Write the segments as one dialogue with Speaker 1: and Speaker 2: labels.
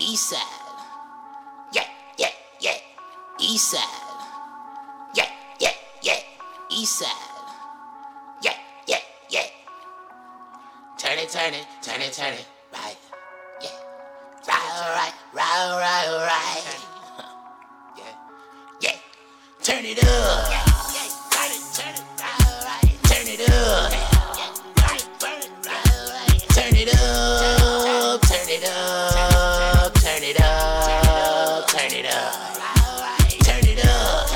Speaker 1: East Side. Yeah, yeah, yeah. East Side. Yeah, yeah, yeah. East Side. Yeah, yeah, yeah. Turn it, turn it, turn it, turn it. Right. Yeah. Right, right, right, right, right. Yeah. Yeah. Turn it up. Yeah, yeah. Turn it, turn it. Right, right. Turn it up. Yeah, yeah. Right, burn it. Right, right. Turn it up. Turn it up. Turn it up. Turn it up. Turn it up.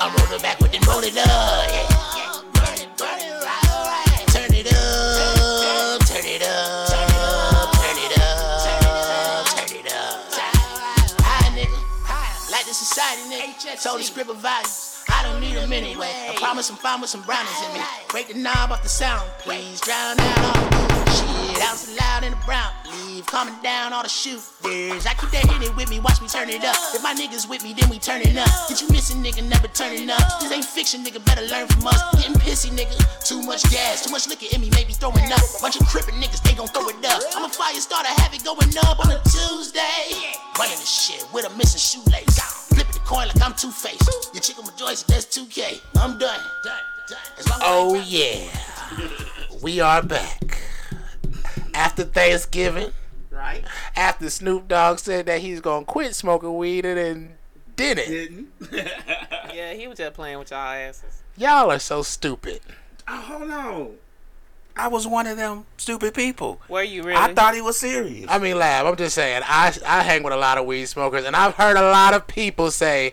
Speaker 1: I'm rolling back with it, roll it up. Yeah, yeah. Burn it, burn it. Right, right. Turn it up. Turn it up. Turn it up. Turn it up. High, nigga. Like the society, nigga. Told the script of values. I don't need them anyway. I promise I'm fine with some brownies in me. Break the knob off the sound, please. Drown out all the booze. Shit, I'm so loud in the brown. Leave, calming down all the shooters. I keep that hit it with me, watch me turn it up. If my niggas with me, then we turn it up. Did you miss a nigga, never turning up? This ain't fiction, nigga, better learn from us. Getting pissy, nigga. Too much gas, too much liquor in me, maybe throwing up. Bunch of tripping niggas, they gon' throw it up. I'm a fire starter, have it going up on a Tuesday. Running this shit with a missing shoelace. Flipping the coin like I'm Two Faced. Your chicken with Joyce, that's 2K. I'm done. As long as I
Speaker 2: Oh, yeah. We are back. After Thanksgiving,
Speaker 3: Right?
Speaker 2: after Snoop Dogg said that he's going to quit smoking weed and then didn't.
Speaker 3: Didn't.
Speaker 4: Yeah, he was just playing with y'all asses.
Speaker 2: Y'all are so stupid.
Speaker 3: Oh, hold on.
Speaker 5: I was one of them stupid people.
Speaker 4: Were you really?
Speaker 5: I thought he was serious.
Speaker 2: I mean, lab, I'm just saying, I, I hang with a lot of weed smokers, and I've heard a lot of people say,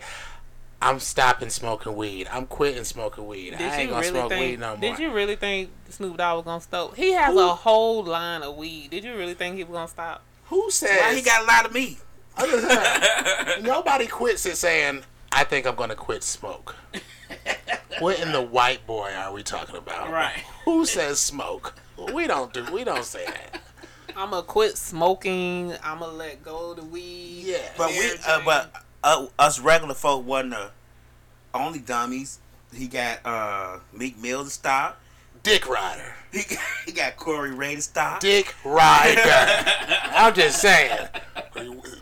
Speaker 2: I'm stopping smoking weed. I'm quitting smoking weed.
Speaker 4: Did
Speaker 2: I ain't
Speaker 4: you
Speaker 2: going to
Speaker 4: really
Speaker 2: smoke
Speaker 4: think?
Speaker 2: weed no more.
Speaker 4: Did you really think Snoop Dogg was gonna stop? He has a whole line of weed. Did you really think he was gonna stop?
Speaker 2: Who
Speaker 5: Why
Speaker 2: says
Speaker 5: he got a lot of me?
Speaker 2: I'm just saying, nobody quits it saying, I think I'm going to quit smoke. what in the white boy are we talking about?
Speaker 3: Right.
Speaker 2: Who says smoke? We don't do. We don't say that.
Speaker 4: I'ma quit smoking. I'ma let go of the weed.
Speaker 2: Yeah.
Speaker 5: But we, uh, but uh, us regular folk wasn't the only dummies. He got uh, Meek Mill to stop.
Speaker 2: Dick Rider.
Speaker 5: He got, he got Corey Ray to stop.
Speaker 2: Dick Rider. I'm just saying.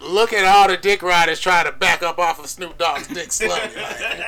Speaker 2: Look at all the Dick Riders trying to back up off of Snoop Dogg's Dick Slug. Like,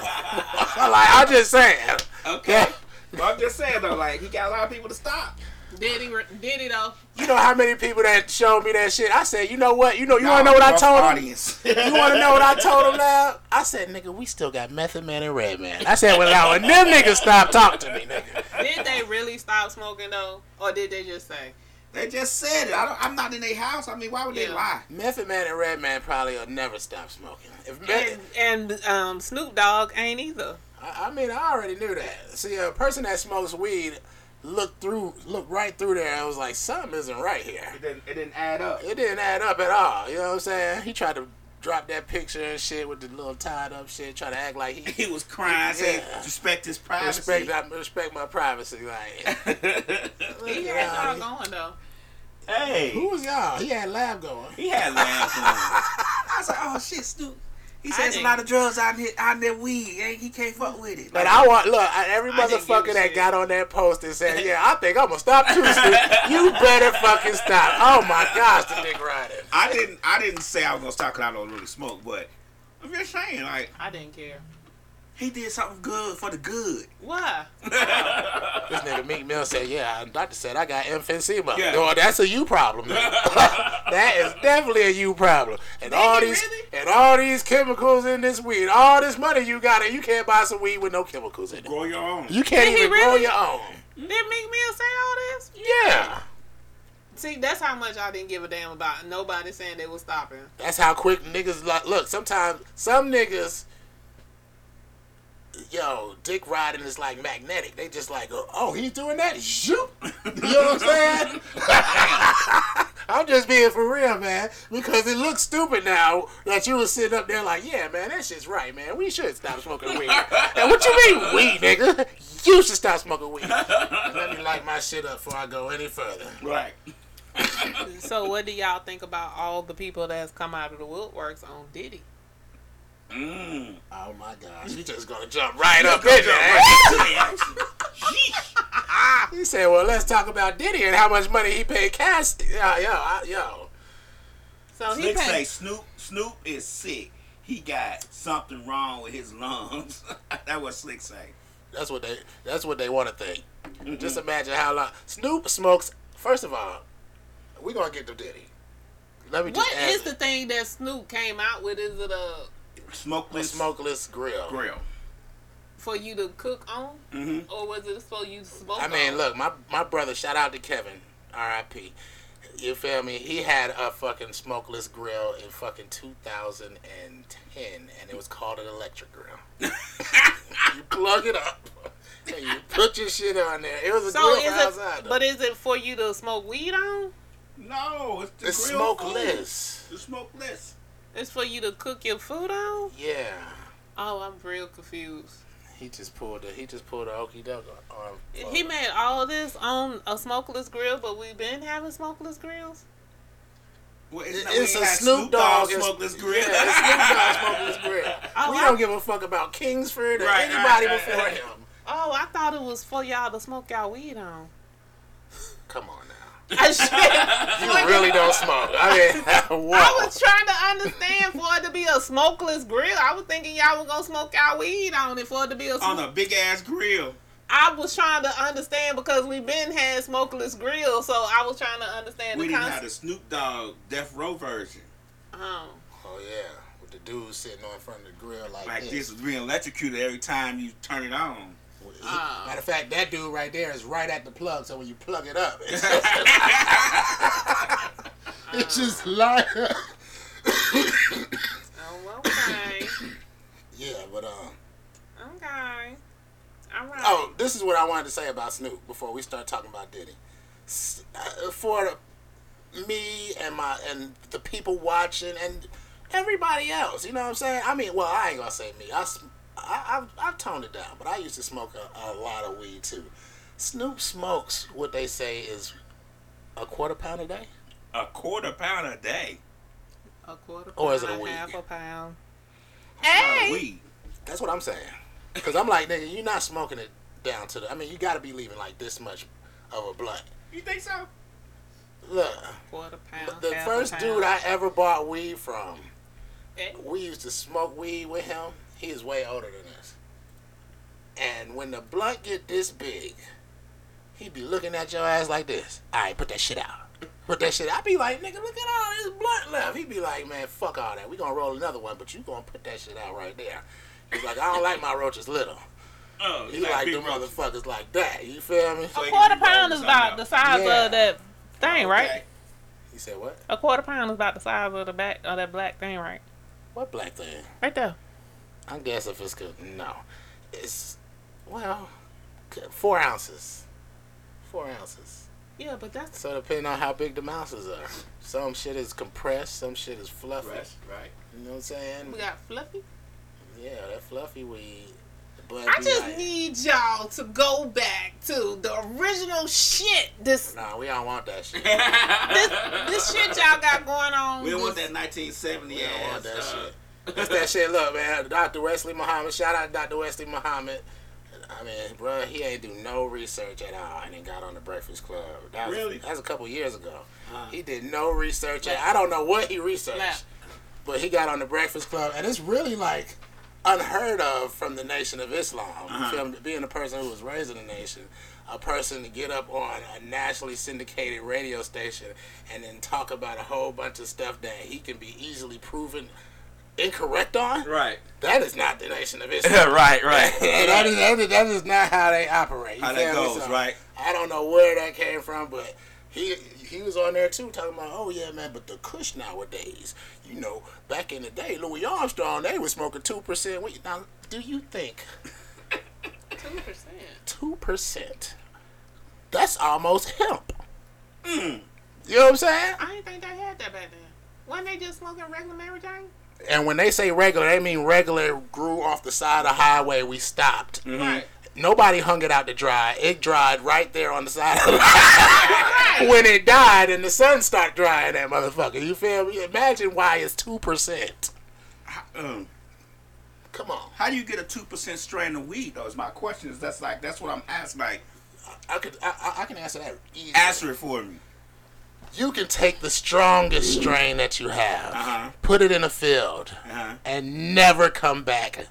Speaker 2: like, I'm just saying.
Speaker 4: Uh,
Speaker 3: Okay.
Speaker 2: Yeah.
Speaker 3: Well, I'm just saying though, like he got a lot of people to stop.
Speaker 4: Did he? re- Did he though?
Speaker 2: You know how many people that showed me that shit? I said, you know what? You know, you
Speaker 3: Y'all
Speaker 2: want to know what I
Speaker 3: rough
Speaker 2: told him?
Speaker 3: audience.
Speaker 2: You want to know what I told him now? I said, nigga, we still got Method Man and Red Man. I said, well, now when them niggas stop talking to me, nigga.
Speaker 4: Did they really stop smoking though, or did they just say?
Speaker 3: they just said it. I don't, I'm not in their house. I mean, why would they
Speaker 4: Yeah.
Speaker 3: lie?
Speaker 2: Method Man and Red Man probably will never stop smoking. If Method,
Speaker 4: And, and um, Snoop Dogg ain't either.
Speaker 2: I, I mean, I already knew that. See, a person that smokes weed looked through, looked right through there and was like, something isn't right here.
Speaker 3: It didn't, it didn't add up.
Speaker 2: It didn't add up at all. You know what I'm saying? He tried to drop that picture and shit with the little tied up shit, try to act like he
Speaker 5: He was crying, saying,
Speaker 2: Yeah.
Speaker 5: "Respect his privacy."
Speaker 2: respect, I respect my privacy. Like,
Speaker 4: He
Speaker 2: Yeah.
Speaker 4: had y'all going though.
Speaker 5: Hey,
Speaker 2: who was y'all? He had lab going.
Speaker 5: he had laughs. on him. I was like, "Oh shit, Snoop." He
Speaker 4: I
Speaker 5: says a
Speaker 4: didn't-
Speaker 5: lot of drugs out in his- out in that weed. Ain't- He can't fuck with it.
Speaker 2: But I want look I- every
Speaker 4: I didn't
Speaker 2: motherfucker
Speaker 4: give a
Speaker 2: that
Speaker 4: shit.
Speaker 2: got on that post and said, "Yeah, I think I'm gonna stop too soon." you better fucking stop! Oh my gosh, the dick rider.
Speaker 3: I didn't. I didn't say I was gonna stop because I don't really smoke, but I'm just saying, like,
Speaker 4: I didn't care.
Speaker 5: he did something good for the good.
Speaker 4: Why?
Speaker 2: This nigga Meek Mill said, "Yeah, the doctor said I got emphysema."
Speaker 3: Yeah.
Speaker 2: Well, that's a you problem. nigga. that is definitely a you problem. And all
Speaker 4: he
Speaker 2: these
Speaker 4: really?
Speaker 2: and all these chemicals in this weed, all this money you got, and you can't buy some weed with no chemicals in it.
Speaker 3: grow your own.
Speaker 2: You can't
Speaker 4: Did he
Speaker 2: even grow
Speaker 4: really?
Speaker 2: your own.
Speaker 4: Did Meek Mill say all this?
Speaker 2: Yeah,
Speaker 4: See, that's how much I didn't give a damn about nobody saying they was stopping.
Speaker 2: That's how quick niggas like. Look, sometimes some niggas, yo, dick riding is like magnetic. They just like, oh, he's doing that. Shoot, you know what I'm saying? I'm just being for real, man, because it looks stupid now that you was sitting up there like, yeah, man, that shit's right, man. We should stop smoking weed. and what you mean, weed, nigga? You should stop smoking weed. Let me light my shit up before I go any further.
Speaker 3: Right.
Speaker 4: so, what do y'all think about all the people that's come out of the woodworks on Diddy?
Speaker 5: Mm.
Speaker 2: Oh my gosh, you just gonna jump right up in
Speaker 3: Go
Speaker 2: there.
Speaker 3: jump right into the action.
Speaker 2: He said, "Well, let's talk about Diddy and how much money he paid Cassidy." Yeah, yo, I- yo.
Speaker 4: So he
Speaker 3: Slick say
Speaker 4: paid.
Speaker 3: Snoop Snoop is sick. He got something wrong with his lungs. that was Slick say.
Speaker 2: That's what they. That's what they want to think. Just imagine how long Snoop smokes. First of all, we gonna get to Diddy. Let me just
Speaker 4: What
Speaker 2: add
Speaker 4: is the thing that Snoop came out with? Is it a
Speaker 2: a
Speaker 3: Smokeless
Speaker 2: smokeless grill?
Speaker 3: grill.
Speaker 4: for you to cook on,
Speaker 3: Mhm.
Speaker 4: or was it for you to smoke?
Speaker 2: I mean,
Speaker 4: on?
Speaker 2: look, my my brother. Shout out to Kevin, R.I.P. You feel me? He had a fucking smokeless grill in fucking 2010, and it was called an electric grill. you plug it up, and you put your shit on there. It was a
Speaker 4: So
Speaker 2: grill
Speaker 4: is
Speaker 2: for outside.
Speaker 4: it? But is it for you to smoke weed on?
Speaker 3: No, it's the
Speaker 2: it's
Speaker 3: grill
Speaker 2: smokeless.
Speaker 3: Food. It's smokeless.
Speaker 4: It's for you to cook your food on?
Speaker 2: Yeah.
Speaker 4: Oh, I'm real confused.
Speaker 2: He just pulled the he just pulled the okey doke arm.
Speaker 4: He made all this on a smokeless grill, but we've been having smokeless grills.
Speaker 3: Well,
Speaker 2: It-
Speaker 3: not- we
Speaker 2: It's
Speaker 3: ain't
Speaker 2: a
Speaker 3: had
Speaker 2: Snoop Dogg
Speaker 3: Dogg
Speaker 2: it's-
Speaker 3: smokeless grill.
Speaker 2: Yeah, it's Snoop Dogg smokeless grill.
Speaker 4: Oh,
Speaker 2: we
Speaker 4: I-
Speaker 2: don't give a fuck about Kingsford or
Speaker 3: Right,
Speaker 2: anybody
Speaker 3: right,
Speaker 2: before
Speaker 3: right.
Speaker 2: him.
Speaker 4: Oh, I thought it was for y'all to smoke y'all weed on.
Speaker 2: Come on now,
Speaker 4: I shit.
Speaker 2: you really don't smoke. I mean, what?
Speaker 4: I was trying to understand for it to be a smokeless grill. I was thinking y'all were gonna smoke y'all weed on it for it to be a.
Speaker 3: on
Speaker 4: Sm-
Speaker 3: a big ass grill.
Speaker 4: I was trying to understand because we've been had smokeless grill, so I was trying to understand
Speaker 3: We
Speaker 4: the
Speaker 3: didn't have the
Speaker 4: concept.
Speaker 3: Snoop Dogg Death Row version.
Speaker 4: Oh,
Speaker 2: oh yeah, with the dude sitting on front of the grill like,
Speaker 3: Like
Speaker 2: this.
Speaker 3: this is being electrocuted every time you turn it on.
Speaker 2: He-
Speaker 4: Oh.
Speaker 2: Matter of fact, that dude right there is right at the plug. So when you plug it up, it's it's just like
Speaker 4: oh, okay,
Speaker 2: yeah, but um.
Speaker 4: okay, all right.
Speaker 2: Oh, this is what I wanted to say about Snoop before we start talking about Diddy. S- uh, For me and my and the people watching and everybody else, you know what I'm saying? I mean, well, I ain't gonna say me. I s- I I, have toned it down, but I used to smoke a, a lot of weed too. Snoop smokes what they say is a quarter pound a day.
Speaker 3: A quarter pound a day.
Speaker 4: A quarter pound,
Speaker 2: Or is it a weed?
Speaker 4: half a pound.
Speaker 3: Not
Speaker 4: Hey,
Speaker 3: weed.
Speaker 2: That's what I'm saying. Because I'm like, nigga, you're not smoking it down to the. I mean, you gotta be leaving like this much of a blunt.
Speaker 3: You think so?
Speaker 2: Look.
Speaker 4: quarter pound.
Speaker 2: The
Speaker 4: half
Speaker 2: first
Speaker 4: a pound.
Speaker 2: dude I ever bought weed from,
Speaker 4: Eh,
Speaker 2: we used to smoke weed with him. He is way older than us. And when the blunt get this big, he be looking at your ass like this. All right, put that shit out. Put that shit out. I be like, nigga, look at all this blunt left. He be like, man, fuck all that. We gonna roll another one, but you gonna put that shit out right there. He's like, I don't like my roaches little.
Speaker 3: Oh,
Speaker 2: He like
Speaker 3: big
Speaker 2: them
Speaker 3: brother.
Speaker 2: motherfuckers like that. You feel me?
Speaker 4: A quarter pound is about the size
Speaker 2: Yeah.
Speaker 4: of that thing, right?
Speaker 3: Oh, Okay.
Speaker 2: He said, what?
Speaker 4: A quarter pound is about the size of the back of that black thing, right?
Speaker 2: What black thing?
Speaker 4: Right there.
Speaker 2: I guess if it's good, no, it's well, c- four ounces, four ounces.
Speaker 4: Yeah, but that's
Speaker 2: So depending on how big the mouses are, some shit is compressed, some shit is fluffy.
Speaker 3: Rest, right.
Speaker 2: You know what I'm saying?
Speaker 4: we got fluffy.
Speaker 2: Yeah, that fluffy weed. But
Speaker 4: I
Speaker 2: be
Speaker 4: just
Speaker 2: like,
Speaker 4: need y'all to go back to the original shit. This
Speaker 2: Nah, we don't want that shit.
Speaker 4: this, this shit y'all got going on.
Speaker 3: We don't want
Speaker 4: this-
Speaker 3: that 1970
Speaker 2: We don't
Speaker 3: ass.
Speaker 2: want that
Speaker 3: uh,
Speaker 2: shit. That's that shit. Look, man, Dr. Wesley Muhammad. Shout out to Dr. Wesley Muhammad. I mean, bruh, he ain't do no research at all, and then got on the Breakfast Club. That was,
Speaker 3: Really?
Speaker 2: That was a couple years ago.
Speaker 3: Uh.
Speaker 2: He did no research. At, I don't know what he researched,
Speaker 4: Nah.
Speaker 2: but he got on the Breakfast Club, and it's really like unheard of from the Nation of Islam. You feel me? Being a person who was raised in the nation, a person to get up on a nationally syndicated radio station and then talk about a whole bunch of stuff that he can be easily proven incorrect on.
Speaker 3: Right.
Speaker 2: That is not the Nation of Islam.
Speaker 5: right, right.
Speaker 2: that, is, that, is, that is not how they operate. You
Speaker 3: How that
Speaker 2: feel me?
Speaker 3: goes,
Speaker 2: So,
Speaker 3: right?
Speaker 2: I don't know where that came from, but he he was on there too talking about, oh yeah, man, but the Kush nowadays, you know, back in the day, Louis Armstrong, they was smoking two percent. Now, do you think
Speaker 4: 2%.
Speaker 2: two percent? That's almost hemp. Mm. You know what I'm saying?
Speaker 4: I didn't think they had that back then. Wasn't they just smoking regular Mary Jane?
Speaker 2: And when they say regular, they mean regular grew off the side of the highway. We stopped.
Speaker 4: Right.
Speaker 2: Nobody hung it out to dry. It dried right there on the side of the when it died and the sun stopped drying that motherfucker. You feel me? Imagine why it's two percent.
Speaker 3: Um,
Speaker 2: Come on.
Speaker 3: how do you get a two percent strain of weed? Though is my question. Is that's like that's what I'm asking. Like,
Speaker 2: I could I, I- I can answer that. easy.
Speaker 5: Answer it for me.
Speaker 2: You can take the strongest strain that you have,
Speaker 5: Uh-huh.
Speaker 2: put it in a field,
Speaker 5: Uh-huh.
Speaker 2: and never come back.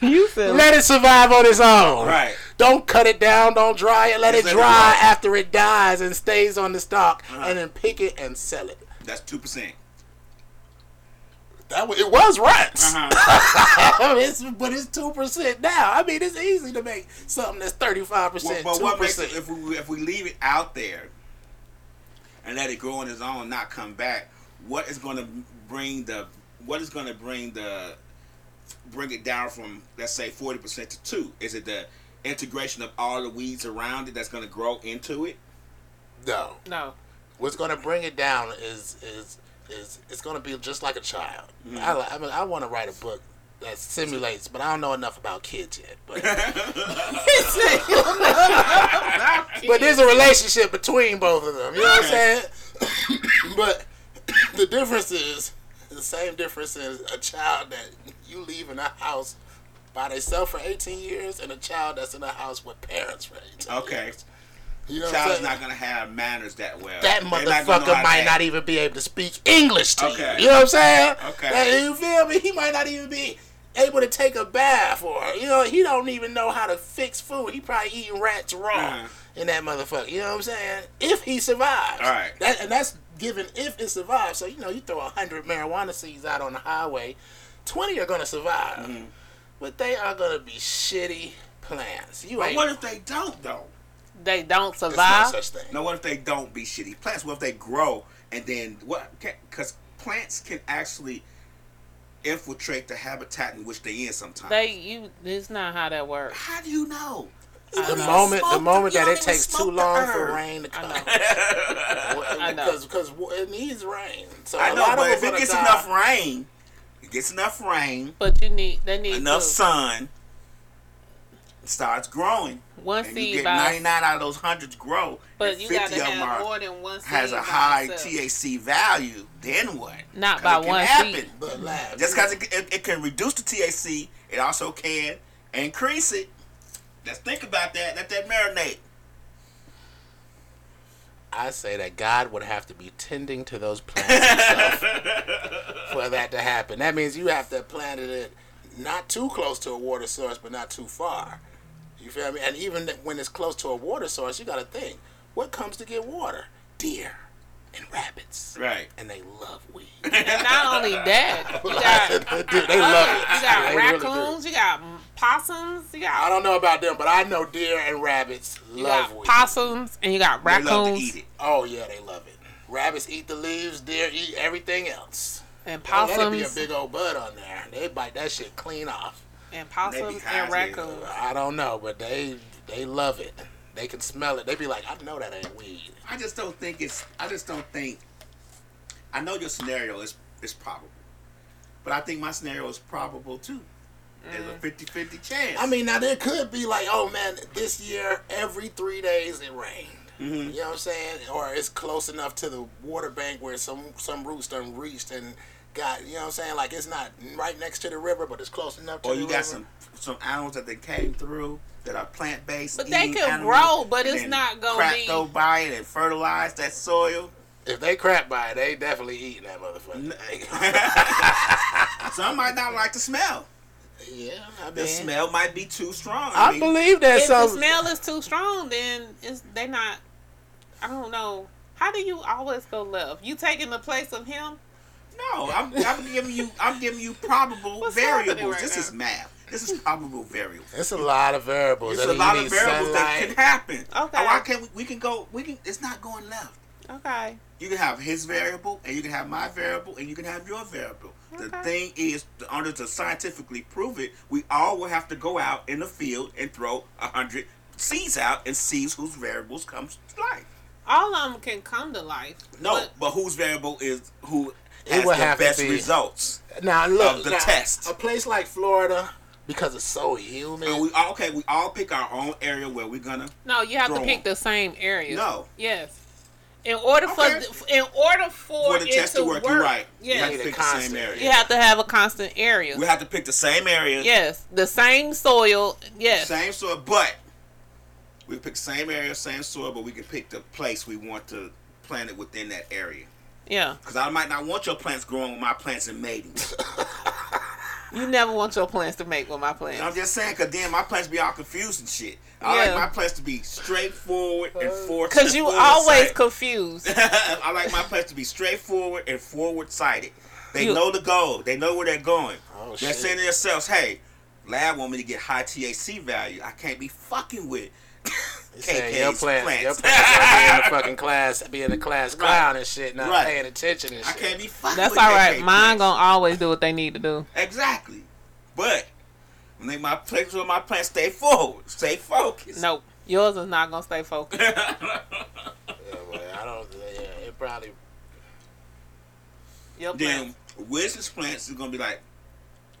Speaker 4: You said
Speaker 2: Let it survive on its own.
Speaker 5: Right.
Speaker 2: Don't cut it down. Don't dry it. Let it
Speaker 5: Just let it Uh-huh.
Speaker 2: dry
Speaker 5: rot.
Speaker 2: after it dies and stays on the stock, and then pick it and sell it.
Speaker 5: That's two percent.
Speaker 2: That was, it was rats.
Speaker 5: Uh-huh.
Speaker 2: it's, but it's two percent now. I mean, it's easy to make something that's thirty five
Speaker 5: well,
Speaker 2: percent,
Speaker 5: but
Speaker 2: two
Speaker 5: what makes it,
Speaker 2: percent.
Speaker 5: if we if we leave it out there and let it grow on its own, not come back? What is going to bring the what is going to bring the bring it down from let's say forty percent to two? Is it the integration of all the weeds around it that's going to grow into it?
Speaker 2: No,
Speaker 4: no.
Speaker 2: what's going to bring it down is is is it's going to be just like a child.
Speaker 5: Mm-hmm.
Speaker 2: I li- I, mean, I want to write a book that simulates, but I don't know enough about kids yet. But, but there's a relationship between both of them. You know what I'm saying? but the difference is the same difference is a child that you leave in a house by themselves for 18 years and a child that's in a house with parents for 18
Speaker 5: Okay,
Speaker 2: years. You know what I'm
Speaker 5: child's
Speaker 2: saying?
Speaker 5: not going to have manners that well.
Speaker 2: that
Speaker 5: They're not gonna know
Speaker 2: motherfucker
Speaker 5: how to
Speaker 2: might
Speaker 5: act.
Speaker 2: not even be able to speak English to
Speaker 5: Okay.
Speaker 2: you. You know what I'm saying?
Speaker 5: Okay.
Speaker 2: Like, you feel me? He might not even be able to take a bath or you know he don't even know how to fix food. He probably eating rats raw
Speaker 5: Uh-huh.
Speaker 2: in that motherfucker. You know what I'm saying? If he survives,
Speaker 5: All right.
Speaker 2: That and that's given if it survives. So you know you throw a hundred marijuana seeds out on the highway, twenty are gonna survive,
Speaker 5: Mm-hmm.
Speaker 2: but they are gonna be shitty plants. You
Speaker 5: But
Speaker 2: ain't.
Speaker 5: what if they don't though?
Speaker 4: They don't
Speaker 2: there's no
Speaker 4: survive.
Speaker 2: such thing.
Speaker 5: Now, what if they don't be shitty plants? What if they grow and then what? Because plants can actually infiltrate the habitat in which they in sometimes.
Speaker 4: They you. It's not how that works.
Speaker 5: How do you know?
Speaker 2: The moment, the
Speaker 5: smoke
Speaker 2: moment
Speaker 5: the-
Speaker 2: that
Speaker 5: you
Speaker 2: it
Speaker 5: don't even
Speaker 2: takes
Speaker 5: smoke
Speaker 2: too
Speaker 5: the
Speaker 2: long for
Speaker 5: herb.
Speaker 2: rain to
Speaker 4: I
Speaker 2: come,
Speaker 4: know. I know.
Speaker 2: because because it needs rain. So
Speaker 5: I
Speaker 2: a
Speaker 5: know,
Speaker 2: lot of
Speaker 5: but if
Speaker 2: us
Speaker 5: it
Speaker 2: gonna
Speaker 5: gets
Speaker 2: die.
Speaker 5: enough rain, it gets enough rain,
Speaker 4: But you need. They need
Speaker 5: enough
Speaker 4: two.
Speaker 5: sun, it starts growing.
Speaker 4: One
Speaker 5: And you
Speaker 4: seed
Speaker 5: get
Speaker 4: by.
Speaker 5: 99 out of those hundreds grow.
Speaker 4: But
Speaker 5: and
Speaker 4: you
Speaker 5: 50
Speaker 4: gotta
Speaker 5: of 'em
Speaker 4: have
Speaker 5: are-
Speaker 4: more than one seed.
Speaker 5: has a
Speaker 4: by
Speaker 5: high
Speaker 4: itself.
Speaker 5: THC value. Then what?
Speaker 4: Not
Speaker 5: 'Cause
Speaker 4: by
Speaker 5: it can
Speaker 4: one
Speaker 5: happen.
Speaker 4: seed.
Speaker 2: But laugh.
Speaker 5: Just because it, it, it can reduce the THC, it also can increase it. Let's think about that. Let that marinate.
Speaker 2: I say that God would have to be tending to those plants himself for that to happen. That means you have to have planted it not too close to a water source, but not too far. You feel me? And even when it's close to a water source, you got to think: what comes to get water? Deer and rabbits,
Speaker 5: Right.
Speaker 2: and they love weed.
Speaker 4: And not only that, you got.
Speaker 2: Dude, they love it.
Speaker 4: You got
Speaker 2: They really do.
Speaker 4: raccoons, you got possums, you
Speaker 2: I
Speaker 4: got,
Speaker 2: don't know about them, but I know deer and rabbits
Speaker 4: you
Speaker 2: love
Speaker 4: got
Speaker 2: weed.
Speaker 4: possums, and you got
Speaker 5: They
Speaker 4: raccoons
Speaker 5: love to eat it.
Speaker 2: oh yeah, they love it. Rabbits eat the leaves. Deer eat everything else.
Speaker 4: and
Speaker 2: Oh, That'd be a
Speaker 4: possums
Speaker 2: big old bud on there. They bite that shit clean off.
Speaker 4: and
Speaker 5: They be
Speaker 4: possums
Speaker 5: high as
Speaker 4: and
Speaker 5: hell.
Speaker 4: raccoons.
Speaker 2: I don't know, but they they love it. They can smell it. They be like, I know that ain't weed.
Speaker 5: I just don't think it's. I just don't think. I know your scenario is is probable, but I think my scenario is probable too. There's a 50-50 chance.
Speaker 2: I mean, now there could be like, oh man, this year every three days it rained.
Speaker 5: Mm-hmm.
Speaker 2: You know what I'm saying? Or it's close enough to the water bank where some some roots done reached and got. You know what I'm saying? Like it's not right next to the river, but it's close enough to.
Speaker 5: or
Speaker 2: the
Speaker 5: Oh, you got
Speaker 2: river.
Speaker 5: some some animals that they came through that are plant based.
Speaker 4: But they can grow, but it's not gonna be-
Speaker 5: Go by it and fertilize that soil.
Speaker 2: If they crap by it, they definitely eating that motherfucker.
Speaker 5: Some might not like the smell.
Speaker 2: yeah, I
Speaker 5: The
Speaker 2: mean,
Speaker 5: smell might be too strong.
Speaker 2: I
Speaker 5: mean,
Speaker 2: believe that
Speaker 4: If the
Speaker 2: some.
Speaker 4: smell is too strong, then it's, they not. I don't know. How do you always go left? You taking the place of him?
Speaker 5: No, I'm, I'm giving you. I'm giving you probable
Speaker 4: What's happening
Speaker 5: variables.
Speaker 4: right
Speaker 5: this
Speaker 4: now?
Speaker 5: is math. This is probable variables.
Speaker 2: it's a lot of variables.
Speaker 5: It's
Speaker 2: that
Speaker 5: a
Speaker 2: you
Speaker 5: lot of
Speaker 2: need
Speaker 5: variables that
Speaker 2: sunlight.
Speaker 5: can happen.
Speaker 4: Okay.
Speaker 5: And Why can't we, we can go? We can. It's not going left.
Speaker 4: Okay.
Speaker 5: You can have his variable, and you can have my variable, and you can have your variable. The
Speaker 4: Okay.
Speaker 5: thing is, in order to scientifically prove it, we all will have to go out in the field and throw a hundred seeds out and see whose variables comes to life.
Speaker 4: All of them can come to life.
Speaker 5: No, but,
Speaker 4: but
Speaker 5: whose variable is who
Speaker 2: It
Speaker 5: has
Speaker 2: would
Speaker 5: the
Speaker 2: have to
Speaker 5: best
Speaker 2: be-
Speaker 5: results?
Speaker 2: Now look,
Speaker 5: of the
Speaker 2: now,
Speaker 5: test.
Speaker 2: A place like Florida, because it's so humid.
Speaker 5: And we all okay. We all pick our own area where we're gonna.
Speaker 4: no, you have to
Speaker 5: Throw
Speaker 4: pick
Speaker 5: 'em.
Speaker 4: the same area.
Speaker 5: No.
Speaker 4: Yes. In order for
Speaker 5: Okay.
Speaker 4: th- in order for,
Speaker 5: For the
Speaker 4: it
Speaker 5: test to work, you're right. You
Speaker 4: Yes.
Speaker 5: have to
Speaker 2: Need a
Speaker 5: pick the same
Speaker 2: constant.
Speaker 5: area.
Speaker 4: You have to have a constant area.
Speaker 5: We have to pick the same area.
Speaker 4: Yes, the same soil. Yes,
Speaker 5: Same soil, but we pick same area, same soil, but we can pick the place we want to plant it within that area.
Speaker 4: yeah.
Speaker 5: Because I might not want your plants growing with my plants and mating.
Speaker 4: You never want your plants to make with my plants.
Speaker 5: I'm just saying, because then my plants be all confused and shit. I
Speaker 4: Yeah.
Speaker 5: like my plants to be straightforward and forward.
Speaker 4: Cause you
Speaker 5: forward
Speaker 4: always
Speaker 5: sighted.
Speaker 4: confused.
Speaker 5: I like my plants to be straightforward and forward sighted. They
Speaker 4: You-
Speaker 5: know the goal. They know where they're going.
Speaker 2: Oh,
Speaker 5: they're
Speaker 2: shit.
Speaker 5: saying to themselves, "Hey, lab want me to get high THC value. I can't be fucking with
Speaker 2: Saying your
Speaker 5: KK's
Speaker 2: plan,
Speaker 5: plants.
Speaker 2: your plan be in the fucking class, be in the class clown and shit, not
Speaker 5: Right.
Speaker 2: paying attention and
Speaker 5: I
Speaker 2: shit.
Speaker 5: can't be fucking.
Speaker 4: That's
Speaker 5: with
Speaker 4: all right.
Speaker 5: KK
Speaker 4: Mine
Speaker 5: plants.
Speaker 4: gonna always do what they need to do.
Speaker 5: exactly. But make my plants with my plants stay forward, stay focused.
Speaker 4: Nope, yours is not gonna stay focused.
Speaker 2: Yeah, well, I don't. Yeah, it probably.
Speaker 4: Your
Speaker 5: then
Speaker 4: plants.
Speaker 5: wisdom plants is gonna be like,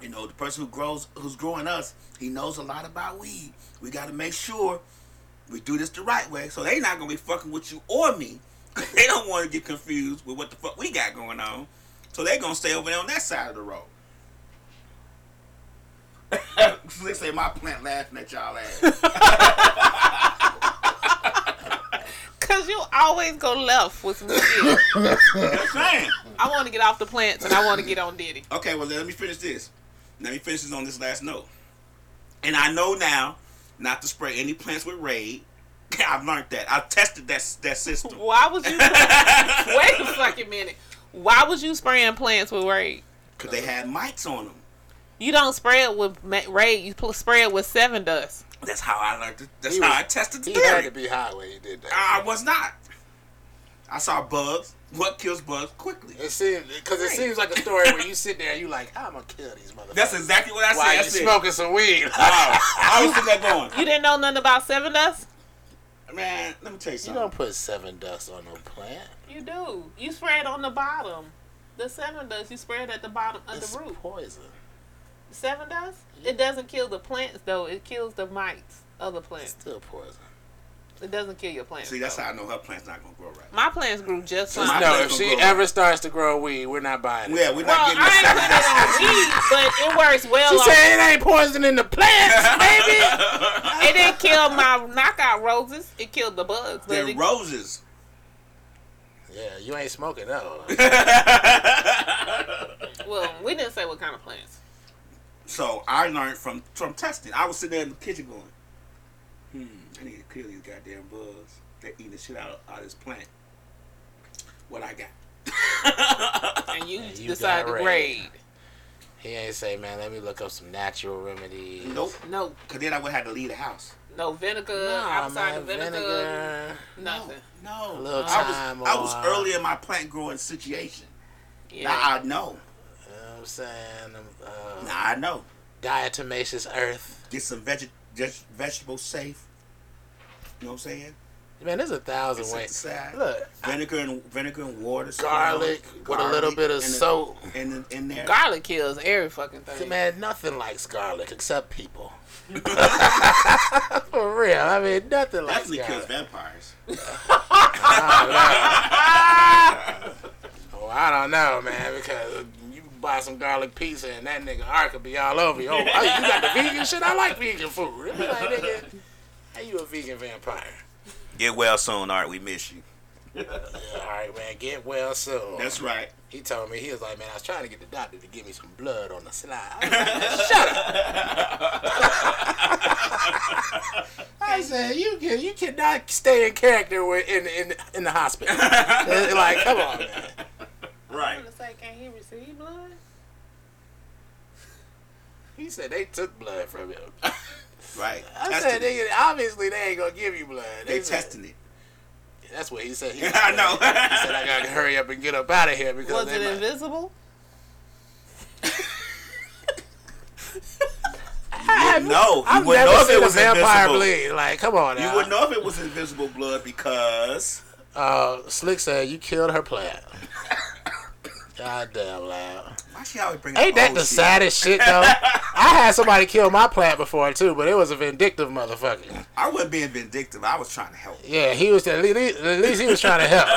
Speaker 5: you know, the person who grows, who's growing us, he knows a lot about weed. We got to make sure we do this the right way, so they not gonna be fucking with you or me. they don't want to get confused with what the fuck we got going on, so they gonna stay over there on that side of the road. they say my plant laughing at y'all ass.
Speaker 4: Cause you always go left with some shit.
Speaker 5: That's saying.
Speaker 4: I want to get off the plants and I want to get on Diddy.
Speaker 5: Okay, well let me finish this. Let me finish this on this last note. And I know now not to spray any plants with Raid. I've learned that. I've tested that that system.
Speaker 4: Why was you? Wait a fucking minute. Why was you spraying plants with Raid?
Speaker 5: Cause they had mites on them.
Speaker 4: You don't spray it with ma- Raid. You pl- spray it with Seven Dust.
Speaker 5: That's how I learned. It. That's
Speaker 2: He
Speaker 5: how
Speaker 2: was-
Speaker 5: I tested the
Speaker 2: He had to
Speaker 5: theory.
Speaker 2: be high when he did that.
Speaker 5: I was not. I saw bugs. What kills bugs quickly?
Speaker 2: It seems because it
Speaker 5: Right.
Speaker 2: seems like a story where you sit there and you like, I'm gonna kill these motherfuckers.
Speaker 5: That's exactly what I said.
Speaker 2: why
Speaker 5: I
Speaker 2: you
Speaker 5: said,
Speaker 2: smoking some weed.
Speaker 5: Wow. I was sitting there going,
Speaker 4: You didn't know nothing about Seven Dust.
Speaker 5: man. Let me tell you
Speaker 2: you
Speaker 5: something.
Speaker 2: don't put seven dust on no plant.
Speaker 4: You do. You spray it on the bottom. The Seven Dust. You spray it at the bottom of
Speaker 2: It's
Speaker 4: the root.
Speaker 2: poison.
Speaker 4: Seven Dust. It doesn't kill the plants though. It kills the mites of the
Speaker 2: It's
Speaker 4: plants.
Speaker 2: still poison.
Speaker 4: It doesn't kill your plants.
Speaker 5: See, that's how I know her plant's not gonna grow right.
Speaker 4: My plants grew just
Speaker 5: So
Speaker 4: fine.
Speaker 5: my-
Speaker 2: no,
Speaker 5: plant's
Speaker 2: if
Speaker 5: gonna
Speaker 2: she
Speaker 5: grow.
Speaker 2: ever starts to grow weed, we're not buying it.
Speaker 5: Yeah, we're
Speaker 4: Well,
Speaker 5: not getting.
Speaker 4: I ain't putting it on weed, but it works well.
Speaker 2: she
Speaker 4: on
Speaker 2: said it ain't poison in the plants, baby.
Speaker 4: It didn't kill my knockout roses. It killed the bugs. but
Speaker 5: They're
Speaker 4: it-
Speaker 5: roses.
Speaker 2: yeah, you ain't smoking though.
Speaker 4: well, we didn't say what kind of plants.
Speaker 5: So I learned from from testing. I was sitting there in the kitchen going, "Hmm, I need to kill these goddamn bugs. They're eating the shit out of, out of this plant. What I got?
Speaker 4: And you,
Speaker 2: you
Speaker 4: decided to
Speaker 2: got
Speaker 4: grade.
Speaker 2: raid. He ain't say, man. Let me look up some natural remedies.
Speaker 5: Nope.
Speaker 4: No,
Speaker 5: Cause then I would have to leave the house.
Speaker 4: no vinegar,
Speaker 2: Nah,
Speaker 4: outside
Speaker 2: man,
Speaker 4: of vinegar,
Speaker 2: vinegar.
Speaker 4: nothing.
Speaker 5: No,
Speaker 2: A little
Speaker 5: I
Speaker 2: time
Speaker 5: was I was
Speaker 2: on.
Speaker 5: early in my plant growing situation.
Speaker 4: Yeah.
Speaker 5: Now I know.
Speaker 2: You know what I'm saying? Um, Uh,
Speaker 5: Now I know.
Speaker 2: diatomaceous earth.
Speaker 5: Get some veg- just vegetable safe. You know what I'm saying?
Speaker 2: Man, there's a thousand
Speaker 5: Set
Speaker 2: ways.
Speaker 5: aside.
Speaker 2: Look,
Speaker 5: Vinegar and vinegar and water.
Speaker 2: garlic
Speaker 5: salt,
Speaker 2: with a little
Speaker 5: garlic,
Speaker 2: bit of
Speaker 5: and the-
Speaker 2: soap.
Speaker 5: and the- in there.
Speaker 4: Garlic kills every fucking thing.
Speaker 2: Man, nothing likes garlic except people. For real, I mean, nothing likes garlic.
Speaker 5: Definitely kills vampires.
Speaker 2: Oh, I don't know, man, because you buy some garlic pizza and that nigga art could be all over you. Oh, hey, you got the vegan shit? I like vegan food. It be like, nigga, how you a vegan vampire?
Speaker 5: Get well soon, Art. We miss you.
Speaker 2: Yeah, all right, man, get well soon.
Speaker 5: That's right.
Speaker 2: He told me, he was like, man, I was trying to get the doctor to give me some blood on the slide. I was like, Shut up. I said, you can, you cannot stay in character with, in, in, in the hospital. like, come on, man.
Speaker 5: Right.
Speaker 4: gonna say, can he receive blood?
Speaker 2: He said they took blood from him.
Speaker 5: Right.
Speaker 2: I
Speaker 5: Testing
Speaker 2: said,
Speaker 5: it.
Speaker 2: nigga, obviously they ain't gonna give you blood.
Speaker 5: they
Speaker 2: said-
Speaker 5: testing it.
Speaker 2: That's what he said. He
Speaker 5: I know.
Speaker 2: He said I gotta hurry up and get up out of here because
Speaker 4: Was
Speaker 2: they
Speaker 4: it
Speaker 2: might-
Speaker 4: invisible?
Speaker 5: You wouldn't know. You
Speaker 2: I've
Speaker 5: wouldn't
Speaker 2: never
Speaker 5: know if
Speaker 2: seen
Speaker 5: it
Speaker 2: a
Speaker 5: was
Speaker 2: vampire
Speaker 5: invisible.
Speaker 2: bleed. Like, come on now.
Speaker 5: You wouldn't know if it was invisible blood because
Speaker 2: Uh, Slick said you killed her plant. God damn loud.
Speaker 5: why she always bring up
Speaker 2: Ain't that
Speaker 5: old
Speaker 2: the
Speaker 5: shit?
Speaker 2: saddest shit though? I had somebody kill my plant before too, but it was a vindictive motherfucker.
Speaker 5: I wasn't being vindictive. I was trying to help.
Speaker 2: Yeah, he was at least, at least he was trying to help.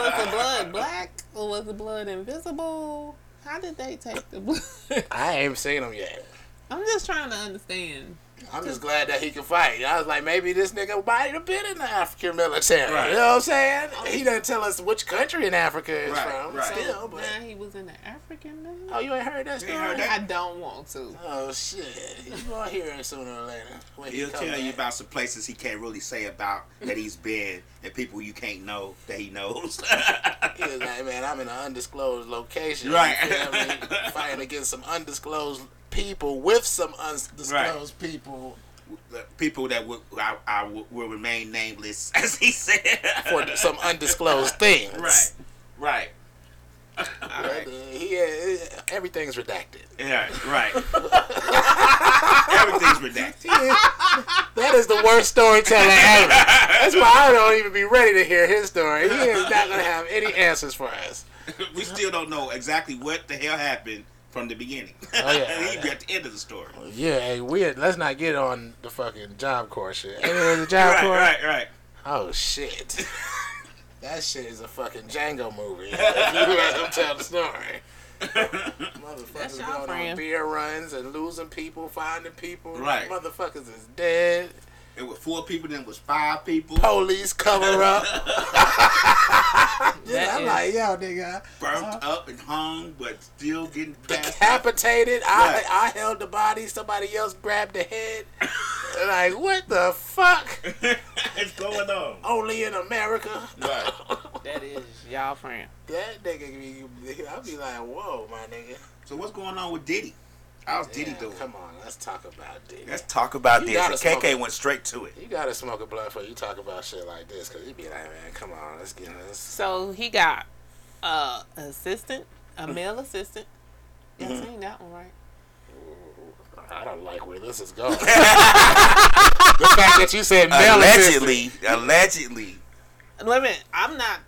Speaker 4: Was the blood black or was the blood invisible? How did they take the blood?
Speaker 2: I ain't seen him yet.
Speaker 4: I'm just trying to understand.
Speaker 2: I'm just glad that he can fight. I was like, maybe this nigga might have been in the African military. You know what I'm saying? He doesn't tell us which country in Africa it's
Speaker 5: Right,
Speaker 2: from.
Speaker 5: right.
Speaker 2: Still,
Speaker 4: So
Speaker 2: but
Speaker 4: now he was in the African military?
Speaker 2: oh, you ain't heard that story?
Speaker 5: ain't heard that?
Speaker 4: I don't want to.
Speaker 2: Oh shit! You gonna hear it sooner or later. When he
Speaker 5: He'll
Speaker 2: come
Speaker 5: tell you
Speaker 2: back.
Speaker 5: about some places he can't really say about that he's been and people you can't know that he knows.
Speaker 2: He was like, man, I'm in an undisclosed location. you
Speaker 5: Right.
Speaker 2: feel me? Fighting against some undisclosed people with some undisclosed people
Speaker 5: people that would I, I would- will remain nameless, as he said.
Speaker 2: for some undisclosed things.
Speaker 5: right, right, right.
Speaker 2: He, uh, everything's redacted.
Speaker 5: Yeah, right. Everything's redacted.
Speaker 2: That is the worst storyteller ever. That's why I don't even be ready to hear his story. He is not gonna have any answers for us.
Speaker 5: We still don't know exactly what the hell happened from the beginning.
Speaker 2: Oh, yeah.
Speaker 5: He'd be at the end of the story.
Speaker 2: Yeah, hey, we let's not get on the fucking job corps shit. Hey, there's a job
Speaker 5: Right,
Speaker 2: corps.
Speaker 5: right, right.
Speaker 2: Oh shit. that shit is a fucking Django movie. If you let him tell the story.
Speaker 4: That's
Speaker 2: Motherfuckers
Speaker 4: y'all
Speaker 2: going on
Speaker 4: friend.
Speaker 2: beer runs and losing people, finding people.
Speaker 5: Right.
Speaker 2: Motherfuckers is dead.
Speaker 5: It was four people, then it was five people.
Speaker 2: Police cover up. Yeah,
Speaker 4: That
Speaker 2: I'm
Speaker 4: is-
Speaker 2: like, yo, nigga.
Speaker 5: Burnt
Speaker 2: uh-huh.
Speaker 5: up and hung, but still getting passed out.
Speaker 2: Decapitated.
Speaker 5: Right.
Speaker 2: I, I held the body. Somebody else grabbed the head. like, what the fuck?
Speaker 3: What's going on?
Speaker 2: Only in America.
Speaker 3: Right.
Speaker 4: That is y'all friend.
Speaker 2: That nigga, be- I'll be like, whoa, my nigga.
Speaker 5: So what's going on with Diddy? How's Diddy
Speaker 2: Yeah,
Speaker 5: doing?
Speaker 2: Come on, let's talk about Diddy.
Speaker 5: Let's talk about
Speaker 2: You
Speaker 5: this.
Speaker 2: gotta
Speaker 5: And KK
Speaker 2: smoke.
Speaker 5: went straight to it.
Speaker 2: you gotta smoke a blunt before you talk about shit like this, cause you be like, man, come on, let's get this.
Speaker 4: So he got uh assistant, a male assistant. Y'all
Speaker 2: Mm-hmm.
Speaker 4: seen that one, right?
Speaker 2: I don't like where this is going. the fact that you said male assistant-
Speaker 5: Allegedly, allegedly,
Speaker 4: Wait a minute, I'm not.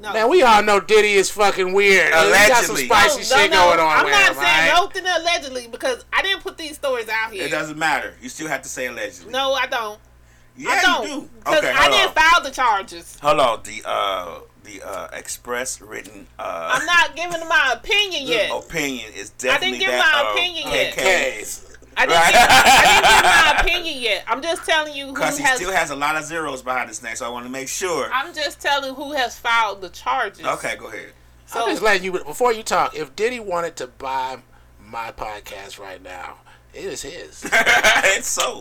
Speaker 4: No.
Speaker 2: Man, we all know Diddy is fucking weird. He got some
Speaker 5: Allegedly.
Speaker 4: No,
Speaker 2: spicy
Speaker 4: no,
Speaker 2: shit
Speaker 4: no,
Speaker 2: going on
Speaker 4: I'm
Speaker 2: with
Speaker 4: not
Speaker 2: him.
Speaker 4: saying
Speaker 2: alright?
Speaker 4: nothing allegedly because I didn't put these stories out
Speaker 5: it
Speaker 4: here.
Speaker 5: doesn't matter. You still have to say allegedly.
Speaker 4: No, I don't.
Speaker 5: yeah,
Speaker 4: I don't.
Speaker 5: you do.
Speaker 4: Because
Speaker 5: Okay,
Speaker 4: I
Speaker 5: hold on.
Speaker 4: didn't file the charges.
Speaker 5: hold on. The uh, the uh, express written uh
Speaker 4: I'm not giving them my opinion yet.
Speaker 5: opinion is
Speaker 4: didn't
Speaker 5: definitely
Speaker 4: give
Speaker 5: that
Speaker 4: my
Speaker 5: of
Speaker 4: opinion
Speaker 5: KK,
Speaker 2: Case.
Speaker 4: I didn't,
Speaker 5: Right.
Speaker 4: give, I didn't give my opinion yet. I'm just telling you who
Speaker 5: Because
Speaker 4: has.
Speaker 5: he still has a lot of zeros behind his name, so I want to make sure.
Speaker 4: I'm just telling who has filed the charges.
Speaker 5: Okay, go ahead.
Speaker 4: So
Speaker 2: I'm just letting you before you talk. If Diddy wanted to buy my podcast right now, it is his.
Speaker 5: it's so.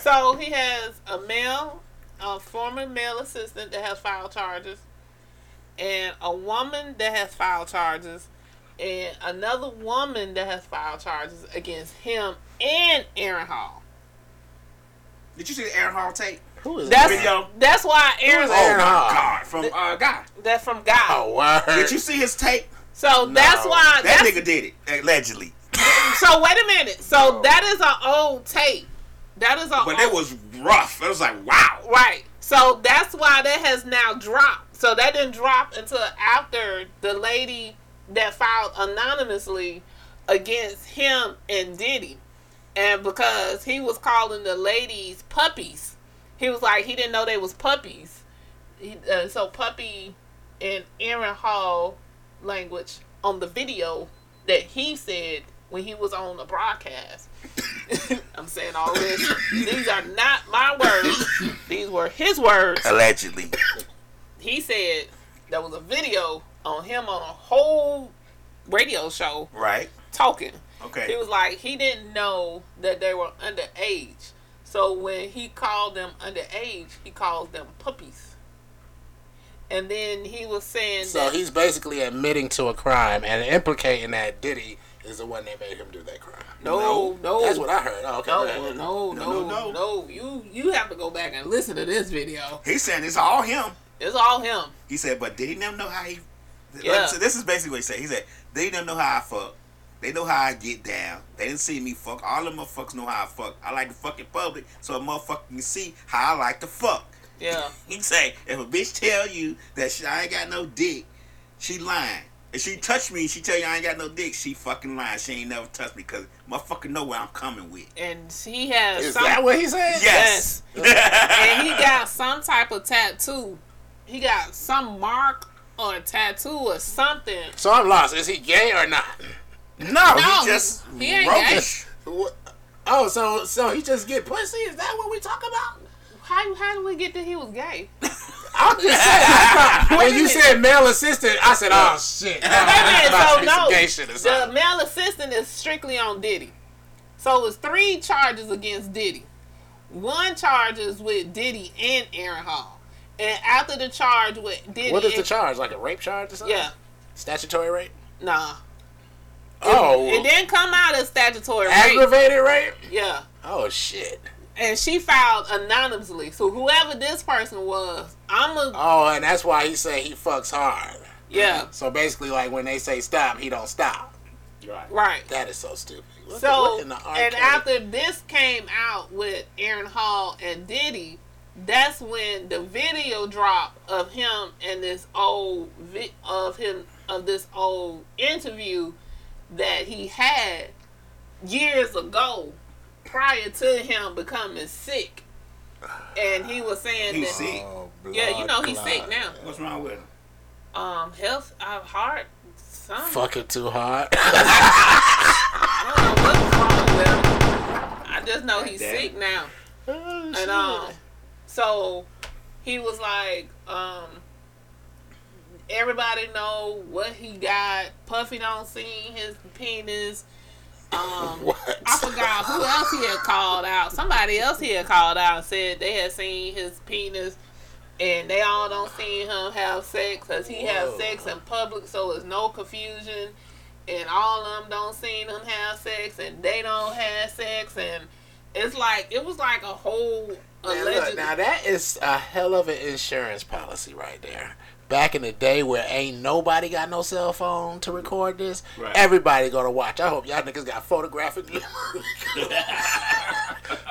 Speaker 4: So he has a male, a former male assistant that has filed charges, and a woman that has filed charges, and another woman that has filed charges against him and Aaron Hall.
Speaker 5: Did you see the Aaron Hall tape?
Speaker 2: Who is
Speaker 4: That's
Speaker 2: Diddy?
Speaker 5: Video.
Speaker 4: that's why Aaron.
Speaker 2: Who is Aaron
Speaker 5: Oh my
Speaker 2: Hall?
Speaker 5: God, from uh, God.
Speaker 4: That's from God.
Speaker 2: Oh, word.
Speaker 5: Did you see his tape?
Speaker 4: So that's
Speaker 2: No.
Speaker 4: why.
Speaker 5: That
Speaker 4: Uh, That's,
Speaker 5: nigga did it allegedly,
Speaker 4: so wait a minute. So that is an old tape. That is an
Speaker 5: but
Speaker 4: old
Speaker 5: it was rough. It was like wow.
Speaker 4: Right. So that's why that has now dropped. So that didn't drop until after the lady that filed anonymously against him and Diddy. And because he was calling the ladies puppies, he was like, he didn't know they was puppies. He, uh, so puppy in Aaron Hall language on the video that he said when he was on the broadcast. I'm saying all this. These are not my words. These were his words.
Speaker 5: Allegedly.
Speaker 4: He said there was a video on him on a whole radio show
Speaker 5: Right.
Speaker 4: talking. He
Speaker 5: Okay.
Speaker 4: was like, he didn't know that they were underage. So when he called them underage, he called them puppies. And then he was saying
Speaker 2: So
Speaker 4: that
Speaker 2: he's basically admitting to a crime and implicating that Diddy is the one that made him do that crime.
Speaker 4: no, no,
Speaker 2: That's what I heard. Oh, okay.
Speaker 4: no,
Speaker 2: go
Speaker 4: no,
Speaker 2: ahead.
Speaker 4: no,
Speaker 5: No,
Speaker 4: no,
Speaker 5: no, no.
Speaker 4: You you have to go back and listen to this video.
Speaker 5: He's saying it's all him.
Speaker 4: It's all him.
Speaker 5: He said, but did he never know how he?
Speaker 4: Yeah.
Speaker 5: So this is basically what he said. He said they never know how I fuck. They know how I get down. They didn't see me fuck. All them motherfuckers know how I fuck. I like to fuck in public, so a motherfucker can see how I like to fuck.
Speaker 4: Yeah.
Speaker 5: He say, if a bitch tell you that she I ain't got no dick, she lying. If she touch me, she tell you I ain't got no dick. She fucking lying. She ain't never touched me because motherfucker know where I'm coming with.
Speaker 4: and he has
Speaker 2: Is
Speaker 4: some,
Speaker 2: that what he said?
Speaker 5: Yes.
Speaker 4: and he got some type of tattoo. He got some mark or a tattoo or something.
Speaker 2: So I'm lost. Is he gay or not?
Speaker 5: no,
Speaker 4: No,
Speaker 5: he just
Speaker 4: he ain't
Speaker 5: roguish.
Speaker 2: What- Oh, so so he just get pussy? Is that what we talk about?
Speaker 4: How how did we get that he was gay?
Speaker 2: I'm just saying. I thought- when you said male assistant, I said, oh shit.
Speaker 4: Wait a minute,
Speaker 2: About to
Speaker 4: so
Speaker 2: be some
Speaker 4: no,
Speaker 2: gay shit or
Speaker 4: the
Speaker 2: something.
Speaker 4: male assistant is strictly on Diddy. So it's three charges against Diddy. One charge is with Diddy and Aaron Hall, and after the charge with Diddy,
Speaker 2: What is the
Speaker 4: and-
Speaker 2: charge? Like a rape charge or something?
Speaker 4: Yeah,
Speaker 2: Statutory rape?
Speaker 4: nah.
Speaker 2: Oh.
Speaker 4: It didn't come out as statutory rape.
Speaker 2: aggravated rape?
Speaker 4: Yeah.
Speaker 2: Oh shit.
Speaker 4: and she filed anonymously. So whoever this person was, I'm a
Speaker 2: Oh, and that's why he said he fucks hard.
Speaker 4: yeah,
Speaker 2: So basically, like when they say stop, he don't stop.
Speaker 4: right.
Speaker 2: That is so stupid. What the-
Speaker 4: So
Speaker 2: what in the
Speaker 4: and
Speaker 2: arcade?
Speaker 4: after this came out with Aaron Hall and Diddy, that's when the video drop of him and this old vi- of him of this old interview that he had years ago prior to him becoming sick. And he was saying
Speaker 5: He's
Speaker 4: that
Speaker 5: sick.
Speaker 2: Oh,
Speaker 4: yeah, you know
Speaker 2: blood
Speaker 4: he's sick
Speaker 2: clot.
Speaker 4: now.
Speaker 5: What's wrong with him?
Speaker 4: um health uh, heart something.
Speaker 2: Fucking too hard.
Speaker 4: I don't know what's wrong with him. I just know he's
Speaker 5: Goddamn.
Speaker 4: sick now.
Speaker 2: Oh, shit.
Speaker 4: And um so he was like, um everybody know what he got. Puffy don't seen his penis. Um
Speaker 2: what?
Speaker 4: I forgot who else he had called out. Somebody else he had called out and said they had seen his penis and they all don't seen him have sex because he has
Speaker 2: Whoa.
Speaker 4: sex in public so it's no confusion and all of them don't seen him have sex and they don't have sex and it's like it was like a whole
Speaker 2: Now, look,
Speaker 4: alleged
Speaker 2: now that is a hell of an insurance policy right there. Back in the day where ain't nobody got no cell phone to record this,
Speaker 5: Right.
Speaker 2: everybody gonna watch. I hope y'all niggas got photographic memory.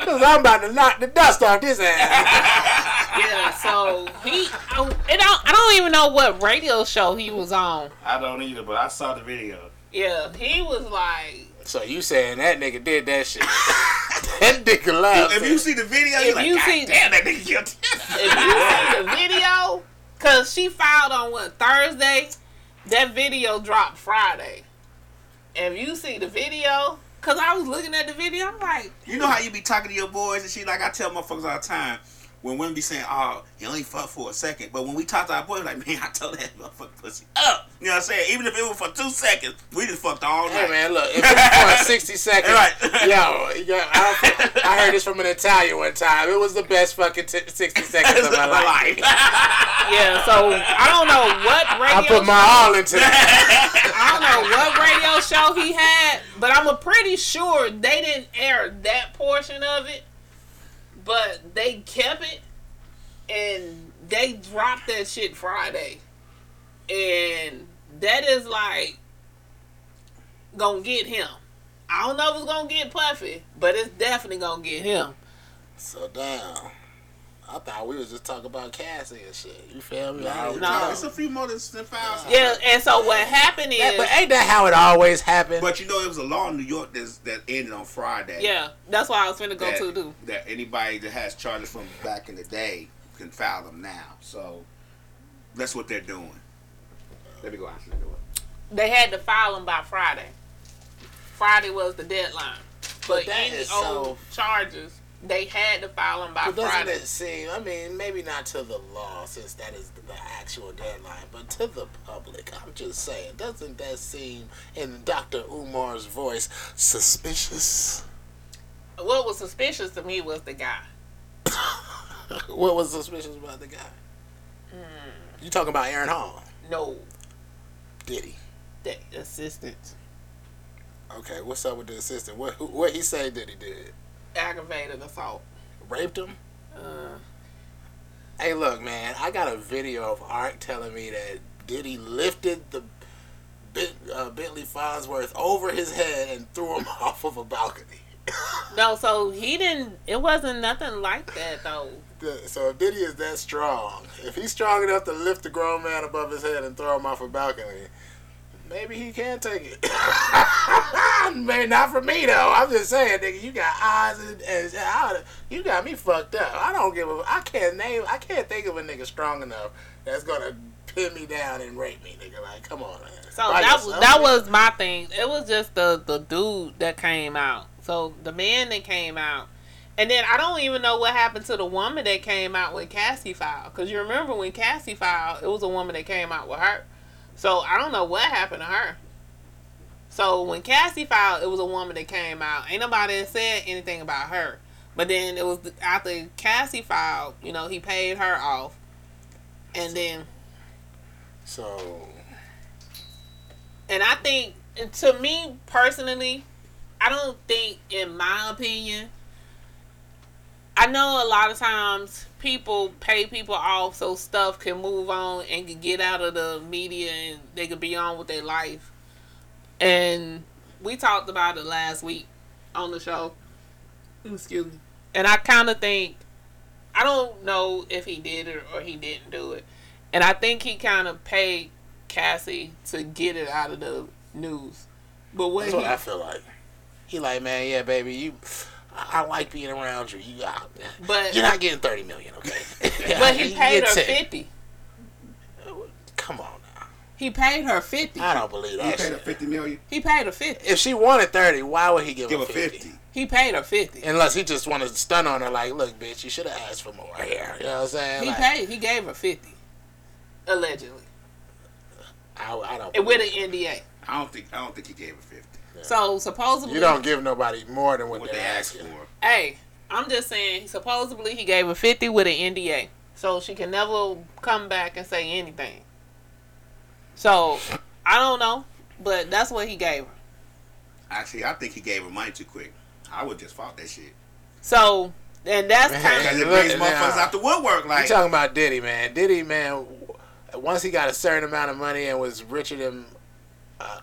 Speaker 2: Cause I'm about to knock the dust off this ass.
Speaker 4: yeah so he I, it don't, I don't even know what radio show he was on
Speaker 3: I don't either, but I saw the video.
Speaker 4: yeah he was like
Speaker 2: so you saying that nigga did that shit? that nigga lied.
Speaker 5: If you see the video,
Speaker 4: If
Speaker 5: you're like,
Speaker 4: you
Speaker 5: God
Speaker 4: see-
Speaker 5: damn, that nigga killed
Speaker 4: if you see the video, cause she filed on what Thursday, that video dropped Friday. If you see the video, cause I was looking at the video, I'm like,
Speaker 5: You know how you be talking to your boys and shit? Like I tell motherfuckers all the time when women be saying, oh, you only fuck for a second. But when we talk to our boys, like, man, I told that motherfucker pussy up. You know what I'm saying? Even if it was for two seconds, we just fucked all
Speaker 2: Hey
Speaker 5: night.
Speaker 2: man, look, if it's for 60 seconds,
Speaker 5: Right.
Speaker 2: yo, yo I, I heard this from an Italian one time. It was the best fucking t- 60 seconds of my life.
Speaker 4: yeah. So I don't know what
Speaker 2: I
Speaker 4: radio,
Speaker 2: put my all into that.
Speaker 4: I don't know what radio show he had, but I'm a pretty sure they didn't air that portion of it, but they kept it, and they dropped that shit Friday, and that is like gonna get him. I don't know if it's gonna get Puffy, but it's definitely gonna get him.
Speaker 2: So damn. I thought we was just talking about Cassie and shit. You feel me? I
Speaker 5: No,
Speaker 2: was-
Speaker 4: No.
Speaker 5: it's a few more than than five.
Speaker 4: Yeah, and so what happened
Speaker 2: That-
Speaker 4: is,
Speaker 2: but ain't that how it always happened?
Speaker 5: But you know, it was a law in New York that's, that ended on Friday.
Speaker 4: yeah, that's why I was finna go
Speaker 5: that,
Speaker 4: to do.
Speaker 5: that anybody that has charges from back in the day can file them now. So that's what they're doing. Let me go out to the door.
Speaker 4: They had to file him by Friday. Friday was the deadline. But
Speaker 2: that
Speaker 4: any
Speaker 2: is
Speaker 4: old
Speaker 2: so-
Speaker 4: charges, they had to file him by
Speaker 2: But doesn't
Speaker 4: Friday.
Speaker 2: it seem? I mean, maybe not to the law, since that is the actual deadline, but to the public, I'm just saying, doesn't that seem, in Dr. Umar's voice, suspicious?
Speaker 4: What was suspicious to me was the guy.
Speaker 2: What was suspicious about the guy? You talking about Aaron Hall?
Speaker 4: No,
Speaker 2: Did he?
Speaker 4: the assistant
Speaker 2: Okay, what's up with the assistant? What who- what he say that he did?
Speaker 4: aggravated assault.
Speaker 2: Raped him?
Speaker 4: Uh,
Speaker 2: Hey, look, man, I got a video of Art telling me that Diddy lifted the bit, uh, Bentley Farnsworth over his head and threw him off of a balcony.
Speaker 4: no, so he didn't. It wasn't nothing like that though.
Speaker 2: The- So if Diddy is that strong, if he's strong enough to lift a grown man above his head and throw him off a balcony, Maybe he can take it. Man, not for me though. I'm just saying, nigga, you got eyes and, and I- you got me fucked up. I don't give a. I can't name. I can't think of a nigga strong enough that's gonna pin me down and rape me, nigga. Like, come on, man.
Speaker 4: So
Speaker 2: By
Speaker 4: that was
Speaker 2: yourself,
Speaker 4: that
Speaker 2: nigga.
Speaker 4: was my thing. It was just the the dude that came out. So the man that came out, and then I don't even know what happened to the woman that came out with Cassie File. Cause you remember when Cassie File, it was a woman that came out with her. So I don't know what happened to her. So when Cassie File, it was a woman that came out. Ain't nobody that said anything about her. But then it was after Cassie File, you know, he paid her off, and then.
Speaker 2: So
Speaker 4: And I think, and to me personally, I don't think, in my opinion, I know a lot of times people pay people off so stuff can move on and can get out of the media and they can be on with their life. And we talked about it last week on the show. Excuse me. And I kind of think, I don't know if he did it or he didn't do it. And I think he kind of paid Cassie to get it out of the news. But what
Speaker 2: that's
Speaker 4: he,
Speaker 2: what I feel like. He like, man, yeah, baby, you. I I like being around you. You, I,
Speaker 4: But-
Speaker 2: you're not getting thirty million, okay?
Speaker 4: but he
Speaker 2: You
Speaker 4: paid
Speaker 2: get
Speaker 4: her
Speaker 2: 10.
Speaker 4: fifty.
Speaker 2: Come on, now.
Speaker 4: He paid her fifty.
Speaker 2: I don't believe
Speaker 5: He
Speaker 2: that.
Speaker 5: paid her
Speaker 2: Shit.
Speaker 5: fifty million.
Speaker 4: He paid her fifty.
Speaker 2: If she wanted thirty, why would he give,
Speaker 5: Give
Speaker 2: her
Speaker 5: her
Speaker 2: 50?
Speaker 5: fifty.
Speaker 4: He paid her fifty.
Speaker 2: Unless he just wanted to stun on her, like, look, bitch, you should have asked for more here. You know what I'm saying?
Speaker 4: He
Speaker 2: Like,
Speaker 4: paid. He gave her fifty, allegedly,
Speaker 2: I, I don't.
Speaker 4: and with
Speaker 2: believe
Speaker 4: an NDA.
Speaker 5: I don't think. I don't think he gave her fifty.
Speaker 4: So
Speaker 2: it.
Speaker 4: supposedly,
Speaker 2: You don't give nobody more than what,
Speaker 5: What
Speaker 2: they
Speaker 5: they asked
Speaker 2: asking.
Speaker 5: for.
Speaker 4: Hey, I'm just saying. Supposedly, he gave her fifty with an NDA, so she can never come back and say anything. So I don't know, but that's what he gave her.
Speaker 5: Actually, I think he gave her money too quick. I would just fought that shit.
Speaker 4: So and that's kind of
Speaker 5: Because it
Speaker 2: Look
Speaker 5: brings
Speaker 2: now.
Speaker 5: motherfuckers out the woodwork.
Speaker 2: You
Speaker 5: Like
Speaker 2: talking about Diddy, man? Diddy, man. w- Once he got a certain amount of money and was richer than uh,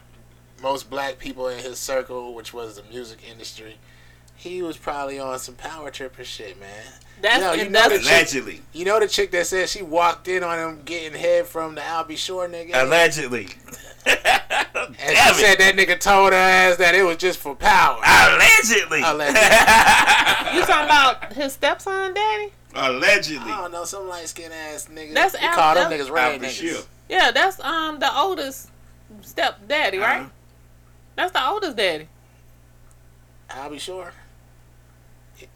Speaker 2: most black people in his circle, which was the music industry, he was probably on some power tripper shit, man.
Speaker 4: that's
Speaker 2: No, you
Speaker 4: and
Speaker 2: know
Speaker 4: that's
Speaker 2: the chick-
Speaker 5: allegedly.
Speaker 2: You know the chick that said she walked in on him getting head from the Albie Shore nigga?
Speaker 5: Allegedly.
Speaker 2: And she said that nigga told her ass that it was just for power.
Speaker 5: Allegedly.
Speaker 4: you talking about his stepson, daddy.
Speaker 5: Allegedly.
Speaker 2: I don't know, some light skinned ass nigga.
Speaker 4: That's
Speaker 2: we
Speaker 4: Al-
Speaker 2: call them
Speaker 4: Al-
Speaker 2: niggas
Speaker 5: Al
Speaker 2: Oh, red niggas.
Speaker 5: Bashir.
Speaker 4: Yeah, that's um the oldest stepdaddy, right?
Speaker 5: Uh-huh.
Speaker 4: That's the oldest daddy.
Speaker 2: I'll be sure.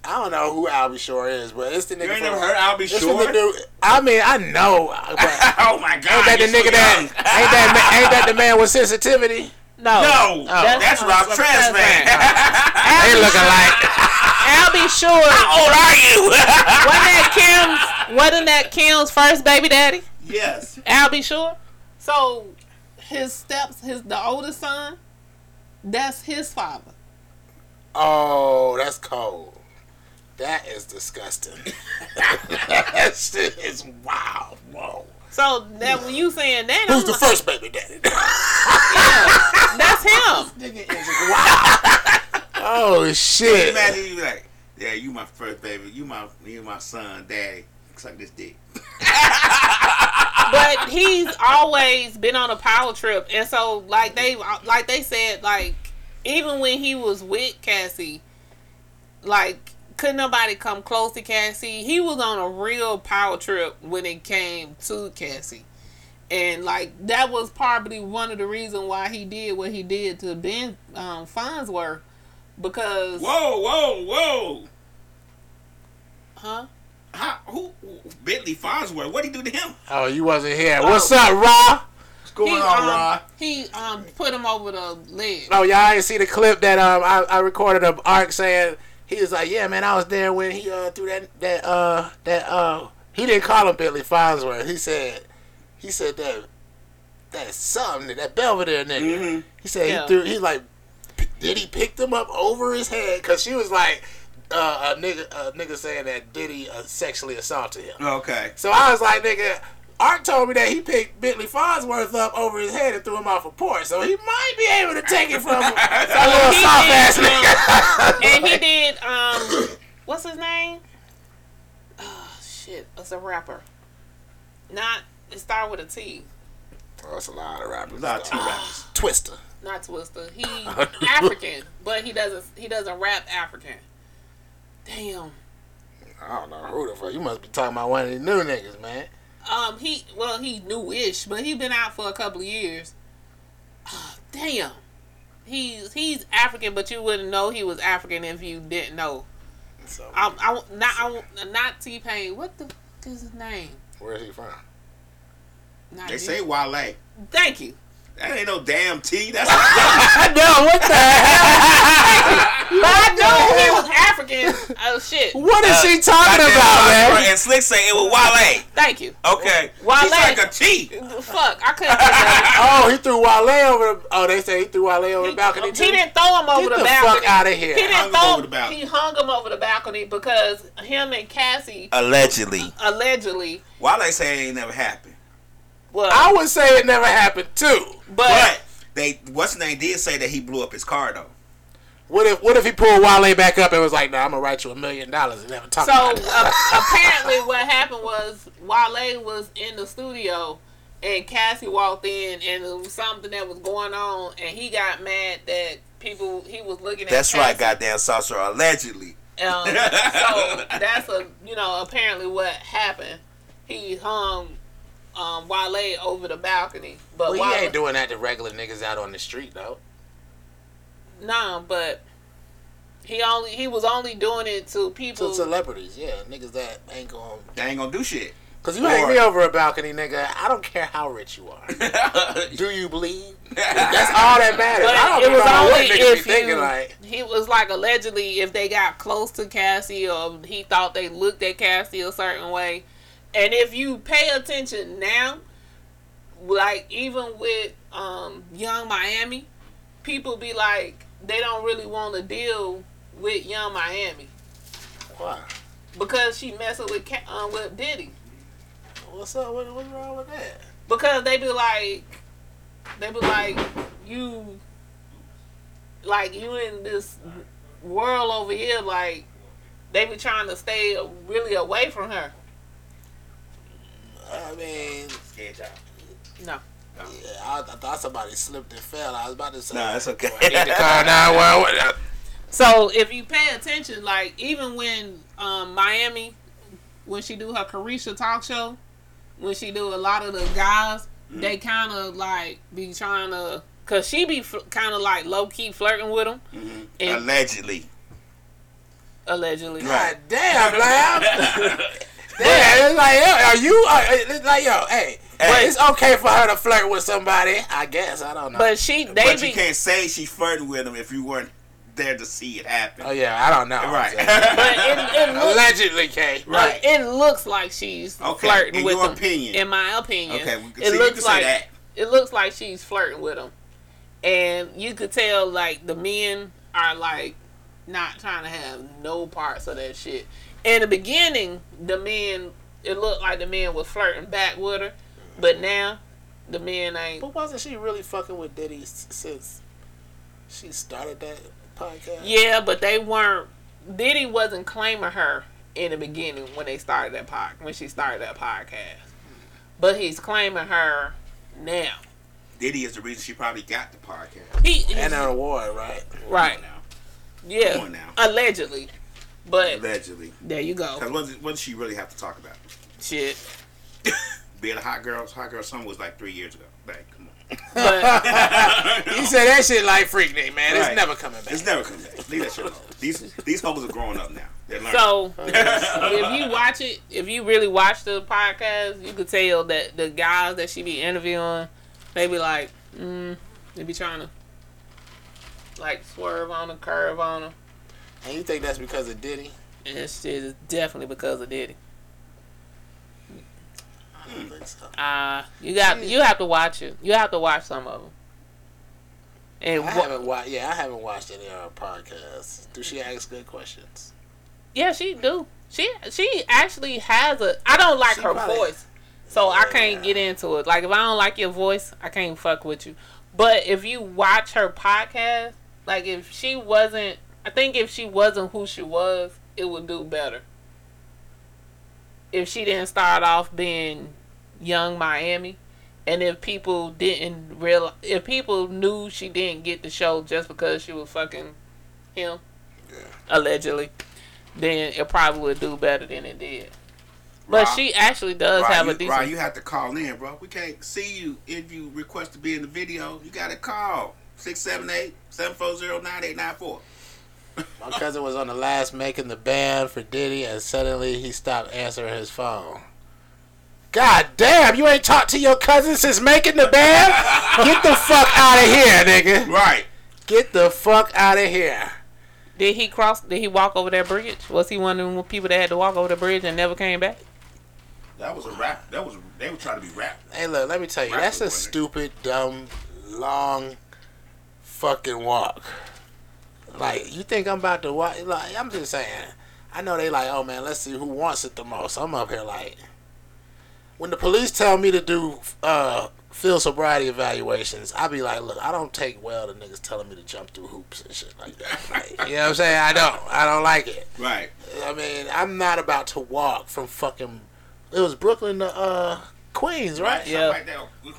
Speaker 2: I don't know who Albie Shore is, but it's the nigga.
Speaker 5: You ain't
Speaker 2: from-
Speaker 5: never heard Albie
Speaker 2: it's
Speaker 5: Shore?
Speaker 2: The dude, I mean, I know, but ain't
Speaker 5: oh my god.
Speaker 2: that the
Speaker 5: you're so
Speaker 2: nigga that ain't
Speaker 5: young.
Speaker 2: that ma- ain't that the man with sensitivity?
Speaker 4: No,
Speaker 5: No,
Speaker 4: That's-
Speaker 5: Oh. that's, Rob
Speaker 4: that's
Speaker 5: Transman.
Speaker 2: They look alike.
Speaker 4: Albie Shore
Speaker 5: old are you?
Speaker 4: wasn't that Kim's wasn't that Kim's first baby daddy?
Speaker 5: yes.
Speaker 4: Albie Shore. So his steps, his the oldest son, that's his father.
Speaker 2: Oh, that's cold. That is disgusting. that shit is wild. Whoa.
Speaker 4: So that when you saying that,
Speaker 2: Who's
Speaker 4: I'm
Speaker 2: the
Speaker 4: like,
Speaker 2: first baby daddy?
Speaker 4: yeah, that's him.
Speaker 2: oh shit.
Speaker 5: Imagine you be like, yeah, you my first baby. You my you my son, daddy. Suck this dick.
Speaker 4: but he's always been on a power trip, and so like they like they said like even when he was with Cassie, like couldn't nobody come close to Cassie. He was on a real power trip when it came to Cassie, and like that was probably one of the reasons why he did what he did to Ben um, Farnsworth because
Speaker 5: Whoa, whoa, whoa.
Speaker 4: huh
Speaker 5: How, who, who Bentley Farnsworth? What would he do to him?
Speaker 2: Oh, you wasn't here. What's
Speaker 5: Oh.
Speaker 2: up, Raw?
Speaker 5: What's going
Speaker 4: he
Speaker 5: on,
Speaker 4: um,
Speaker 5: Rod?
Speaker 4: he um put him over the ledge.
Speaker 2: Oh, y'all ain't see the clip that um I, I recorded of Ark saying he was like, yeah, man, I was there when he uh threw that that uh that uh he didn't call him Billy Farnsworth. He said he said that that something that Belvedere nigga. He said
Speaker 4: Yeah.
Speaker 2: he threw he like p- Diddy picked him up over his head because she was like uh, a nigga a nigga saying that Diddy uh, sexually assaulted him.
Speaker 5: Okay.
Speaker 2: So I was like, nigga, Art told me that he picked Bentley Farnsworth up over his head and threw him off a porch, so he might be able to take it from him. a little
Speaker 4: He
Speaker 2: soft
Speaker 4: did,
Speaker 2: ass
Speaker 4: um,
Speaker 2: nigga.
Speaker 4: and he did um what's his name oh shit it's a rapper not it started with a t
Speaker 2: Oh, that's a lot of rappers.
Speaker 5: There's a lot of
Speaker 2: though.
Speaker 5: T-rappers.
Speaker 2: Twister.
Speaker 4: Not Twista. He African, but he doesn't he doesn't rap African. Damn.
Speaker 2: I don't know who the fuck. You must be talking about one of these new niggas, man.
Speaker 4: Um, he well he newish, but he been out for a couple of years. Ah, damn, he's he's African, but you wouldn't know he was African if you didn't know.
Speaker 2: So
Speaker 4: Um, I won't- not I won't- not T Pain. What the fuck is his name?
Speaker 2: where is he from?
Speaker 4: Not
Speaker 5: They
Speaker 4: you.
Speaker 5: say Wale. That
Speaker 4: Thank you.
Speaker 5: ain't no damn T. That's a
Speaker 2: I know what the hell. I
Speaker 4: No, he was African. oh shit.
Speaker 2: What is she talking
Speaker 5: And Slick say it was Wale.
Speaker 4: Thank you.
Speaker 5: Okay.
Speaker 4: Wale.
Speaker 5: He's like a T.
Speaker 4: Fuck, I couldn't. figure
Speaker 2: Oh, he threw Wale over the. Oh, they say he threw Wale over the
Speaker 4: it out.
Speaker 2: balcony.
Speaker 4: He
Speaker 2: too?
Speaker 4: didn't throw him over
Speaker 2: Get
Speaker 4: the
Speaker 2: the
Speaker 4: balcony.
Speaker 2: fuck out of here.
Speaker 4: He
Speaker 5: Hung
Speaker 4: didn't
Speaker 5: him
Speaker 4: throw.
Speaker 5: over the balcony.
Speaker 4: He hung him over the balcony because him and Cassie
Speaker 5: Allegedly.
Speaker 4: allegedly.
Speaker 5: Wale say it ain't never happened.
Speaker 4: Well,
Speaker 2: I would say it never happened too.
Speaker 4: but,
Speaker 5: But they what's his name did say that he blew up his car though.
Speaker 2: What if What if he pulled Wale back up and was like, "No, nah, I'm gonna write you a million dollars and never talk
Speaker 4: So
Speaker 2: about it."
Speaker 4: uh, apparently, what happened was Wale was in the studio, and Cassie walked in, and it was something that was going on, and he got mad that people he was looking at.
Speaker 5: That's right,
Speaker 4: Cassie.
Speaker 5: goddamn saucer. Allegedly.
Speaker 4: Um, so that's a you know apparently what happened. He hung um, Wale over the balcony, but
Speaker 2: Well,
Speaker 4: Wale
Speaker 2: he ain't doing that to regular niggas out on the street though.
Speaker 4: no, but he only he was only doing it to people.
Speaker 2: To celebrities, yeah, niggas that ain't going.
Speaker 5: They ain't gonna do shit.
Speaker 2: Cause you hang
Speaker 5: Or-
Speaker 2: me over a balcony, nigga. I don't care how rich you are. Do you bleed? That's all that matters.
Speaker 4: But
Speaker 2: I don't
Speaker 4: it
Speaker 2: give a
Speaker 4: was
Speaker 2: fuck what
Speaker 4: only
Speaker 2: niggas be
Speaker 4: if
Speaker 2: thinking
Speaker 4: you-
Speaker 2: like.
Speaker 4: He was like allegedly if they got close to Cassie or he thought they looked at Cassie a certain way. And if you pay attention now, like even with um Young Miami, people be like they don't really want to deal with Young Miami
Speaker 2: Why?
Speaker 4: because she messing with Ca- uh, with Diddy.
Speaker 2: What's up? What, what's wrong with that?
Speaker 4: because they be like, they be like, you, like you in this world over here, like they be trying to stay really away from her.
Speaker 2: I mean,
Speaker 4: No,
Speaker 2: yeah, I, I thought somebody slipped and fell. I was about to say.
Speaker 5: No, it's okay.
Speaker 2: I need to call 911.
Speaker 4: So if you pay attention, like even when um, Miami, when she do her Carisha talk show, when she do a lot of the guys, they kind of like be trying to, cause she be fl- kind of like low key flirting with them, and
Speaker 5: Allegedly.
Speaker 4: allegedly.
Speaker 2: God damn, man. Damn, it's like, yo, are you? Are, it's like, yo, hey, but
Speaker 5: Hey.
Speaker 2: it's okay for her to flirt with somebody. I guess I don't know.
Speaker 4: But she, they
Speaker 5: but
Speaker 4: be.
Speaker 5: you can't say she flirting with him if you weren't there to see it happen.
Speaker 2: oh yeah, I don't know.
Speaker 5: Right.
Speaker 4: But it, it looks,
Speaker 2: Allegedly, K.
Speaker 5: Right.
Speaker 4: it looks like she's
Speaker 5: Okay,
Speaker 4: flirting
Speaker 5: in
Speaker 4: with
Speaker 5: your
Speaker 4: him.
Speaker 5: opinion.
Speaker 4: In my opinion,
Speaker 5: Okay, we can
Speaker 4: it
Speaker 5: see- you
Speaker 4: looks
Speaker 5: can say
Speaker 4: like
Speaker 5: that.
Speaker 4: it looks like she's flirting with him, and you could tell like the men are like not trying to have no parts of that shit. In the beginning, the men it looked like the men was flirting back with her, but now the men ain't.
Speaker 2: But wasn't she really fucking with Diddy s- since she started that podcast?
Speaker 4: Yeah, but they weren't. Diddy wasn't claiming her in the beginning when they started that pod, when she started that podcast. But he's claiming her now.
Speaker 5: Diddy is the reason she probably got the podcast.
Speaker 4: He
Speaker 2: And an award, right?
Speaker 4: right
Speaker 5: Now,
Speaker 4: yeah,
Speaker 5: Come on now.
Speaker 4: allegedly. But
Speaker 5: allegedly.
Speaker 4: there you
Speaker 5: Because
Speaker 4: go.
Speaker 5: what, does- what does she really have to talk about?
Speaker 4: Shit.
Speaker 5: Being a hot girl, hot girl song was like three years ago. Like, come on.
Speaker 4: But
Speaker 2: He said that shit like freak name, man.
Speaker 5: Right.
Speaker 2: It's never coming back.
Speaker 5: It's never coming back. Leave that shit alone. These these folks are growing up now. They're learning.
Speaker 4: so if you watch it, if you really watch the podcast, you could tell that the guys that she be interviewing, they be like, mm, they be trying to like swerve on her, curve on her.
Speaker 2: and you think that's because of Diddy?
Speaker 4: And that shit is definitely because of Diddy.
Speaker 2: I don't think so.
Speaker 4: Uh, you
Speaker 2: Mm.
Speaker 4: got you have to watch it. You have to watch some of them. And
Speaker 2: I
Speaker 4: wha-
Speaker 2: haven't watched. Yeah, I haven't watched any of her podcasts. Do she ask good questions?
Speaker 4: yeah, she do. She she actually has a. I don't like
Speaker 2: She
Speaker 4: her
Speaker 2: probably-
Speaker 4: voice, so I can't
Speaker 2: Yeah.
Speaker 4: get into it. Like if I don't like your voice, I can't fuck with you. But if you watch her podcast, like if she wasn't, I think if she wasn't who she was, it would do better. If she didn't start off being young Miami, And if people didn't real, if people knew she didn't get the show just because she was fucking him, allegedly, then it probably would do better than it did. But
Speaker 5: Rob-
Speaker 4: she actually does
Speaker 5: Rod,
Speaker 4: have
Speaker 5: you,
Speaker 4: a decent.
Speaker 5: Rod, you have to call in, bro. We can't see you if you request to be in the video. You got to call 678-740-9894.
Speaker 2: My cousin was on the last making the band for Diddy, and suddenly he stopped answering his phone. God damn, you ain't talked to your cousin since making the band? Get the fuck out of here, nigga.
Speaker 5: Right.
Speaker 2: Get the fuck out of here.
Speaker 4: Did he cross? Did he walk over that bridge? Was he one of the people that had to walk over the bridge and never came back?
Speaker 5: That was a rap. That was they were trying to be rap.
Speaker 2: Hey, look, let me tell you,
Speaker 5: Rapper
Speaker 2: that's a
Speaker 5: wasn't it?
Speaker 2: stupid, dumb, long fucking walk. Like, you think I'm about to walk? Like, I'm just saying. I know they like, oh man, let's see who wants it the most. I'm up here like, when the police tell me to do uh, field sobriety evaluations, I be like, look, I don't take well to niggas telling me to jump through hoops and shit like that. Like, you know what I'm saying? I don't. I don't like it.
Speaker 5: Right.
Speaker 2: I mean, I'm not about to walk from fucking. It was Brooklyn to uh, Queens, right?
Speaker 5: Something
Speaker 4: Yeah.
Speaker 5: like that.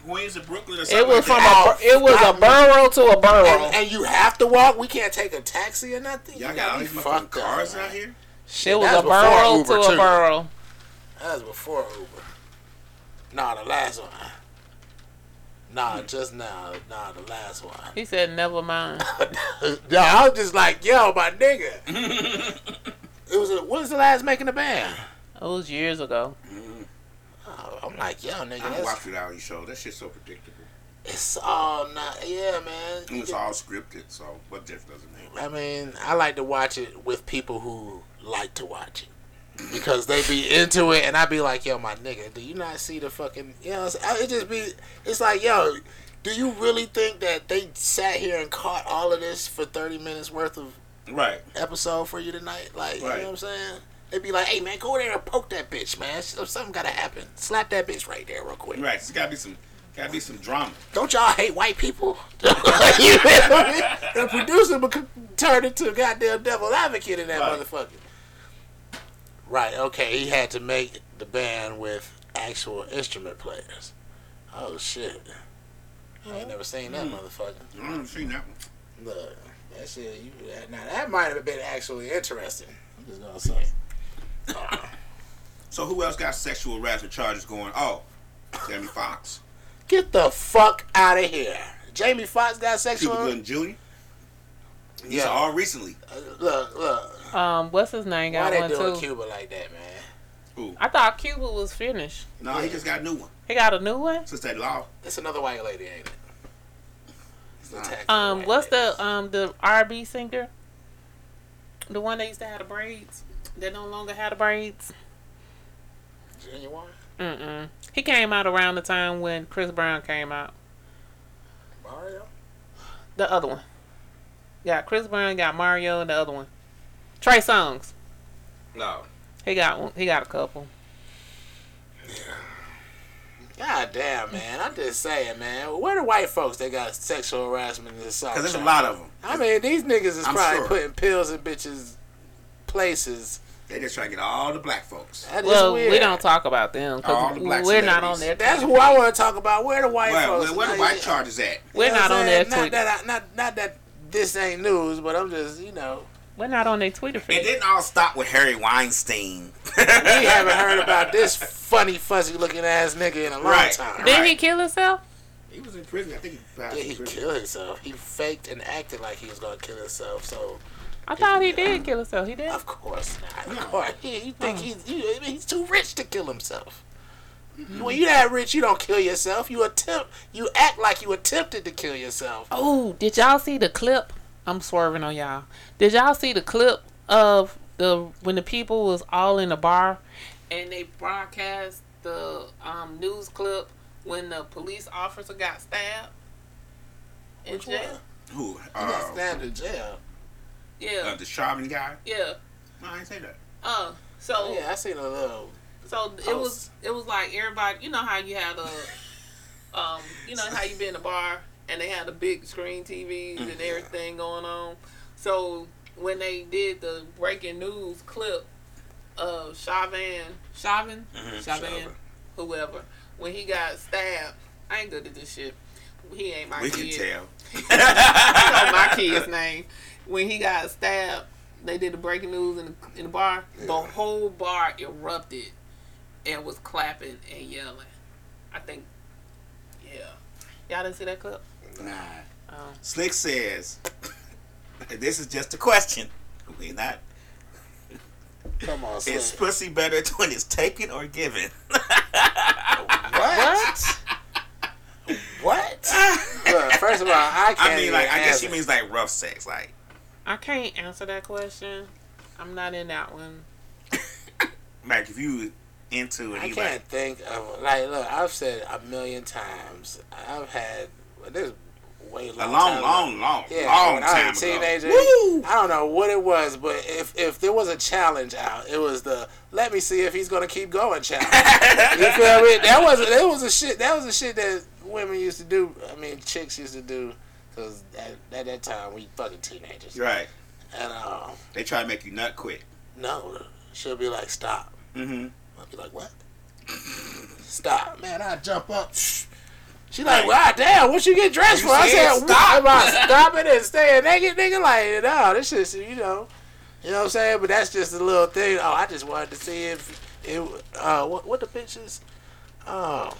Speaker 5: Queens and Brooklyn or something
Speaker 4: It was from
Speaker 5: like that.
Speaker 4: a. It was a borough to a borough.
Speaker 2: Oh, and, and you have to walk. We can't take a taxi or nothing.
Speaker 5: Y'all
Speaker 2: You
Speaker 5: got all
Speaker 2: be
Speaker 5: these fucking
Speaker 2: fucked up,
Speaker 5: cars out
Speaker 2: man.
Speaker 5: here?
Speaker 4: It was
Speaker 2: That's
Speaker 4: a
Speaker 2: before
Speaker 4: borough
Speaker 2: Uber,
Speaker 4: to a
Speaker 2: too.
Speaker 4: borough.
Speaker 2: That was before Uber. Nah, the last one. Nah,
Speaker 5: Hmm.
Speaker 2: just now. Nah, the last one.
Speaker 4: He said, "Never mind."
Speaker 2: nah, I was just like, yo, my nigga. it was. A, what was the last making the band?
Speaker 4: It was years ago.
Speaker 2: Oh, I'm like, yo, nigga,
Speaker 5: I don't watch
Speaker 2: that's,
Speaker 5: reality show. That shit's so predictable.
Speaker 2: it's all not. Yeah, man.
Speaker 5: And It's all scripted, so what difference does it make?
Speaker 2: I mean, I like to watch it with people who like to watch it because they be into it, and I be like, "Yo, my nigga, do you not see the fucking?" You know, what I'm saying? I- it just be, it's like, "Yo, do you really think that they sat here and caught all of this for thirty minutes worth of
Speaker 5: Right.
Speaker 2: episode for you tonight?" Like, you
Speaker 5: Right.
Speaker 2: know what I'm saying? They be like, "Hey, man, go in there and poke that bitch, man. So- Something gotta happen. Slap that bitch right there, real quick."
Speaker 5: Right. It's gotta be some gotta be some drama.
Speaker 2: Don't y'all hate white people? you know what I mean? The producer become, turned into a goddamn devil advocate in that
Speaker 5: Right.
Speaker 2: motherfucker. Right, okay, he had to make the band with actual instrument players. Oh shit. I ain't never seen
Speaker 5: Hmm.
Speaker 2: that motherfucker.
Speaker 5: I haven't seen that one.
Speaker 2: Look, that shit, you, that, now that might have been actually interesting. I'm just gonna say.
Speaker 5: So who else got sexual harassment charges going? Oh, Jamie Foxx.
Speaker 2: Get the fuck out of here. Jamie Foxx got
Speaker 5: Cuba
Speaker 2: sexual.
Speaker 5: Gooding Jr. Yeah.
Speaker 2: Yeah,
Speaker 5: all recently.
Speaker 2: uh, look, look.
Speaker 4: Um, what's his name?
Speaker 2: Why
Speaker 4: Got
Speaker 2: they doing
Speaker 4: one too.
Speaker 2: Cuba like that, man?
Speaker 4: I thought Cuba was finished.
Speaker 5: No, he just got a new one.
Speaker 4: He got a new one.
Speaker 5: Since that law.
Speaker 2: It's another white lady, ain't it? It's the
Speaker 5: Nah.
Speaker 2: tax
Speaker 4: Um,
Speaker 2: white
Speaker 4: what's
Speaker 2: lady.
Speaker 4: the um the R&B singer? The one that used to have the braids. That no longer had the braids.
Speaker 2: genuine?
Speaker 4: Mm-mm. He came out around the time when Chris Brown came out.
Speaker 2: Mario?
Speaker 4: The other one. Got Chris Brown, got Mario, and the other one. Trey Songs.
Speaker 5: No.
Speaker 4: He got one. He got a couple.
Speaker 2: God damn, man! I'm just saying, man. Where the white folks that got sexual harassment and assault?
Speaker 5: Because there's a
Speaker 2: charges?
Speaker 5: lot of them.
Speaker 2: I mean, these niggas is
Speaker 5: I'm
Speaker 2: probably
Speaker 5: sure.
Speaker 2: putting pills in bitches' places.
Speaker 5: They just try to get all the black folks.
Speaker 2: That is
Speaker 4: Well,
Speaker 2: weird.
Speaker 4: we don't talk about them
Speaker 5: All
Speaker 4: because
Speaker 5: the black
Speaker 4: we're not on
Speaker 5: celebrities.
Speaker 4: their.
Speaker 2: That's who I want to talk about. Where the white
Speaker 5: Well,
Speaker 2: folks?
Speaker 5: where, where the
Speaker 2: Like,
Speaker 5: white
Speaker 2: you
Speaker 5: charges at?
Speaker 4: We're
Speaker 2: know what
Speaker 4: not
Speaker 2: I'm
Speaker 4: on their
Speaker 2: saying? Not
Speaker 4: Twitter.
Speaker 2: that I, not not that this ain't news, but I'm just you know
Speaker 4: We're not on their Twitter
Speaker 5: It
Speaker 4: feed.
Speaker 5: didn't all stop with Harry Weinstein.
Speaker 2: we haven't heard about this funny fuzzy looking ass nigga in a long
Speaker 5: Right.
Speaker 2: time.
Speaker 4: Did he
Speaker 5: Right.
Speaker 4: kill himself?
Speaker 5: He was in prison. I think he passed
Speaker 2: Yeah,
Speaker 5: in
Speaker 2: he
Speaker 5: prison.
Speaker 2: killed himself. He faked and acted like he was gonna kill himself. So
Speaker 4: I thought he did kill himself. He did.
Speaker 2: of course not. Of course, Yeah, you think he's you, I mean, he's too rich to kill himself. When you that rich, you don't kill yourself. You attempt. You act like you attempted to kill yourself.
Speaker 4: Oh, did y'all see the clip? I'm swerving on y'all. Did y'all see the clip of the when the people was all in the bar and they broadcast the um, news clip when the police officer got stabbed in
Speaker 2: Which
Speaker 4: jail?
Speaker 2: one?
Speaker 5: Who?
Speaker 2: He got
Speaker 5: Uh,
Speaker 2: stabbed in jail.
Speaker 5: uh,
Speaker 4: Yeah,
Speaker 5: the Charmin guy?
Speaker 4: yeah.
Speaker 5: No, I didn't say that.
Speaker 4: Uh, so
Speaker 2: Oh, Yeah, I seen a little.
Speaker 4: so it was it was like everybody. You know how you had a um, you know how you be in the bar and they had the big screen TVs and everything going on. So when they did the breaking news clip
Speaker 5: Mm-hmm.
Speaker 4: of Chauvin, Chauvin, Chauvin, whoever, when he got stabbed, I ain't good at this shit. He ain't my
Speaker 5: We
Speaker 4: kid.
Speaker 5: can tell.
Speaker 4: I know my kid's name. When he got stabbed, they did the breaking news in the, in the bar. The whole bar erupted and was clapping and yelling. I think, yeah. Y'all didn't see that clip?
Speaker 5: Nah.
Speaker 4: Oh.
Speaker 5: Slick says, "This is just a question. We not.
Speaker 2: Come on, son.
Speaker 5: Is pussy better when it's taken or given?"
Speaker 2: What? What? Look, first of all, I can't.
Speaker 5: I mean, like,
Speaker 2: even
Speaker 5: I guess she
Speaker 2: answer.
Speaker 5: means like rough sex, like.
Speaker 4: I can't answer that question. I'm not in that one.
Speaker 5: Like if you into it,
Speaker 2: I
Speaker 5: you like,
Speaker 2: can't think of like. Look, I've said a million times. I've had this is way
Speaker 5: a
Speaker 2: long,
Speaker 5: long,
Speaker 2: time
Speaker 5: long, long,
Speaker 2: Yeah,
Speaker 5: long
Speaker 2: when I
Speaker 5: time
Speaker 2: was a
Speaker 5: ago.
Speaker 2: teenager, I don't know what it was, but if if there was a challenge out, it was the "Let me see if he's gonna keep going" challenge. you feel me? That was that was a shit. That was a shit that women used to do. I mean, chicks used to do because at, at that time we fucking teenagers.
Speaker 5: Right?
Speaker 2: And uh,
Speaker 5: They try to make you nut quit.
Speaker 2: no, she'll be like, "Stop."
Speaker 5: Mm-hmm.
Speaker 2: I'll be like, what? Stop, man. I jump up. She like, well, damn, what you get dressed
Speaker 5: You
Speaker 2: for? I
Speaker 5: said
Speaker 2: said,
Speaker 5: stop.
Speaker 2: stop. Am I stopping and staying naked, nigga? Like, no, this is, you know. You know what I'm saying? But that's just a little thing. Oh, I just wanted to see if it, uh, what, what the pictures, um,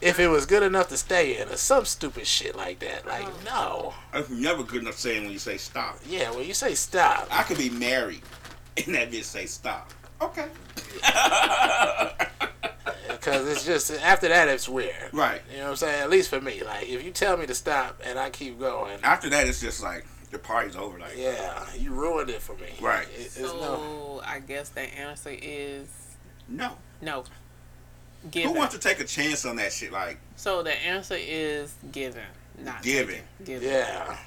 Speaker 2: if it was good enough to stay in or some stupid shit like that. Like, no.
Speaker 5: That's never good enough saying when you say stop.
Speaker 2: Yeah, when you say stop,
Speaker 5: I could be married, and that bitch say stop. Okay.
Speaker 2: because it's just, after that, it's weird.
Speaker 5: Right.
Speaker 2: You know what I'm saying? At least for me. Like, if you tell me to stop and I keep going,
Speaker 5: After that, it's just like the party's over. Like
Speaker 2: yeah, you ruined it for me.
Speaker 5: Right.
Speaker 2: It- it's
Speaker 4: So
Speaker 2: no.
Speaker 4: Oh, I guess the answer is
Speaker 5: no.
Speaker 4: no.
Speaker 5: Who
Speaker 4: Given.
Speaker 5: wants to take a chance on that shit? Like
Speaker 4: so the answer is given, not
Speaker 5: Given.
Speaker 4: taken. Given.
Speaker 2: Yeah.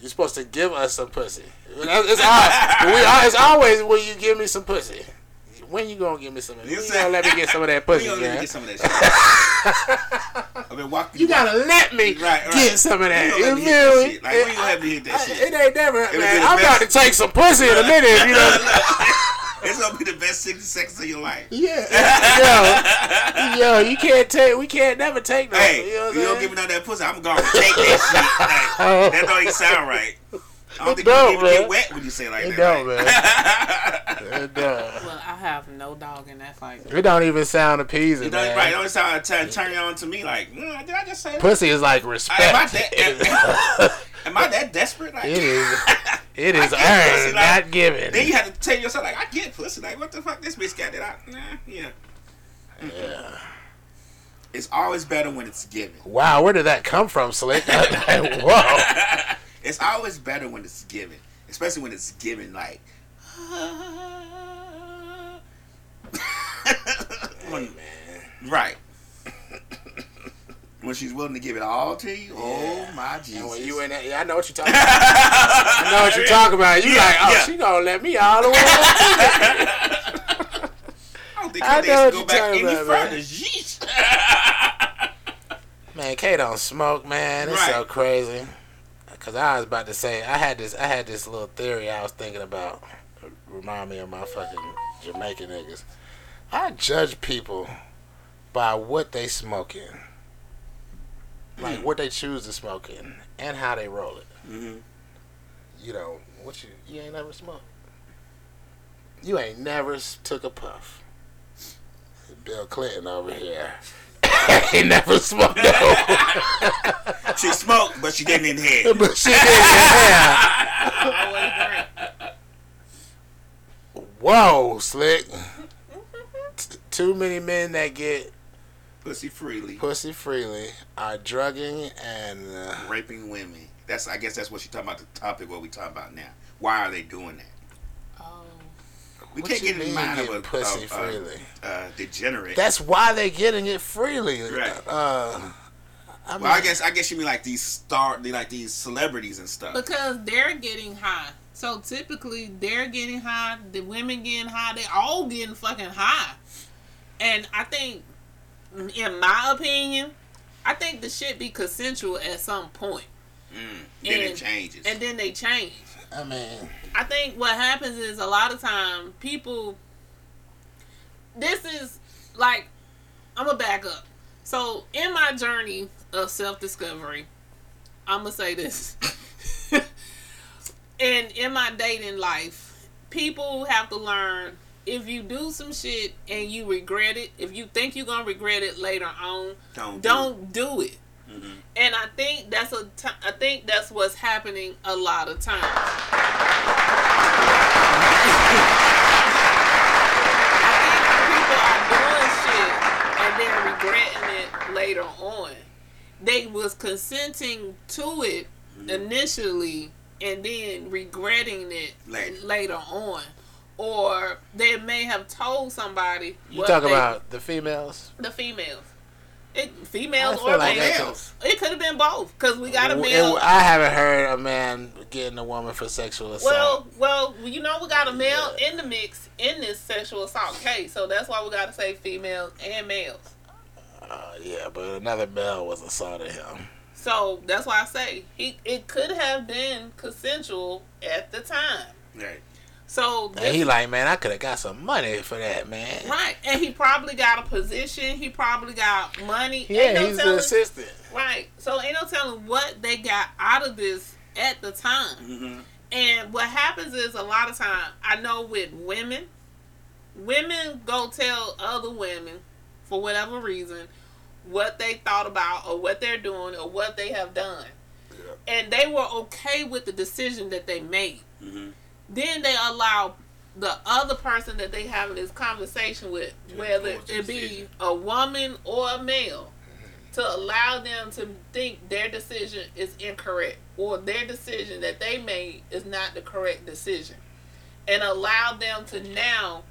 Speaker 2: You're supposed to give us some pussy. That's- It's, al- we al- it's always when you give me some pussy. When you gonna give me some? When
Speaker 5: You
Speaker 2: you
Speaker 5: say-
Speaker 2: gonna let me get some of that
Speaker 5: we
Speaker 2: pussy?
Speaker 5: don't
Speaker 2: yeah?
Speaker 5: even get some of that shit. I've been walking.
Speaker 2: You gotta let me
Speaker 5: Right, right.
Speaker 2: get some of that.
Speaker 5: You
Speaker 2: You,
Speaker 5: don't let me hit
Speaker 2: feel
Speaker 5: that
Speaker 2: me?
Speaker 5: shit. Like, we don't
Speaker 2: I-
Speaker 5: let me hit that
Speaker 2: I-
Speaker 5: shit.
Speaker 2: It ain't never.
Speaker 5: It'll be
Speaker 2: man,
Speaker 5: the
Speaker 2: I'm about to
Speaker 5: best-
Speaker 2: take some pussy in a minute. If you know.
Speaker 5: It's gonna be the best sixty seconds of your life.
Speaker 2: Yeah. Yo, yo, you can't take. We can't never take no.
Speaker 5: Hey,
Speaker 2: you know what
Speaker 5: you
Speaker 2: I'm
Speaker 5: don't
Speaker 2: saying?
Speaker 5: give me none of that pussy. I'm gonna take that shit. Like, that don't even sound right. I don't think
Speaker 2: don't,
Speaker 5: you even get
Speaker 2: man.
Speaker 5: wet when you say it like
Speaker 2: It
Speaker 5: that.
Speaker 2: don't,
Speaker 5: like.
Speaker 2: man. It don't.
Speaker 4: Well, I have no dog in that fight.
Speaker 2: It don't even sound appeasing,
Speaker 5: It don't
Speaker 2: man.
Speaker 5: even right. It always sound turn turn you on to me. Like, mm, did I just say that?
Speaker 2: Pussy is like
Speaker 5: Am I
Speaker 2: respect.
Speaker 5: that?
Speaker 2: it
Speaker 5: am I that desperate? Like,
Speaker 2: is. It is
Speaker 5: get pussy
Speaker 2: earned,
Speaker 5: like-
Speaker 2: not given.
Speaker 5: then you have to tell yourself like, I get pussy. Like, what the fuck? This bitch got that out. Nah, yeah. It's always better when it's given.
Speaker 2: Wow, where did that come from, Slick? Whoa.
Speaker 5: It's always better when it's given, especially when it's given like. When- Right. when she's willing to give it all to you, oh my Jesus!
Speaker 2: When you in that, yeah, I know what you're talking about. I know what you're talking about. You
Speaker 5: Yeah,
Speaker 2: like, oh,
Speaker 5: yeah.
Speaker 2: she gonna let me all the way. up.
Speaker 5: I don't think
Speaker 2: I
Speaker 5: I
Speaker 2: know
Speaker 5: days
Speaker 2: what
Speaker 5: go
Speaker 2: you're
Speaker 5: back
Speaker 2: talking
Speaker 5: any
Speaker 2: about, man.
Speaker 5: further. Yeesh.
Speaker 2: man, K don't smoke, man. It's so
Speaker 5: Right.
Speaker 2: crazy. Cause I was about to say, I had this, I had this little theory I was thinking about. Remind me of my fucking Jamaican niggas. I judge people by what they smoke in, like what they choose to smoke in, and how they roll it.
Speaker 5: Mhm.
Speaker 2: You know, what you you ain't never smoked. You ain't never s- took a puff. Bill Clinton over here. he never smoked. No,
Speaker 5: She smoked, but she didn't inhale.
Speaker 2: but she did. Yeah.
Speaker 4: Always drink.
Speaker 2: Whoa, slick. T- too many men that get
Speaker 5: Pussy freely,
Speaker 2: pussy freely are drugging and uh,
Speaker 5: raping women. That's I guess that's what she talking about. The topic what we talking about now. Why are they doing that?
Speaker 4: Oh,
Speaker 5: We
Speaker 2: what
Speaker 5: can't
Speaker 2: you
Speaker 5: get in the
Speaker 2: mean
Speaker 5: mind of
Speaker 2: get
Speaker 5: a
Speaker 2: pussy
Speaker 5: of, uh,
Speaker 2: freely.
Speaker 5: uh, degenerate.
Speaker 2: That's why they're getting it freely.
Speaker 5: Right.
Speaker 2: Uh, I mean,
Speaker 5: well, I guess I guess you mean like these star, like these celebrities and stuff.
Speaker 4: because they're getting high. So typically, they're getting high. The women getting high. They all getting fucking high. And I think, in my opinion, I think the shit be consensual at some point,
Speaker 5: Mm. Then it
Speaker 4: And-
Speaker 5: changes.
Speaker 4: and then they change.
Speaker 2: I mean,
Speaker 4: I think what happens is a lot of time people. This is like, I'm gonna back up. So in my journey of self discovery, I'm gonna say this. and in my dating life, people have to learn if you do some shit and you regret it, if you think you're gonna regret it later on,
Speaker 5: Don't do
Speaker 4: don't do it. And I think that's a t- I think that's what's happening a lot of times. I think people are doing shit and they're regretting it later on. They was consenting to it initially and then regretting it
Speaker 5: Later.
Speaker 4: later on. Or they may have told somebody.
Speaker 2: You
Speaker 4: what
Speaker 2: talk
Speaker 4: they-
Speaker 2: about the females.
Speaker 4: the females. It
Speaker 2: I
Speaker 4: females
Speaker 2: feel
Speaker 4: or
Speaker 2: like
Speaker 4: males.
Speaker 2: that's a-
Speaker 5: Males.
Speaker 4: It could have been both because we got a
Speaker 2: And
Speaker 4: male.
Speaker 2: I haven't heard a man getting a woman for sexual assault.
Speaker 4: well, well, you know we got a male in the mix in this sexual assault case, so that's why we got to say females and males.
Speaker 2: Uh, yeah, but another male was assaulting him.
Speaker 4: So that's why I say he. It could have been consensual at the time.
Speaker 5: Right.
Speaker 4: So
Speaker 2: And
Speaker 4: this,
Speaker 2: he like, man, I could have got some money for that, man.
Speaker 4: right, and he probably got a position. He probably got money. Ain't
Speaker 2: Yeah,
Speaker 4: no
Speaker 2: he's the
Speaker 4: telling-
Speaker 2: assistant.
Speaker 4: Right. So ain't no telling what they got out of this at the time.
Speaker 5: Mhm.
Speaker 4: And what happens is a lot of time, I know with women, women go tell other women for whatever reason what they thought about or what they're doing or what they have done. And they were okay with the decision that they made.
Speaker 3: Mm-hmm.
Speaker 5: Mhm.
Speaker 4: Then they allow the other person that they having this conversation with, whether
Speaker 3: influence the
Speaker 4: it be
Speaker 3: decision.
Speaker 4: a woman or a male, to allow them to think their decision is incorrect or their decision that they made is not the correct decision. And allow them to now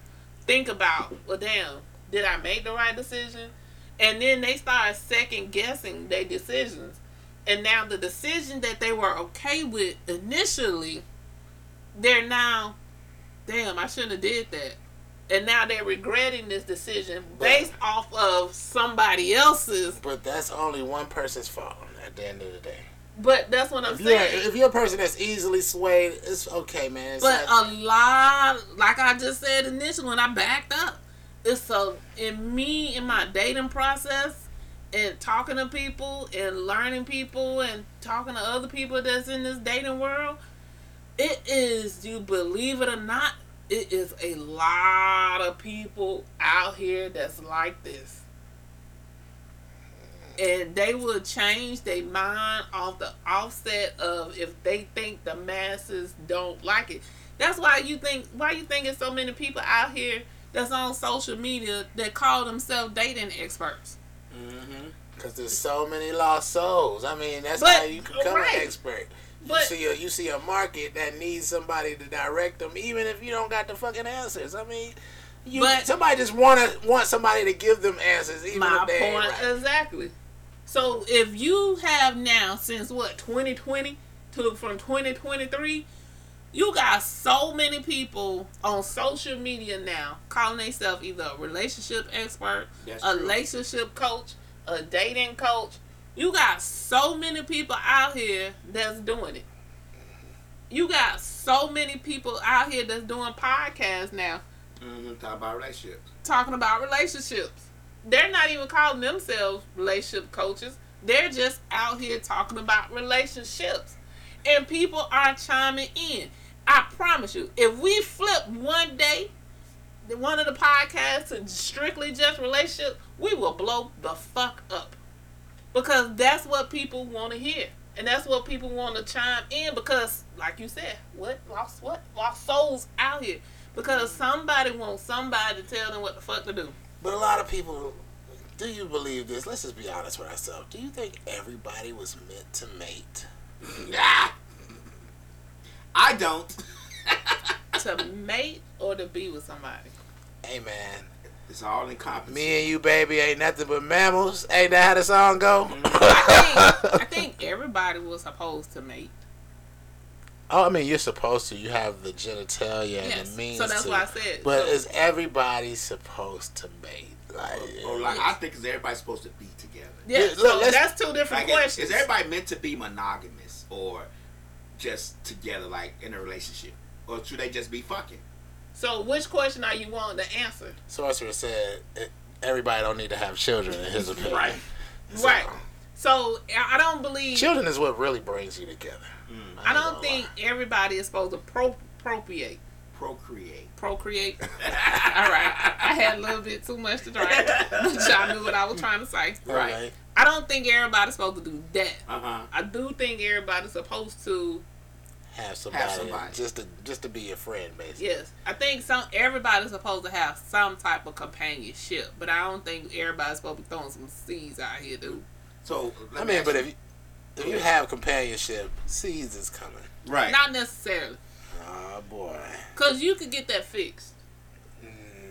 Speaker 4: think about, well, damn, did I make the right decision? And then they start second guessing their decisions. And now the decision that they were okay with initially, they're now, damn, I shouldn't have did that. And now they're regretting this decision based off of somebody else's.
Speaker 2: But that's only one person's fault at the end of the day.
Speaker 4: But that's what I'm
Speaker 2: If you're,
Speaker 4: saying.
Speaker 2: if you're a person that's easily swayed, it's okay, man. It's
Speaker 4: But uh,
Speaker 2: like-
Speaker 4: a lot, like I just said initially when I backed up, it's so in me in my dating process and talking to people and learning people and talking to other people that's in this dating world. It is, you believe it or not, it is a lot of people out here that's like this. And they will change their mind off the offset of if they think the masses don't like it. That's why you think why you think it's so many people out here that's on social media that call themselves dating experts.
Speaker 2: Cause there's so many lost souls. I mean, that's
Speaker 4: But-
Speaker 2: how you become
Speaker 4: right.
Speaker 2: an expert.
Speaker 4: But-
Speaker 2: you see a you see a market that needs somebody to direct them, even if you don't got the fucking answers. I mean, you
Speaker 4: But-
Speaker 2: somebody just wanna want somebody to give them answers, even
Speaker 4: My
Speaker 2: if they ain't
Speaker 4: point
Speaker 2: right.
Speaker 4: exactly. So if you have now since what 2020 to from 2023, you got so many people on social media now calling themselves either a relationship expert,
Speaker 5: That's
Speaker 4: a
Speaker 5: true.
Speaker 4: relationship coach, a dating coach. You got so many people out here that's doing it. You got so many people out here that's doing podcasts now
Speaker 5: Mm-hmm. Talk about relationships.
Speaker 4: talking about relationships. They're not even calling themselves relationship coaches. They're just out here talking about relationships. And people are chiming in. I promise you, if we flip one day the- one of the podcasts to strictly just relationships, we will blow the fuck up. Because that's what people want to hear. And that's what people want to chime in because, like you said, what lost what? Lost souls out here. Because somebody wants somebody to tell them what the fuck to do.
Speaker 2: But a lot of people, do you believe this? Let's just be honest with ourselves. Do you think everybody was meant to mate?
Speaker 5: Ah! I don't.
Speaker 4: to mate or to be with somebody.
Speaker 2: Hey man,
Speaker 5: It's all encompassing.
Speaker 2: me and you, baby, ain't nothing but mammals. Ain't that how the song go?
Speaker 4: I think, I think everybody was supposed to mate.
Speaker 2: Oh, I mean, you're supposed to. You have the genitalia and
Speaker 4: Yes.
Speaker 2: the means
Speaker 4: So that's
Speaker 2: to.
Speaker 4: why I said.
Speaker 2: but
Speaker 4: so-
Speaker 2: is everybody supposed to mate? Like,
Speaker 5: Or like, I think is everybody supposed to be together?
Speaker 4: yeah,
Speaker 2: look,
Speaker 4: so
Speaker 2: let's-
Speaker 4: that's two different
Speaker 5: Like, is,
Speaker 4: questions.
Speaker 5: is everybody meant to be monogamous or just together, like in a relationship, or should they just be fucking?
Speaker 4: so which question are you wanting to answer?
Speaker 2: Sorcerer said, eh, everybody don't need to have children in his opinion.
Speaker 5: Right.
Speaker 4: right. So I I don't believe.
Speaker 2: Children is what really brings you together.
Speaker 4: I don't think everybody is supposed to pro- appropriate.
Speaker 5: Procreate.
Speaker 4: Procreate. All right. I had a little bit too much to drink, but y'all knew what I was trying to say.
Speaker 2: Okay?
Speaker 4: I don't think everybody's supposed to do that.
Speaker 5: Uh huh.
Speaker 4: I do think everybody's supposed to.
Speaker 2: Have somebody,
Speaker 5: somebody.
Speaker 2: just to just to be your friend, basically.
Speaker 4: Yes, I think some everybody's supposed to have some type of companionship, but I don't think everybody's supposed to be throwing some seeds out here, dude.
Speaker 5: So
Speaker 2: I mean, but if you, if you have companionship, seeds is coming.
Speaker 5: right.
Speaker 4: Not necessarily,
Speaker 2: Oh boy,
Speaker 4: cause you could get that fixed.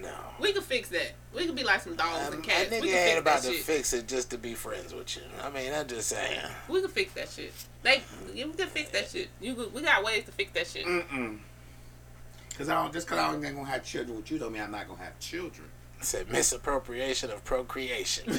Speaker 2: no.
Speaker 4: We could fix that. We could be like some dogs
Speaker 2: Um,
Speaker 4: and
Speaker 2: that
Speaker 4: cats. We
Speaker 2: nigga
Speaker 4: could
Speaker 2: ain't
Speaker 4: fix
Speaker 2: about
Speaker 4: that
Speaker 2: to
Speaker 4: shit.
Speaker 2: fix it just to be friends with you. I mean, I'm just saying.
Speaker 4: we could fix that shit. They, yeah, we could fix that shit. You could, we got ways to fix that shit.
Speaker 5: Mm-mm. Cause I don't just cause I don't think I'm gonna have children with you don't mean I'm not gonna have children.
Speaker 2: It's a misappropriation of procreation, baby.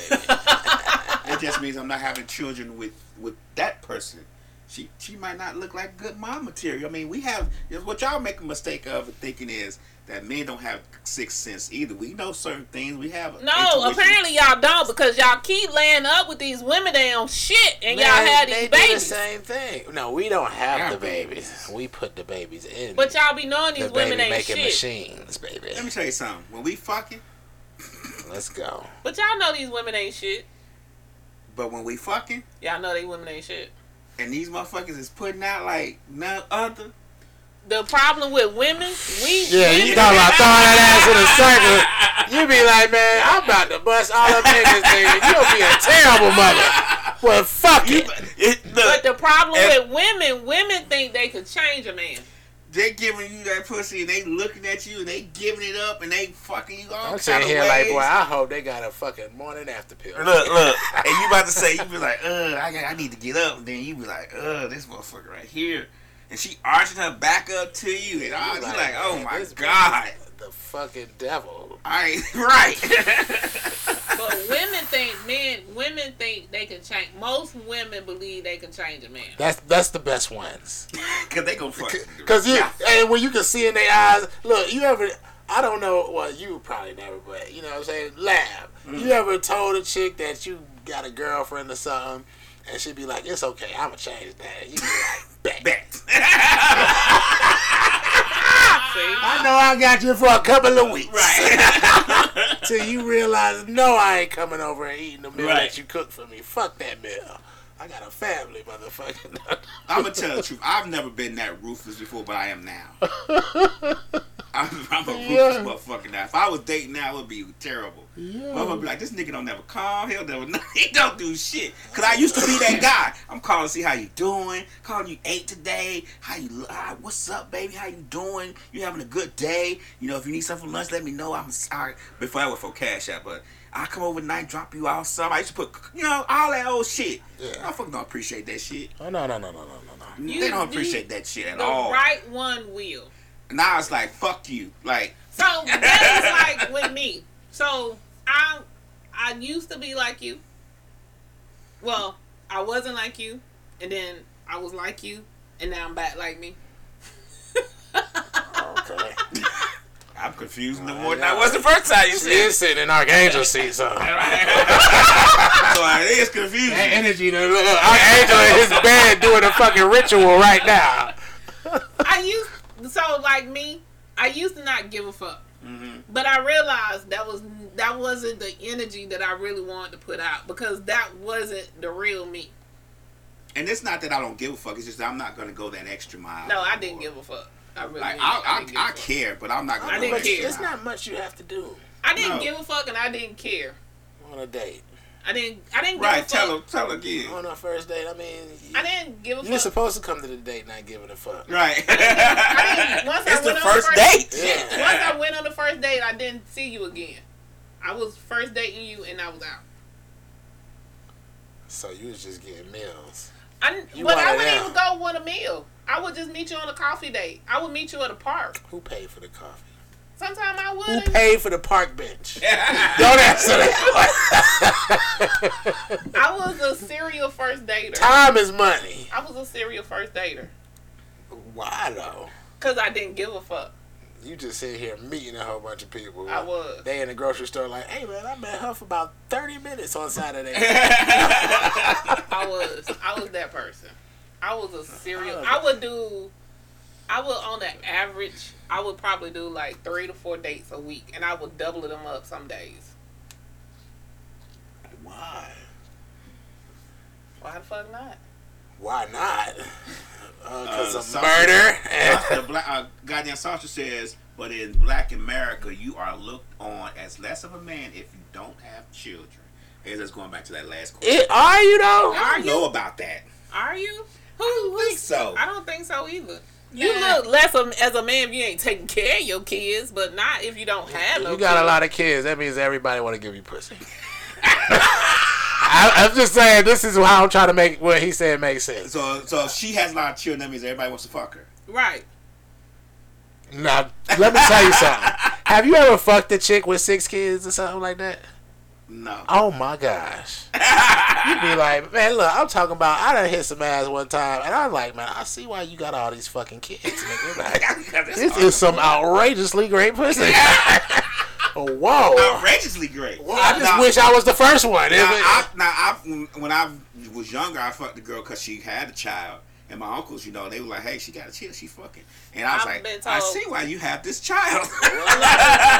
Speaker 5: It just means I'm not having children with with that person. She she might not look like good mom material. I mean, we have what y'all make a mistake of thinking is that men don't have sixth sense either. We know certain things. We have
Speaker 4: No,
Speaker 5: intuition.
Speaker 4: apparently y'all don't because y'all keep laying up with these women that don't shit and
Speaker 2: Man,
Speaker 4: y'all had
Speaker 2: they
Speaker 4: these
Speaker 2: do
Speaker 4: babies.
Speaker 2: the same thing. No, we don't have
Speaker 5: Our
Speaker 2: the babies.
Speaker 5: babies.
Speaker 2: We put the babies in.
Speaker 4: But y'all be knowing
Speaker 2: the
Speaker 4: these women
Speaker 2: baby
Speaker 4: ain't
Speaker 2: making
Speaker 4: shit.
Speaker 2: machines, baby.
Speaker 5: Let me tell you something. When we fucking,
Speaker 2: Let's go.
Speaker 4: But y'all know these women ain't shit.
Speaker 5: but when we fucking,
Speaker 4: Y'all know they women ain't shit.
Speaker 5: and these motherfuckers is putting out like none other.
Speaker 4: The problem with women, we
Speaker 2: Yeah,
Speaker 4: women
Speaker 2: you talking about throwing that ass in a circle. You be like, man, I'm about to bust all up in this nigga. You'll be a terrible mother. Well, fuck it.
Speaker 5: It, look,
Speaker 4: But the problem
Speaker 5: And-
Speaker 4: with women, women think they could change a man.
Speaker 5: they giving you that pussy and they looking at you and they giving it up and they fucking you all
Speaker 2: I'm
Speaker 5: kind
Speaker 2: sitting
Speaker 5: of
Speaker 2: here like, boy,
Speaker 5: ways.
Speaker 2: I hope they got a fucking morning after pill.
Speaker 5: Look, look, and you about to say you be like, uh, I got, I need to get up. And then you be like, uh, this motherfucker right here, and she arching her back up to you, and I
Speaker 2: You
Speaker 5: you like, oh
Speaker 2: man,
Speaker 5: my
Speaker 2: this bitch
Speaker 5: god,
Speaker 2: is The fucking devil.
Speaker 5: I ain't right.
Speaker 4: But women think men, women think they can change. Most women believe they can change a man.
Speaker 2: That's that's the best ones.
Speaker 5: Cause they gonna fuck.
Speaker 2: Cause you
Speaker 5: Yeah.
Speaker 2: and when you can see in their eyes, look, you ever I don't know well, you probably never, but you know what I'm saying, laugh.
Speaker 5: Mm.
Speaker 2: You ever told a chick that you got a girlfriend or something and she'd be like, It's okay, I'ma change that. You be like, Bet.
Speaker 5: Bet.
Speaker 4: See?
Speaker 2: I know I got you for a couple of weeks.
Speaker 5: right.
Speaker 2: Till you realize, no, I ain't coming over and eating the meal
Speaker 5: Right.
Speaker 2: that you cooked for me. Fuck that meal. I got a family, motherfucker.
Speaker 5: I'm gonna tell the truth. I've never been that ruthless before, but I am now. I'm, I'm a ruthless
Speaker 2: Yeah.
Speaker 5: motherfucker now. If I was dating now, it would be terrible. I'm gonna be like, this nigga don't never call. He'll never. He don't do shit. Cause I used to be that guy. I'm calling to see how you doing. Calling you ate today. How you? li- ah, What's up, baby? How you doing? You having a good day? You know, if you need something for lunch, let me know. I'm sorry. Before I went for cash out, but. I come overnight, drop you off some. I used to put, you know, all that old shit.
Speaker 2: Yeah.
Speaker 5: I fucking don't appreciate that shit.
Speaker 2: oh no no no no no no no.
Speaker 4: You
Speaker 5: they don't
Speaker 4: need
Speaker 5: appreciate that shit at
Speaker 4: The
Speaker 5: all.
Speaker 4: right one will.
Speaker 5: Now it's like fuck you. Like
Speaker 4: So that is like with me. So I I used to be like you. Well, I wasn't like you, and then I was like you, and now I'm back like me.
Speaker 2: Okay.
Speaker 5: I'm confused no
Speaker 2: Oh,
Speaker 5: more than
Speaker 2: yeah.
Speaker 5: I was the first time you
Speaker 2: she
Speaker 5: said. it.
Speaker 2: is sitting in Archangel seat, so.
Speaker 5: so like, it is confusing.
Speaker 2: That energy, though, look, look, Archangel in his bed doing a fucking ritual right now.
Speaker 4: I used so like me. I used to not give a fuck,
Speaker 5: Mm-hmm.
Speaker 4: but I realized that was that wasn't the energy that I really wanted to put out because that wasn't the real me.
Speaker 5: and it's not that I don't give a fuck. It's just that I'm not gonna go that extra mile.
Speaker 4: No, I didn't give a fuck. I really
Speaker 5: Like
Speaker 4: didn't.
Speaker 5: I,
Speaker 4: didn't
Speaker 5: I, I,
Speaker 4: give a fuck.
Speaker 5: care, but I'm not gonna.
Speaker 4: I
Speaker 5: go
Speaker 4: didn't
Speaker 5: that
Speaker 4: care.
Speaker 5: extra
Speaker 2: It's
Speaker 5: mile.
Speaker 2: not much you have to do
Speaker 4: I didn't
Speaker 5: no.
Speaker 4: give a fuck, and I didn't care.
Speaker 2: on a date.
Speaker 4: I didn't. I didn't give a
Speaker 5: right.
Speaker 4: fuck. Oh.
Speaker 5: Tell him. Tell him again.
Speaker 2: On a first date, I mean,
Speaker 4: I didn't give a
Speaker 2: you're
Speaker 4: fuck.
Speaker 2: supposed to come to the date not giving a fuck.
Speaker 5: Right.
Speaker 4: I mean, once I
Speaker 5: it's the
Speaker 4: went on
Speaker 5: first
Speaker 4: first-
Speaker 5: date.
Speaker 2: Yeah.
Speaker 4: Once I went on the first date, I didn't see you again. I was first dating you, and I was out.
Speaker 2: So you was just getting meals.
Speaker 4: I,
Speaker 2: You
Speaker 4: but I
Speaker 2: wanted
Speaker 4: wouldn't
Speaker 2: out.
Speaker 4: even go with a meal. I would just meet you on a coffee date. I would meet you at a park.
Speaker 2: Who paid for the coffee?
Speaker 4: Sometime I would.
Speaker 2: Who paid for the park bench? Don't answer that.
Speaker 4: I was a serial first dater.
Speaker 2: Time is money.
Speaker 4: I was a serial first dater
Speaker 2: Why though?
Speaker 4: because I didn't give a fuck.
Speaker 2: You just sit here meeting a whole bunch of people.
Speaker 4: I was.
Speaker 2: They in the grocery store like, hey man, I met her for about thirty minutes on Saturday.
Speaker 4: I was I was that person. I was a serial. I would do. I would on the average. I would probably do like three to four dates a week, and I would double them up some days.
Speaker 2: Why?
Speaker 4: Why the fuck not?
Speaker 2: Why not? Because
Speaker 5: Uh,
Speaker 2: of
Speaker 5: some-
Speaker 2: murder.
Speaker 5: the black, uh, goddamn Sasha says, but in black America, you are looked on as less of a man if you don't have children. Here's us going back to that last question.
Speaker 2: it, are you though?
Speaker 5: I don't know about that.
Speaker 4: Are you? Who? who-
Speaker 5: think so.
Speaker 4: I don't think so either. You
Speaker 5: Nah.
Speaker 4: look less of, as a man if you ain't taking care of your kids, but not if you don't have no.
Speaker 2: You got a
Speaker 4: kids.
Speaker 2: lot of kids. That means everybody want to give you pussy. I, I'm just saying, this is how I'm trying to make what he said make sense.
Speaker 5: So, so if she has a lot of children. That means everybody wants to fuck her.
Speaker 4: Right.
Speaker 2: Now, let me tell you something. Have you ever fucked a chick with six kids or something like that?
Speaker 5: No.
Speaker 2: Oh my gosh. You'd be like, man, look, I'm talking about I done hit some ass one time, and I'm like, man, I see why you got all these fucking kids. nigga. Like, this is some outrageously great pussy. Whoa.
Speaker 5: outrageously great.
Speaker 2: Well, I just
Speaker 5: Now-
Speaker 2: wish I was the first one. It-
Speaker 5: Now, I, now I, when I was younger, I fucked the girl because she had a child. And my uncles, you know, they were like, "Hey, she got a child. She fucking." And I was
Speaker 4: I've
Speaker 5: like,
Speaker 4: been
Speaker 5: "I
Speaker 4: told-
Speaker 5: see why you have this child.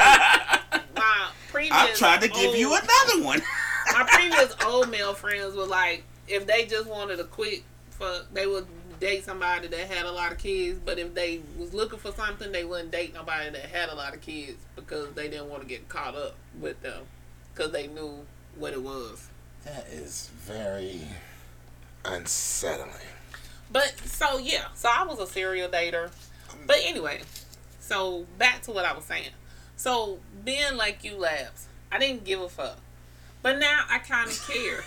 Speaker 4: My previous.
Speaker 5: I'm trying to give you
Speaker 4: old-
Speaker 5: another one."
Speaker 4: my previous old male friends were like, if they just wanted a quick fuck, they would date somebody that had a lot of kids. But if they was looking for something, they wouldn't date nobody that had a lot of kids because they didn't want to get caught up with them because they knew what it was.
Speaker 2: that is very unsettling.
Speaker 4: But so yeah, so I was a serial dater. But anyway, so back to what I was saying. So being like you labs, I didn't give a fuck. But now I kind of care.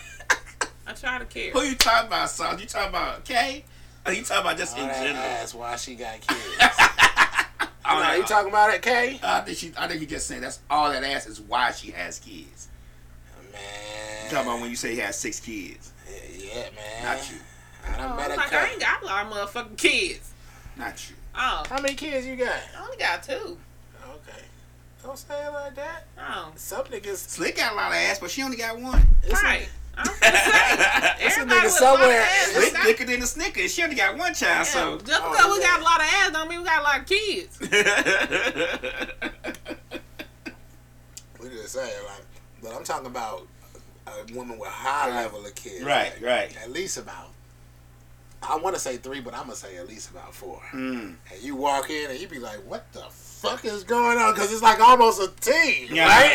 Speaker 4: I try to care.
Speaker 5: Who you talking about, son? You talking about Kay? Or you talking about just in general? Oh,
Speaker 2: That's why she got kids.
Speaker 5: All
Speaker 2: Are you
Speaker 5: that-
Speaker 2: talking about it, Kay?
Speaker 5: I think she. I think you just saying that's all that ass is why she has kids. You talking
Speaker 2: Man.
Speaker 5: about when you say he has six kids?
Speaker 2: Yeah, man.
Speaker 5: Not you.
Speaker 2: I done
Speaker 4: I
Speaker 2: met
Speaker 4: was
Speaker 2: a
Speaker 4: like, I
Speaker 2: Kay.
Speaker 4: ain't got a lot of motherfucking kids.
Speaker 5: Not you.
Speaker 4: Oh,
Speaker 2: How many kids you got?
Speaker 4: I only got two.
Speaker 2: Okay. Don't say it like that.
Speaker 4: Oh,
Speaker 2: Some niggas.
Speaker 5: Slick got a lot of ass, but she only got one.
Speaker 4: right. I'm finna say,
Speaker 2: a nigga
Speaker 4: everybody with a lot of
Speaker 2: somewhere.
Speaker 4: ass.
Speaker 5: Slick
Speaker 4: just got-
Speaker 5: thicker than a snicker. She only got one child,
Speaker 4: Yeah,
Speaker 5: so.
Speaker 4: just
Speaker 2: Oh,
Speaker 4: because we
Speaker 2: yeah.
Speaker 4: got a lot of ass don't mean we got a lot of kids.
Speaker 2: We just say it like, but I'm talking about a woman with high level of kids.
Speaker 5: right, right.
Speaker 2: At least about. I want to say three, but I'm gonna say at least about four.
Speaker 5: Mm.
Speaker 2: And you walk in and you be like, "What the fuck is going on?" Because it's like almost a team,
Speaker 5: Yeah.
Speaker 2: right?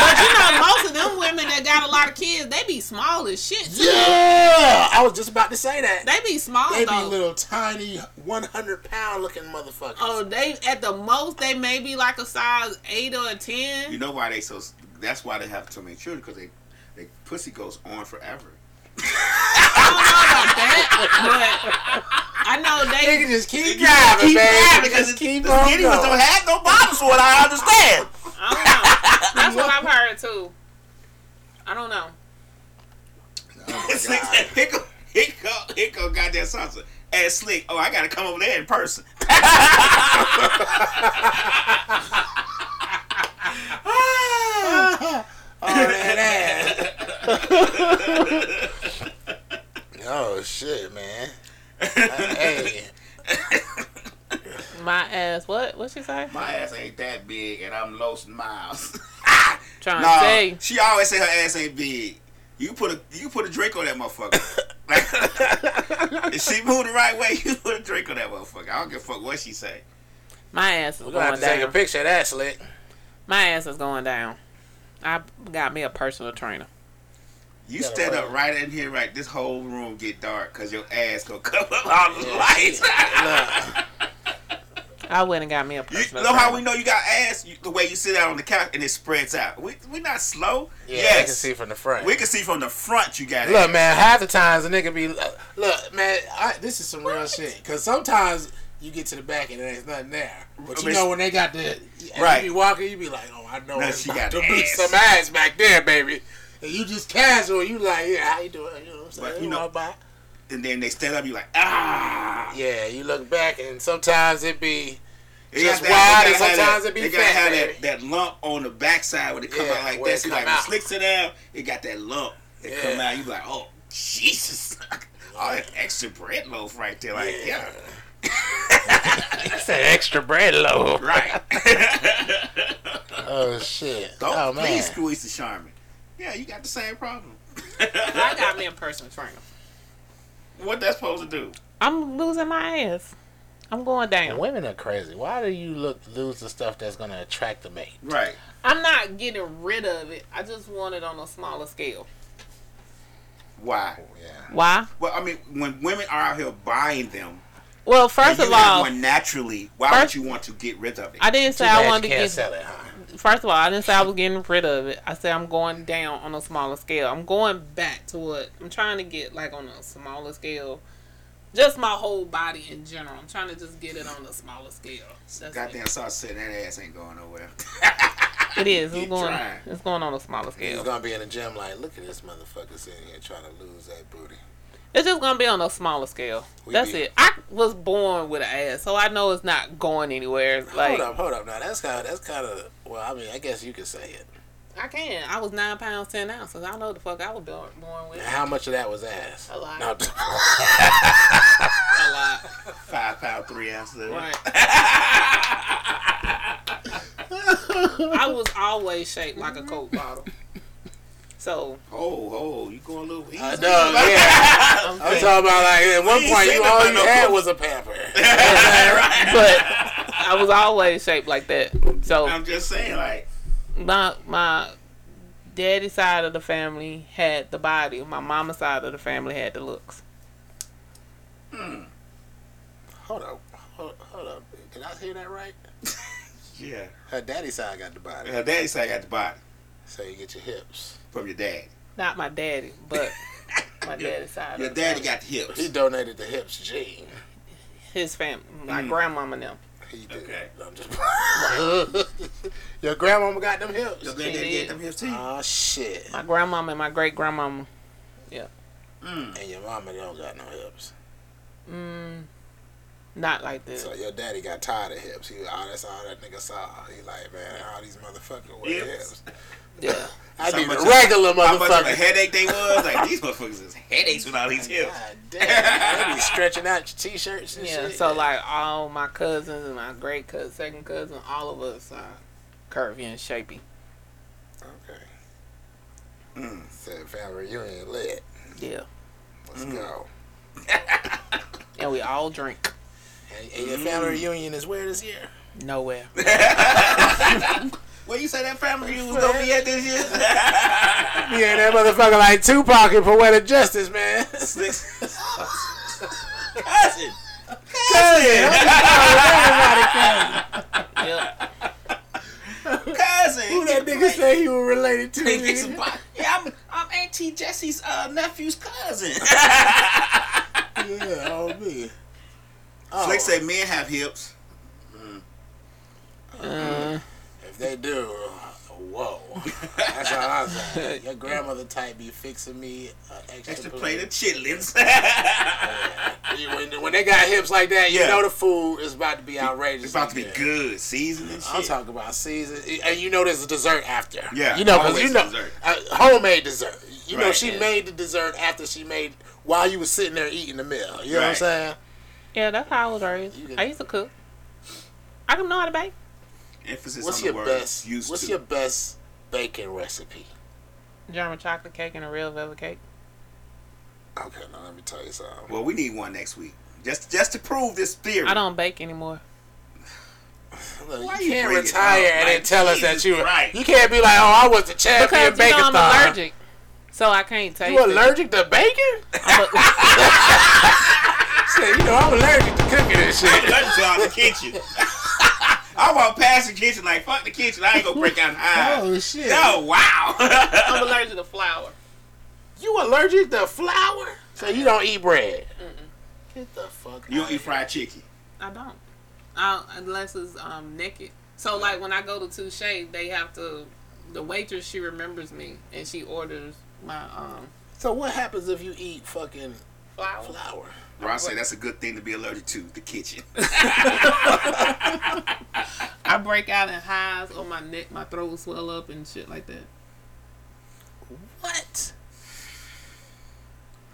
Speaker 4: But you know, most of them women that got a lot of kids, they be small as shit. too.
Speaker 2: yeah, I was just about to say that.
Speaker 4: They be small
Speaker 2: They be
Speaker 4: though.
Speaker 2: little tiny, 100 pound looking motherfuckers.
Speaker 4: Oh, they at the most they may be like a size eight or a ten.
Speaker 5: You know why they so? That's why they have so many children because they, they pussy goes on forever.
Speaker 4: I don't know about that, but I know
Speaker 2: Nigga,
Speaker 4: they.
Speaker 2: just keep driving,
Speaker 5: Keep
Speaker 2: man.
Speaker 5: driving,
Speaker 2: Just
Speaker 5: because
Speaker 2: keep
Speaker 5: the
Speaker 2: on
Speaker 5: skinny ones
Speaker 2: going. Oh,
Speaker 5: don't have no bottoms, for what I understand.
Speaker 4: I don't know. That's what I've heard too. I don't know.
Speaker 5: Slick said, Hickle, Hickle, Hickle got that salsa. And Slick, oh, I gotta come over there in person.
Speaker 2: Oh, that ass. oh shit, man. Uh, Hey,
Speaker 4: My ass. What? What she say?
Speaker 5: My ass ain't that big, and I'm lost miles.
Speaker 4: Trying
Speaker 5: Nah, she always say her ass ain't big. You put a you put a drink on that motherfucker. Like, if she moved the right way, you put a drink on that motherfucker. I don't give a fuck what she say.
Speaker 4: my ass is
Speaker 2: we're gonna have to take a picture of that slick.
Speaker 4: My ass is going down. I got me a personal trainer.
Speaker 5: You
Speaker 2: Gotta
Speaker 5: stand
Speaker 2: work.
Speaker 5: up right in here, right? This whole room get dark because your ass gonna cover up all the lights.
Speaker 2: Look,
Speaker 4: I went and got me a
Speaker 5: You know how we know you got ass? You, the way you sit out on the couch and it spreads out. We we not slow.
Speaker 2: yeah,
Speaker 5: yes,
Speaker 2: I can see from the front.
Speaker 5: we can see from the front. You got
Speaker 2: Look,
Speaker 5: it.
Speaker 2: man, half the times a nigga be uh, look, man. I, this is some real shit. Cause sometimes you get to the back and there's nothing there. But you
Speaker 5: I mean,
Speaker 2: know when they got the
Speaker 5: Right.
Speaker 2: You be walking, you be like, oh, I know
Speaker 5: Now
Speaker 2: it's
Speaker 5: she
Speaker 2: about
Speaker 5: got
Speaker 2: to be
Speaker 5: ass.
Speaker 2: some ass back there, baby. And you just casual. You like, yeah, how you doing? You know what I'm saying?
Speaker 5: But you
Speaker 2: you
Speaker 5: know-
Speaker 2: know, bye.
Speaker 5: And then they stand up. You like ah.
Speaker 2: Yeah, you look back and sometimes it be
Speaker 5: They
Speaker 2: Just
Speaker 5: got that-
Speaker 2: wide,
Speaker 5: they
Speaker 2: and
Speaker 5: gotta have
Speaker 2: sometimes it be
Speaker 5: They gotta
Speaker 2: fat,
Speaker 5: have
Speaker 2: baby.
Speaker 5: that, that lump on the backside when it come
Speaker 2: Yeah,
Speaker 5: out like
Speaker 2: where it
Speaker 5: that. So
Speaker 2: come
Speaker 5: like
Speaker 2: out.
Speaker 5: when it slicks it out, it got that lump that come
Speaker 2: Yeah.
Speaker 5: out. You be like, oh Jesus, all that extra bread loaf right there. Like yeah,
Speaker 2: That's that extra bread loaf.
Speaker 5: right.
Speaker 2: Oh shit!
Speaker 5: Don't
Speaker 2: oh man!
Speaker 5: please squeeze the Charmin. Yeah, you got the same problem.
Speaker 4: I got me a personal trainer.
Speaker 5: What that's supposed to do?
Speaker 4: I'm losing my ass. I'm going down.
Speaker 2: Women are crazy. Why do you look lose the stuff that's gonna attract the mate?
Speaker 5: Right.
Speaker 4: I'm not getting rid of it. I just want it on a smaller scale.
Speaker 5: Why?
Speaker 4: Oh,
Speaker 2: Yeah.
Speaker 4: Why?
Speaker 5: Well, I mean, when women are out here buying them,
Speaker 4: Well,
Speaker 5: and
Speaker 4: first
Speaker 5: you
Speaker 4: of
Speaker 5: have
Speaker 4: all,
Speaker 5: one naturally, why
Speaker 4: first-
Speaker 5: would you want to get rid of it?
Speaker 4: I didn't
Speaker 2: Too
Speaker 4: say
Speaker 2: bad
Speaker 4: I
Speaker 2: you
Speaker 4: wanted to
Speaker 2: can't
Speaker 4: get.
Speaker 2: sell it, huh?
Speaker 4: First of all, I didn't say I was getting rid of it. I said I'm going down on a smaller scale. I'm going back to what I'm trying to get, like on a smaller scale. Just my whole body in general. I'm trying to just get it on a smaller scale. That's
Speaker 5: Goddamn, sauce said that ass ain't going nowhere.
Speaker 4: it. It is. It's
Speaker 5: Keep
Speaker 4: going.
Speaker 5: trying.
Speaker 4: It's going on a smaller
Speaker 2: He's
Speaker 4: scale.
Speaker 2: gonna be in the gym like, look at this motherfucker sitting here trying to lose that booty.
Speaker 4: It's just gonna be on a smaller scale.
Speaker 2: We
Speaker 4: That's
Speaker 2: be-
Speaker 4: it. I was born with an ass, so I know it's not going anywhere. Like
Speaker 2: hold up, hold up. Now that's kind of that's kind of well. I mean, I guess you could say it.
Speaker 4: I can. I was nine pounds ten ounces. I know the fuck I was born born with.
Speaker 2: Now, how much of that was ass?
Speaker 4: A lot.
Speaker 2: No,
Speaker 4: A lot.
Speaker 5: Five pound, three ounces.
Speaker 4: Right. I was always shaped like a coke bottle. So
Speaker 5: Oh, oh, you going a little easy.
Speaker 2: I know, uh, yeah. I'm talking about like at one
Speaker 5: ain't
Speaker 2: point you
Speaker 5: saying
Speaker 2: all
Speaker 5: about
Speaker 2: you
Speaker 5: no
Speaker 2: had
Speaker 5: coke.
Speaker 2: was a pamper.
Speaker 4: but I was always shaped like that. So
Speaker 5: I'm just saying, like,
Speaker 4: my my daddy side of the family had the body. My mama side of the family had the looks.
Speaker 2: hold up, hold, hold up. Did I hear that right?
Speaker 5: yeah.
Speaker 2: Her daddy side got the body,
Speaker 5: Her daddy said I got the body
Speaker 2: so you get your hips.
Speaker 5: from your dad.
Speaker 4: Not my daddy, but my daddy side.
Speaker 5: Your
Speaker 4: of the
Speaker 5: daddy
Speaker 4: family.
Speaker 5: got the
Speaker 2: He
Speaker 5: hips.
Speaker 2: donated the hips gene.
Speaker 4: his family. My
Speaker 5: Mm.
Speaker 4: grandmama and them.
Speaker 2: He did.
Speaker 5: Okay.
Speaker 2: No, I'm just. your grandmama got them hips.
Speaker 5: Your granddaddy
Speaker 4: did.
Speaker 5: got them hips too.
Speaker 2: Oh shit.
Speaker 4: My grandmama and my great grandmama.
Speaker 5: Mm.
Speaker 2: And your mama don't got no hips.
Speaker 4: Mm, not like this.
Speaker 2: So your daddy got tired of hips. He all that's all that nigga saw. He like, man, all these motherfuckers wear hips.
Speaker 5: Hips.
Speaker 4: Yeah.
Speaker 2: I
Speaker 5: So
Speaker 2: need
Speaker 5: much
Speaker 2: a
Speaker 5: of-
Speaker 2: regular
Speaker 5: How much of a
Speaker 2: motherfucker. Oh
Speaker 5: headache they was? Like, these motherfuckers is headaches with all these hips.
Speaker 2: God damn, they be stretching out your t-shirts and
Speaker 4: Yeah,
Speaker 2: shit.
Speaker 4: so like all my cousins and my great cousin, second cousin, all of us are curvy and shapy.
Speaker 2: okay,
Speaker 5: Mm.
Speaker 2: so family reunion lit.
Speaker 4: Yeah,
Speaker 2: Let's
Speaker 5: Mm.
Speaker 2: go.
Speaker 4: and we all drink
Speaker 2: And, and
Speaker 5: Mm.
Speaker 2: your family reunion is where this year?
Speaker 4: nowhere.
Speaker 5: Well, you say that family you was gonna be at this year?
Speaker 2: Yeah, that motherfucker like Tupac and Poetic Justice, man.
Speaker 5: Six. Cousin.
Speaker 4: Yep.
Speaker 5: Cousin.
Speaker 2: Who that nigga say he was related to?
Speaker 5: Think it's a
Speaker 2: nigga?
Speaker 5: bo- Yeah, I'm, I'm Auntie Jesse's uh, nephew's cousin.
Speaker 2: Yeah, oh me. Oh,
Speaker 5: Slick said men have hips.
Speaker 4: Uh,
Speaker 2: if they do, whoa. That's all I'm saying. Your grandmother type be fixing me an extra,
Speaker 5: Extra
Speaker 2: plate.
Speaker 5: plate of chitlins.
Speaker 2: You- When, when they got hips like that, you
Speaker 5: Yeah.
Speaker 2: know the food is about to be outrageous.
Speaker 5: it's about to be
Speaker 2: again.
Speaker 5: good, seasoned and shit.
Speaker 2: I'm talking about season, and you know there's a dessert after.
Speaker 5: Yeah,
Speaker 2: you know because
Speaker 5: always
Speaker 2: you know
Speaker 5: dessert.
Speaker 2: uh, homemade dessert. You know
Speaker 5: Right,
Speaker 2: she
Speaker 5: yeah.
Speaker 2: made the dessert after she made while you was sitting there eating the meal. You know what I'm
Speaker 5: Right.
Speaker 2: saying?
Speaker 4: yeah, that's how I was raised. I used to cook. I can know how to bake.
Speaker 5: Emphasis
Speaker 2: what's
Speaker 5: on the
Speaker 2: your
Speaker 5: word
Speaker 2: best?
Speaker 5: used
Speaker 2: What's
Speaker 5: to.
Speaker 2: your best baking recipe?
Speaker 4: German chocolate cake and a real velvet cake.
Speaker 2: Okay, now let me tell you something.
Speaker 5: well, we need one next week. Just just to prove this theory.
Speaker 4: I don't bake anymore.
Speaker 2: Look,
Speaker 5: Why
Speaker 2: you
Speaker 5: you
Speaker 2: can't
Speaker 5: bring it
Speaker 2: retire
Speaker 5: up?
Speaker 2: and then
Speaker 5: Like,
Speaker 2: tell us
Speaker 5: Jesus
Speaker 2: that you.
Speaker 5: Christ.
Speaker 2: You can't be like, oh, I was the champion
Speaker 4: Because you
Speaker 2: baker.
Speaker 4: know I'm allergic, so I can't taste
Speaker 2: You
Speaker 4: it.
Speaker 2: allergic to bacon?
Speaker 4: I'm a-
Speaker 2: Say, you know I'm allergic to cooking and shit.
Speaker 5: Let's go out the kitchen. I walk past the kitchen like fuck the kitchen. I ain't gonna break out high.
Speaker 2: shit!
Speaker 5: Oh wow.
Speaker 4: I'm allergic to flour.
Speaker 2: You allergic to flour? So you don't eat bread? Get the fuck.
Speaker 5: you
Speaker 2: out
Speaker 5: don't eat
Speaker 2: of here.
Speaker 5: fried chicken.
Speaker 4: I don't. I, unless it's um naked. So like when I go to Touche, they have to. The waitress she remembers me and she orders my um
Speaker 2: So what happens if you eat fucking
Speaker 4: flour.
Speaker 2: flour?
Speaker 5: Ron said that's a good thing to be allergic to, the kitchen.
Speaker 4: I break out in highs on my neck, my throat will swell up and shit like that.
Speaker 2: What?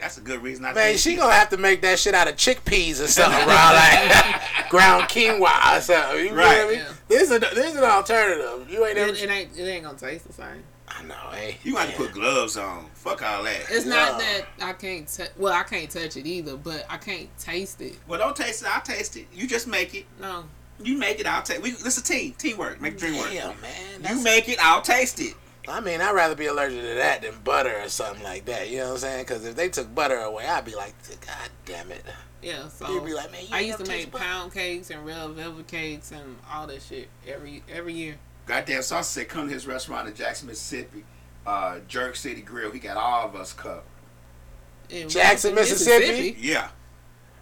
Speaker 5: That's a good reason I
Speaker 2: Man,
Speaker 5: think
Speaker 2: she gonna have to make that shit out of chickpeas or something, bro. Like ground quinoa or something. You right.
Speaker 5: Right.
Speaker 2: I mean?
Speaker 4: Yeah.
Speaker 2: This is a, this is an alternative. You ain't ever.
Speaker 4: It, it ain't it ain't gonna taste the same.
Speaker 2: I know. eh? Hey,
Speaker 5: you got to put gloves on. Fuck all that.
Speaker 4: It's not
Speaker 2: Nah.
Speaker 4: that I can't t- well I can't touch it either, but I can't taste it.
Speaker 5: Well, don't taste it. I'll taste it. You just make it.
Speaker 4: No,
Speaker 5: You make it. I'll taste. We. This is team. Teamwork. Make the dream work.
Speaker 2: Damn, man.
Speaker 5: You
Speaker 2: That's,
Speaker 5: make it. I'll taste it.
Speaker 2: I mean, I'd rather be allergic to that than butter or something like that. You know what I'm saying? Because if they took butter away, I'd be like, God damn it.
Speaker 4: yeah. So
Speaker 2: You'd be like, man, you
Speaker 4: Oh. I
Speaker 2: ain't
Speaker 4: used to
Speaker 2: never
Speaker 4: make
Speaker 2: taste butter.
Speaker 4: pound cakes and red velvet cakes and all that shit every every year.
Speaker 5: Goddamn sauce said, come to his restaurant in Jackson, Mississippi, uh, Jerk City Grill. He got all of us covered.
Speaker 4: In
Speaker 2: Jackson, Mississippi?
Speaker 5: Yeah.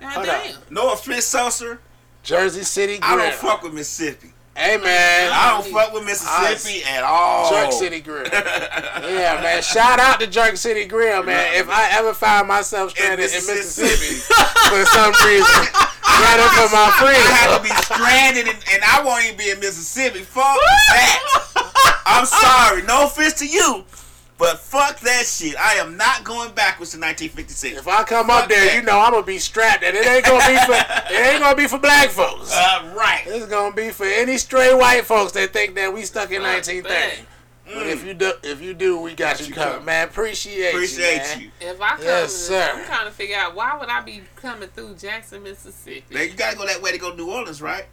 Speaker 4: God
Speaker 2: Hold
Speaker 4: damn.
Speaker 5: No offense, saucer.
Speaker 2: Jersey City Grill.
Speaker 5: I don't fuck with Mississippi.
Speaker 2: Hey, man.
Speaker 5: I don't fuck with Mississippi at all.
Speaker 2: Jerk City Grill. yeah, man. Shout out to Jerk City Grill, man. If I ever find myself
Speaker 5: in
Speaker 2: stranded in Mississippi,
Speaker 5: Mississippi.
Speaker 2: for some reason, right up for my
Speaker 5: I have
Speaker 2: friends.
Speaker 5: to be stranded, and, and I won't even be in Mississippi. Fuck that. I'm sorry. No offense to you, but fuck that shit. I am not going backwards to 1956.
Speaker 2: If I come up there, you know I'm gonna be strapped, and it ain't gonna be for it ain't gonna be for black folks.
Speaker 5: Uh, right.
Speaker 2: This is gonna be for any stray white folks that think that we stuck in
Speaker 4: Fuck
Speaker 2: 1930. But
Speaker 5: Mm.
Speaker 2: if you do, if you do, we got, you covered, man. Appreciate, you,
Speaker 5: Appreciate
Speaker 2: man.
Speaker 5: you.
Speaker 4: If I come,
Speaker 2: Yes,
Speaker 4: to-
Speaker 2: sir.
Speaker 4: I'm trying to figure out why would I be coming through Jackson, Mississippi?
Speaker 5: Now, you gotta go that way to go to New Orleans, right?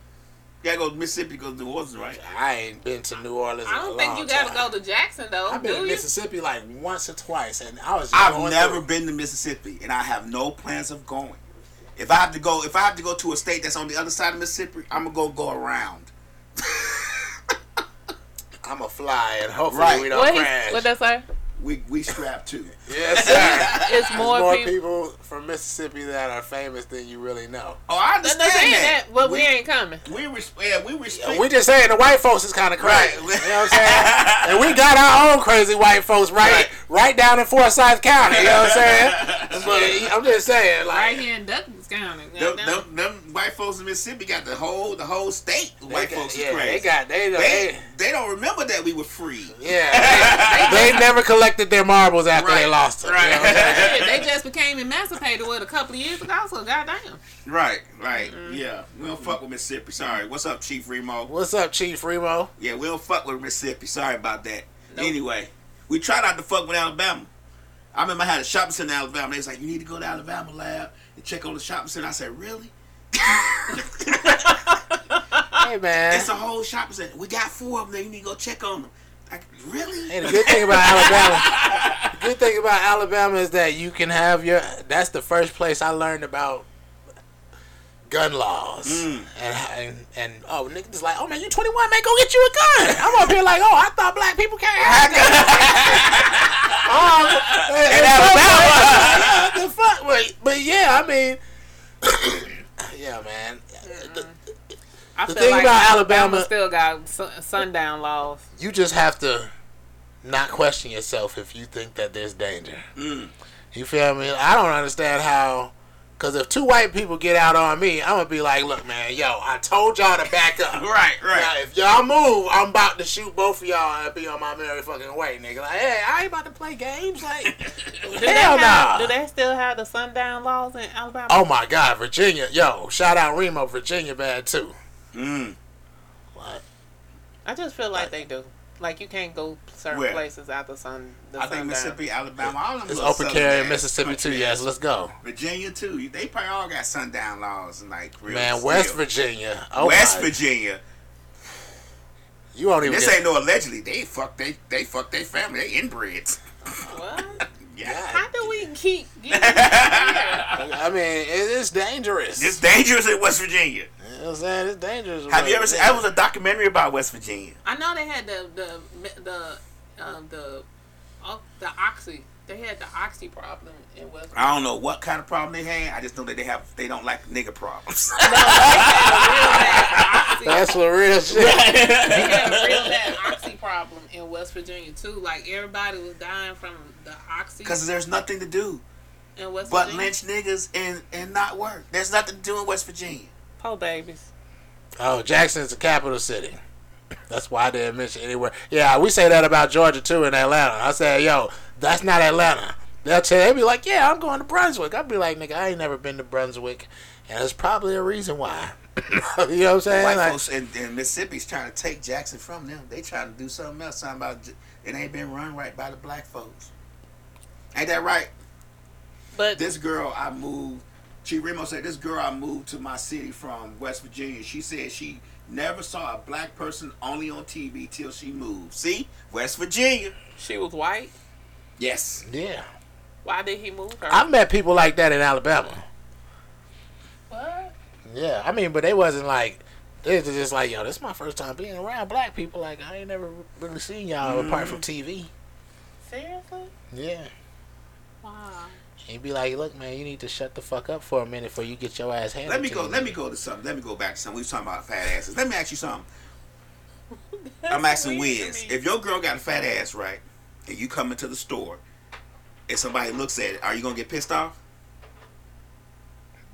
Speaker 5: You gotta go to Mississippi to go to New Orleans, right?
Speaker 2: I ain't been to New Orleans.
Speaker 4: I don't think you gotta go to Jackson though,
Speaker 2: I've been
Speaker 4: do
Speaker 2: to
Speaker 4: you?
Speaker 2: Mississippi like once or twice, and I was. Just
Speaker 5: I've
Speaker 2: going
Speaker 5: never
Speaker 2: through.
Speaker 5: been to Mississippi, and I have no plans of going. If I have to go, if I have to go to a state that's on the other side of Mississippi, I'm gonna go go around.
Speaker 2: I'm a fly, and hopefully
Speaker 5: Right.
Speaker 2: we don't crash.
Speaker 4: that say?
Speaker 5: We we strapped too.
Speaker 2: yes, sir.
Speaker 4: It's
Speaker 2: There's more people from Mississippi that are famous than you really know.
Speaker 5: Oh, I
Speaker 4: That
Speaker 5: understand
Speaker 4: doesn't mean
Speaker 5: that.
Speaker 4: that, but we,
Speaker 5: we
Speaker 4: ain't coming.
Speaker 5: we, res- yeah, we respect.
Speaker 2: We just saying the white folks is kind of crazy. You
Speaker 5: Right.
Speaker 2: know what I'm saying? and we got our own crazy white folks right right,
Speaker 5: Right.
Speaker 2: down in Forsyth County. You know what I'm saying? but I'm just saying, like,
Speaker 4: Right here in Douglas County.
Speaker 5: them,
Speaker 4: goddamn.
Speaker 5: them, them white folks in Mississippi got the whole the whole state.
Speaker 2: they
Speaker 5: White
Speaker 2: got-
Speaker 5: folks
Speaker 2: yeah,
Speaker 5: is crazy.
Speaker 2: They got they, they,
Speaker 5: they, they don't remember that we were free.
Speaker 2: yeah. They, they never collected their marbles after they
Speaker 5: Right.
Speaker 2: lost them. You know what I'm saying?
Speaker 4: Shit, they just became emancipated what a couple of years ago, so goddamn.
Speaker 5: Right, right. Yeah, we don't fuck with Mississippi. Sorry. What's up, Chief Remo?
Speaker 2: What's up, Chief Remo?
Speaker 5: Yeah, we don't fuck with Mississippi. Sorry about that.
Speaker 4: Nope.
Speaker 5: Anyway, we try not to fuck with Alabama. I remember I had a shopping center in Alabama. They was like, you need to go to Alabama lab and check on the shopping center. I said, really?
Speaker 2: Hey man.
Speaker 5: That's a whole shopping center. We got four of them. there. You need to go check on them. Like, really?
Speaker 2: Hey, the good thing about Alabama, the good thing about Alabama is that you can have your. That's the first place I learned about gun laws and, and and oh niggas like oh man you 21 man go get you a gun I'm up here like oh I thought black people can't have guns oh, in, Alabama the fuck wait but yeah I mean yeah man The-
Speaker 4: I
Speaker 2: The
Speaker 4: feel
Speaker 2: thing
Speaker 4: like
Speaker 2: about Alabama-
Speaker 4: still got sun- sundown laws.
Speaker 2: you just have to not question yourself if you think that there's danger. You feel me? I don't understand how. Cause if two white people get out on me, I'm gonna be like, "Look, man, yo, I told y'all to back up.
Speaker 5: Right,
Speaker 2: Now, if y'all move, I'm about to shoot both of y'all and be on my merry fucking way, nigga. Like, hey, I ain't about to play games. Like,
Speaker 4: Do they
Speaker 2: hell
Speaker 4: have- Do
Speaker 2: nah.
Speaker 4: they still have the sundown laws in Alabama?
Speaker 2: Oh my God, Virginia, yo, shout out Remo, Virginia bad too.
Speaker 5: Mm.
Speaker 2: What?
Speaker 4: I just feel like they do. Like you can't go certain
Speaker 5: Where?
Speaker 4: places after sun. The
Speaker 5: I think
Speaker 4: sundown.
Speaker 5: Mississippi, Alabama, all them
Speaker 2: It's
Speaker 5: little
Speaker 2: open
Speaker 5: southern
Speaker 2: carry in
Speaker 5: ass
Speaker 2: Mississippi too.
Speaker 5: country
Speaker 2: Yes,
Speaker 5: ass-
Speaker 2: let's go,
Speaker 5: Virginia too. You- They probably all got sundown laws and like real
Speaker 2: man. West
Speaker 5: still.
Speaker 2: Virginia. Oh
Speaker 5: West
Speaker 2: my-
Speaker 5: Virginia.
Speaker 2: You won't even.
Speaker 5: This
Speaker 2: get-
Speaker 5: ain't no allegedly. They fuck they they fuck their family. They inbreds.
Speaker 4: What?
Speaker 5: Yeah.
Speaker 4: How do we keep getting
Speaker 2: I mean, it, it's dangerous.
Speaker 5: It's dangerous in West Virginia.
Speaker 2: you know what I'm saying? It's dangerous.
Speaker 5: Have you ever seen? That
Speaker 2: I
Speaker 5: was a documentary about West Virginia.
Speaker 4: I know they had the the the um, the oh, the oxy. They had the oxy problem in West. Virginia.
Speaker 5: I don't know what kind of problem they had. I just know that they have they don't like nigga problems.
Speaker 4: They had
Speaker 2: That's what real shit.
Speaker 4: They had a real bad oxy problem in West Virginia too. Like everybody was dying from the oxy.
Speaker 5: Because there's nothing to do.
Speaker 4: in West
Speaker 5: but
Speaker 4: Virginia.
Speaker 5: lynch niggas and and not work. There's nothing to do in West Virginia.
Speaker 4: Po babies.
Speaker 2: Oh, Jackson's the capital city. That's why I didn't mention anywhere. Yeah, we say that about Georgia too in Atlanta. I say, yo, that's not Atlanta. They'll tell they be like, yeah, I'm going to Brunswick. I'll be like, nigga, I ain't never been to Brunswick, and there's probably a reason why. you know what I'm saying?
Speaker 5: White
Speaker 2: Like,
Speaker 5: folks in, in Mississippi's trying to take Jackson from them. They trying to do something else. Something about J- it ain't been run right by the black folks. Ain't that right?
Speaker 4: But
Speaker 5: This girl I moved. She Remo said this girl I moved to my city from West Virginia. She said she never saw a black person only on TV till she moved. See, West Virginia.
Speaker 4: she was white.
Speaker 5: Yes.
Speaker 2: yeah,
Speaker 4: Why did he move her?
Speaker 2: I've met people like that in Alabama.
Speaker 4: what?
Speaker 2: Yeah, I mean, but they wasn't like. They was just like, yo, this is my first time being around black people. Like, I ain't never really seen y'all apart from TV.
Speaker 4: Seriously?
Speaker 2: Mm. Yeah.
Speaker 4: Wow.
Speaker 2: And be like, look, man, you need to shut the fuck up for a minute before you get your ass handed.
Speaker 5: Let me
Speaker 2: to
Speaker 5: go.
Speaker 2: you.
Speaker 5: Let me go to something. Let me go back to something. We was talking about fat asses. Let me ask you something. I'm asking Wiz. If your girl got a fat ass, right, and you come into the store, and somebody looks at it, are you gonna get pissed off?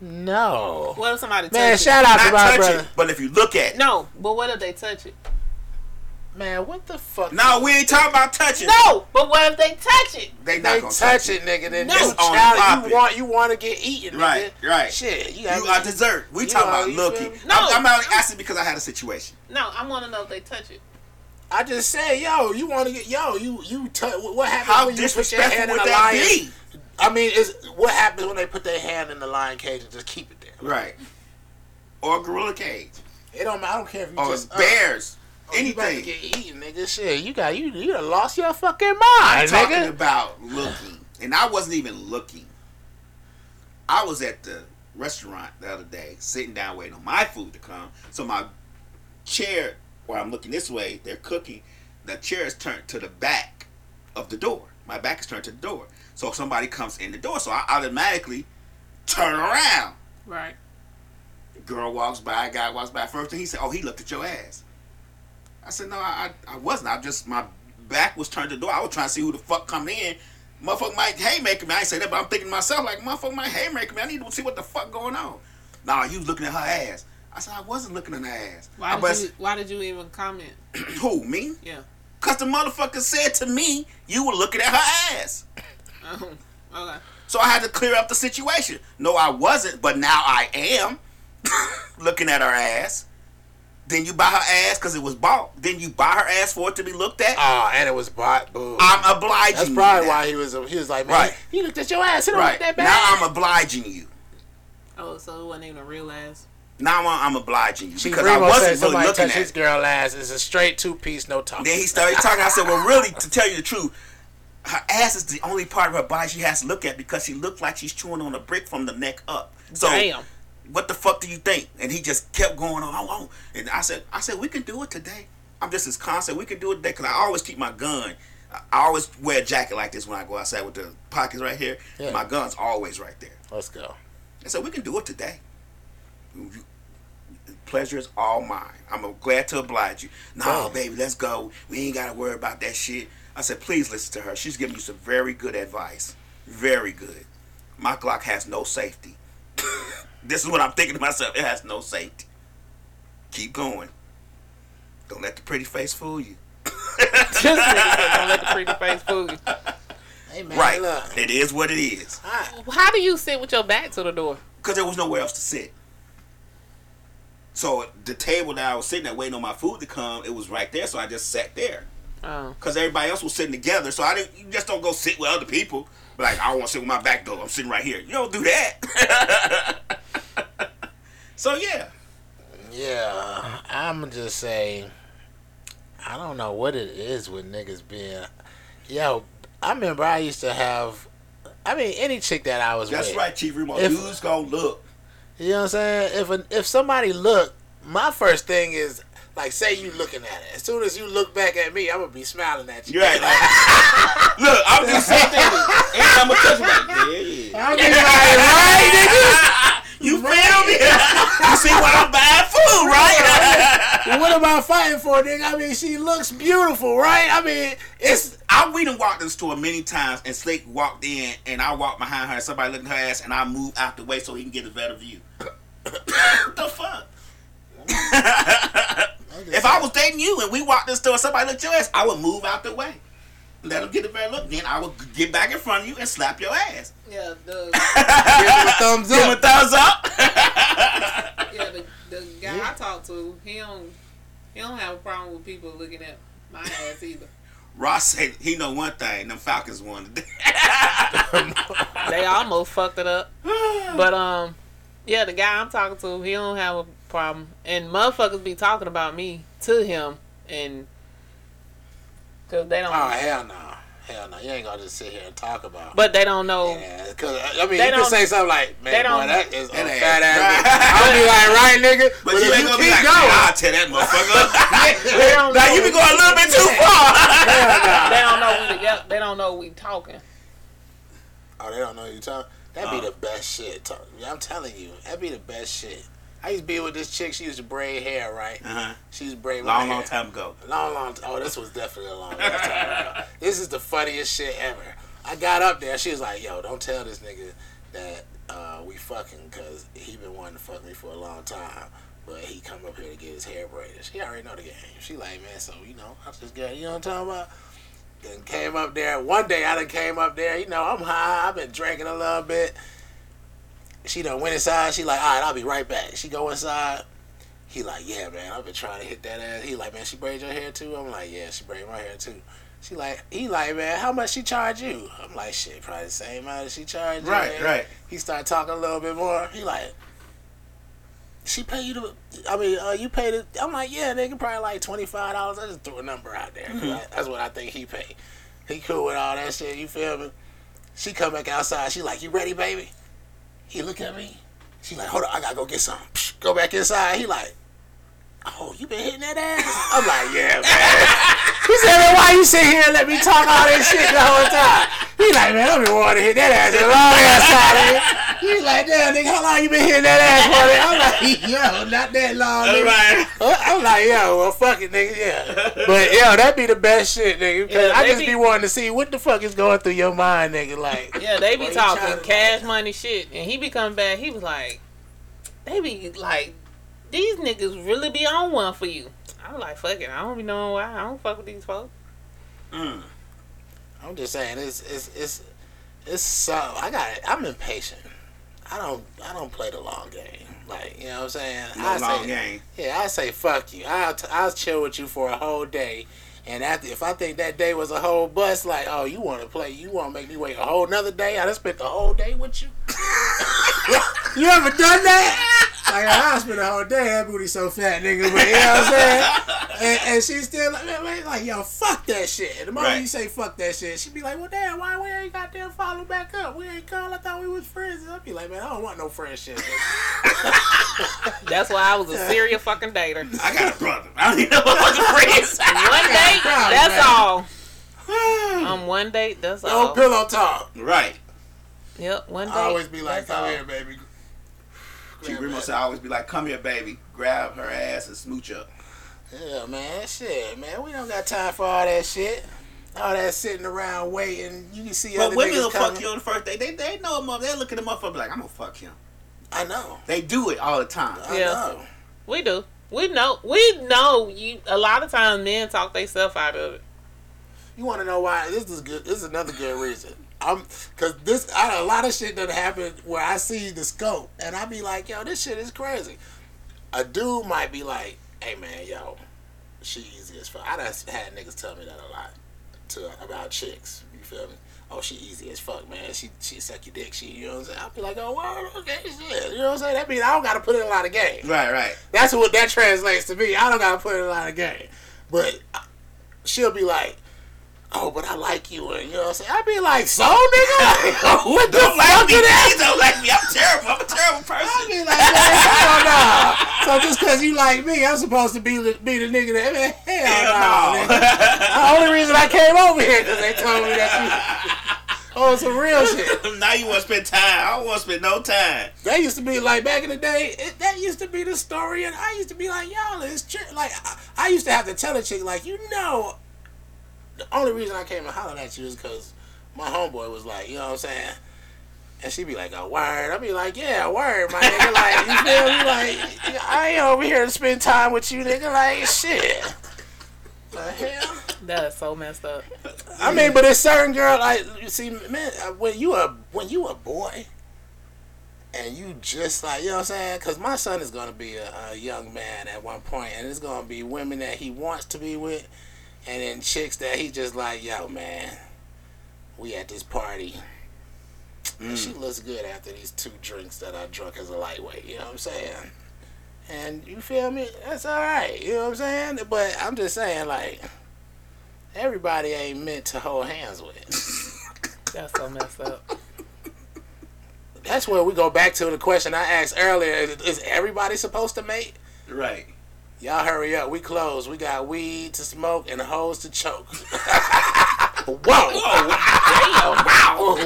Speaker 2: No.
Speaker 4: what if somebody
Speaker 2: Man,
Speaker 4: touch
Speaker 2: shout out
Speaker 5: Not
Speaker 2: to my
Speaker 5: touch
Speaker 2: brother.
Speaker 5: it, but if you look at
Speaker 4: it?
Speaker 5: it.
Speaker 4: No, but what if they touch it?
Speaker 2: Man, what the fuck?
Speaker 5: No, we ain't talking about touching.
Speaker 4: No, but what if they touch it?
Speaker 5: they not
Speaker 2: They
Speaker 5: gonna
Speaker 2: touch, it, nigga. Then
Speaker 4: No.
Speaker 2: you,
Speaker 4: It's
Speaker 5: on
Speaker 2: child,
Speaker 5: topic.
Speaker 2: you want you want to get eaten, nigga.
Speaker 5: Right, right.
Speaker 2: Shit, you
Speaker 5: You
Speaker 2: got
Speaker 5: are dessert. We
Speaker 2: You
Speaker 5: talking
Speaker 2: are-
Speaker 5: about
Speaker 2: you feel
Speaker 5: looking.
Speaker 4: me?
Speaker 5: I'm, I'm
Speaker 4: No.
Speaker 5: only asking because I had a situation.
Speaker 4: No, I want to know if they touch it.
Speaker 2: I just say, yo, you want to get yo, you you. T- what happens
Speaker 5: How
Speaker 2: when you put your
Speaker 5: disrespectful
Speaker 2: hand in
Speaker 5: would
Speaker 2: a
Speaker 5: that
Speaker 2: lion?
Speaker 5: be?
Speaker 2: I mean, it's what happens when they put their hand in the lion cage and just keep it there.
Speaker 5: Right. Or gorilla cage.
Speaker 2: It don't. matter. I don't care if you
Speaker 5: Or
Speaker 2: just
Speaker 5: bears.
Speaker 2: uh, you about to
Speaker 5: Oh, anything.
Speaker 2: get eaten, nigga. Shit, you got you. You done lost your fucking mind,
Speaker 5: talking
Speaker 2: nigga.
Speaker 5: about looking, and I wasn't even looking. I was at the restaurant the other day, sitting down waiting on my food to come. So my chair, where I'm looking this way, they're cooking. The chair is turned to the back of the door. My back is turned to the door. So if somebody comes in the door, so I automatically turn around.
Speaker 4: Right.
Speaker 5: Girl walks by, guy walks by. First thing he said, "Oh, he looked at your ass." I said, "No, I, I, I wasn't. I just my back was turned to the door. I was trying to see who the fuck coming in. Motherfucker might haymaker me. I ain't say that, but I'm thinking to myself like, motherfucker might haymaker me. I need to see what the fuck going on. Nah, you was looking at her ass. I said I wasn't looking at her ass.
Speaker 4: Why
Speaker 5: I
Speaker 4: did
Speaker 5: bust,
Speaker 4: you? Why did you even comment?
Speaker 5: who me?
Speaker 4: Yeah.
Speaker 5: Cause the motherfucker said to me, you were looking at her ass.
Speaker 4: Um, okay.
Speaker 5: So I had to clear up the situation. No, I wasn't, but now I am looking at her ass. Then you buy her ass because it was bought. Then you buy her ass for it to be looked at.
Speaker 2: Oh, and it was bought. Boom.
Speaker 5: I'm obliging.
Speaker 2: That's
Speaker 5: you
Speaker 2: probably
Speaker 5: now.
Speaker 2: why he was. He was like, man,
Speaker 5: Right.
Speaker 2: he looked at your ass. He don't look
Speaker 5: Right
Speaker 2: that
Speaker 5: now,
Speaker 2: bad.
Speaker 5: I'm obliging you.
Speaker 4: Oh, so it wasn't even a real ass.
Speaker 5: Now I'm, I'm obliging you
Speaker 2: Chief
Speaker 5: because I
Speaker 2: Remo said
Speaker 5: wasn't really
Speaker 2: somebody
Speaker 5: looking
Speaker 2: touched
Speaker 5: at.
Speaker 2: his
Speaker 5: it.
Speaker 2: girl ass. It's a straight two piece, no top.
Speaker 5: Then he started talking. I said, "Well, really, to tell you the truth, her ass is the only part of her body she has to look at because she looked like she's chewing on a brick from the neck up." So
Speaker 4: Damn.
Speaker 5: what the fuck do you think? And he just kept going on, on, on. And I said, I said, we can do it today. I'm just his concert. We can do it today because I always keep my gun. I- I always wear a jacket like this when I go outside with the pockets right here.
Speaker 2: Yeah.
Speaker 5: My gun's always right there.
Speaker 2: Let's go.
Speaker 5: I said, we can do it today. You- Pleasure is all mine. I'm glad to oblige you. No,
Speaker 2: Right.
Speaker 5: baby, let's go. We ain't got to worry about that shit. I said, please listen to her. She's giving you some very good advice. Very good. My Glock has no safety. this is what I'm thinking to myself. It has no safety. Keep going. Don't let the pretty face fool you.
Speaker 4: Just don't let the freaking face fool you.
Speaker 2: Hey man,
Speaker 5: right.
Speaker 2: look.
Speaker 5: It is what it is.
Speaker 2: I,
Speaker 4: How do you sit with your back to the door?
Speaker 5: because there was nowhere else to sit. So the table that I was sitting at waiting on my food to come, it was right there. So I just sat there
Speaker 4: Oh,
Speaker 5: because everybody else was sitting together. So I didn't. You just don't go sit with other people. But like I don't want to sit with my back door. I'm sitting right here. You don't do that. so yeah,
Speaker 2: yeah, I'm just saying. I don't know what it is with niggas being. Yo, I remember I used to have. I mean, any chick that I was
Speaker 5: that's
Speaker 2: with.
Speaker 5: right, Chief Remo.
Speaker 2: If-
Speaker 5: Dudes gonna look.
Speaker 2: You know what I'm saying? If a, if somebody look, my first thing is like, say you looking at it. As soon as you look back at me, I'm gonna be smiling at you.
Speaker 5: You're right. Like, look, I'm just sitting there, and I'm gonna touch like, yeah, yeah.
Speaker 2: I'm just like, right, nigga.
Speaker 5: you feel me? you see what I'm buying food, right?
Speaker 2: What am I not fighting for, nigga. I mean, she looks beautiful, right? I mean, it's
Speaker 5: I we done walked in the store many times, and Slake walked in, and I walked behind her, and somebody looked at her ass, and I moved out the way so he can get a better view. what the fuck? if I was dating you and we walked in the store, and somebody looked at your ass, I would move out the way. Let him get a better look. Then I would get back in front of you and slap your ass.
Speaker 4: Yeah, the
Speaker 2: give her a thumbs
Speaker 5: Give him a
Speaker 2: up.
Speaker 5: thumbs up.
Speaker 4: yeah the, the guy I talk to, he don't he don't have a problem with people looking at my ass either.
Speaker 5: Ross said he know one thing. Them Falcons won today.
Speaker 4: They almost fucked it up, but um, yeah, the guy I'm talking to, he don't have a problem, and motherfuckers be talking about me to him, and cause they don't,
Speaker 2: Oh hell no, hell no. You ain't gonna just sit here and talk about.
Speaker 4: but they don't know.
Speaker 2: Yeah, cause I mean,
Speaker 4: They
Speaker 2: you can
Speaker 4: don't-
Speaker 2: say something like,
Speaker 4: they
Speaker 2: "Man,
Speaker 4: don't-
Speaker 2: boy, that is a
Speaker 5: That ass
Speaker 2: fat ass."
Speaker 5: dry.
Speaker 2: nigga." I'll be like, "Right, nigga,"
Speaker 5: But you ain't gonna be like, I'll tell that motherfucker.
Speaker 4: They don't
Speaker 5: now
Speaker 4: know.
Speaker 5: you be going a little bit too far.
Speaker 4: they don't know we together. They don't know we talking.
Speaker 2: Oh, they don't know you talking. That'd be the best shit. Talk. I'm telling you, that'd be the best shit. I used to be with this chick. She used to braid hair, right?
Speaker 5: uh-huh.
Speaker 2: She used to braid my
Speaker 5: Long,
Speaker 2: hair.
Speaker 5: long time ago.
Speaker 2: Long, long time. Oh, this was definitely a long, long time ago. This is the funniest shit ever. I got up there. She was like, yo, don't tell this nigga that uh, we fucking because he been wanting to fuck me for a long time. But he come up here to get his hair braided. She already know the game. She like, man, so, you know, I just got, you know what I'm talking about? Then came up there. One day I done came up there. You know, I'm high. I've been drinking a little bit. She done went inside. She like, all right, I'll be right back. She go inside. He like, yeah, man, I've been trying to hit that ass. He like, man, she braid your hair too. I'm like, yeah, she braid my hair too. She like, he like, man, how much she charge you? I'm like, shit, probably the same amount as she charge you,
Speaker 5: Right,
Speaker 2: man."
Speaker 5: right.
Speaker 2: He start talking a little bit more. He like, she pay you to, I mean, uh, you paid it. I'm like, yeah, nigga, probably like twenty five dollars. I just threw a number out there.
Speaker 5: Mm-hmm.
Speaker 2: 'cause I- that's what I think he paid. He cool with all that shit. You feel me? She come back outside. She like, you ready, baby? He look at me. She like, hold on, I gotta go get some. Psh, go back inside. He like, oh, you been hitting that ass? I'm like, yeah, man. He said, man, why you sit here and let me talk all this shit the whole time? He like, man, I've been wanting to hit that ass a long ass time. He like, damn, nigga, how long you been hitting that ass for? nigga?" I'm like, yo, not that long,
Speaker 5: All
Speaker 2: nigga.
Speaker 5: right.
Speaker 2: Uh, I'm like, yo, well, fuck it, nigga, yeah. But yo, that be the best shit, nigga. 'cause
Speaker 4: Yeah,
Speaker 2: I
Speaker 4: they
Speaker 2: just
Speaker 4: be-
Speaker 2: be, wanting to see what the fuck is going through your mind, nigga. Like,
Speaker 4: Yeah, they
Speaker 2: Why
Speaker 4: be
Speaker 2: you
Speaker 4: talking
Speaker 2: tryna-
Speaker 4: cash money shit, and he be coming back. He was like, they be like, these niggas really be on one for you. I'm like, fuck it, I don't be knowing why. I don't fuck with these folks.
Speaker 5: Mm.
Speaker 2: I'm just saying, it's it's it's it's so I got it. I'm impatient. I don't I don't play the long game. Like you know what I'm saying?
Speaker 5: No
Speaker 2: I
Speaker 5: long
Speaker 2: say,
Speaker 5: game.
Speaker 2: Yeah, I say fuck you. I'll t- I'll chill with you for a whole day. And after, if I think that day was a whole bust, like, oh, you want to play, you want to make me wait a whole nother day? I done spent the whole day with you. you ever done that? Like, I spent the whole day. That booty so fat, nigga. But you know what I'm saying? and, and she's still like, man, man, like, yo, fuck that shit. And the moment
Speaker 5: Right.
Speaker 2: you say fuck that shit, she be like, well, damn, why we ain't got them follow back up? We ain't called. I thought we was friends. And I be like, man, I don't want no friendship. nigga."
Speaker 4: That's why I was a serious fucking dater. One day,
Speaker 5: I got a brother. I don't even know what fucking friends.
Speaker 2: proud,
Speaker 4: that's
Speaker 2: man.
Speaker 4: all. Um, one date, that's
Speaker 2: no
Speaker 4: all.
Speaker 2: pillow talk.
Speaker 5: Right.
Speaker 4: Yep, one date.
Speaker 2: I always be like,
Speaker 4: that's all.
Speaker 2: come here, baby.
Speaker 5: She Remo said, I always be like, come here, baby. Grab her ass and smooch up.
Speaker 2: Yeah, man, shit, man. We don't got time for all that shit. All that sitting around waiting. You can see
Speaker 5: But
Speaker 2: other
Speaker 5: women will
Speaker 2: niggas coming.
Speaker 5: fuck you on the first day. They, they know a mother. They look at a motherfucker like, I'm gonna fuck him.
Speaker 2: I know.
Speaker 5: They do it all the time.
Speaker 2: I
Speaker 4: Yeah.
Speaker 2: know.
Speaker 4: We do. We know. We know. You. A lot of times, men talk themselves out of it.
Speaker 2: You want to know why? This is good. This is another good reason. I'm because this I, a lot of shit that happened where I see the scope and I be like, yo, this shit is crazy. A dude might be like, hey man, yo, she easy as fuck. I done had niggas tell me that a lot to about chicks. You feel me? Oh, she easy as fuck, man. She she suck your dick. She, you know what I'm saying? I'll be like, oh, well, okay, shit. You know what I'm saying? That means I don't gotta put in a lot of game.
Speaker 5: Right, right.
Speaker 2: That's what that translates to me. I don't gotta put in a lot of game, but I- she'll be like, "Oh, but I like you," and you know what I'm saying. I'd be like, "So, nigga, what the
Speaker 5: Don't like
Speaker 2: fuck
Speaker 5: me.
Speaker 2: is that?"
Speaker 5: Please don't like me. I'm terrible. I'm a terrible
Speaker 2: I'd
Speaker 5: person.
Speaker 2: be like, "Man, hell no." So just because you like me, I'm supposed to be the, be the nigga that man, hell,
Speaker 5: Hell
Speaker 2: no. nigga. The only reason I came over here because they told me that you. on some real shit.
Speaker 5: now you want to spend time. I don't want to spend no time.
Speaker 2: That used to be like back in the day. It, that used to be the story, and I used to be like, y'all, it's true. Like I, I used to have to tell a chick, like, you know, the only reason I came and hollered at you is because my homeboy was like, you know what I'm saying. And she'd be like, a word. I'd be like, yeah, a word, my nigga. Like, you feel me? Like, I ain't over here to spend time with you, nigga. Like, shit. The hell?
Speaker 4: That is so messed up.
Speaker 2: I mean, but it's certain girl. Like, you see, man, when you a when you a boy, and you just like you know what I'm saying? Because my son is gonna be a, a young man at one point, and it's gonna be women that he wants to be with, and then chicks that he just like, yo, man, we at this party. And she looks good after these two drinks that I drunk as a lightweight. You know what I'm saying? And you feel me? That's all right. You know what I'm saying? But I'm just saying, like, everybody ain't meant to hold hands with.
Speaker 4: That's so messed up.
Speaker 2: That's where we go back to the question I asked earlier: Is, is everybody supposed to mate?
Speaker 5: Right.
Speaker 2: Y'all hurry up. We close. We got weed to smoke and hoes to choke. Whoa!
Speaker 5: Oh,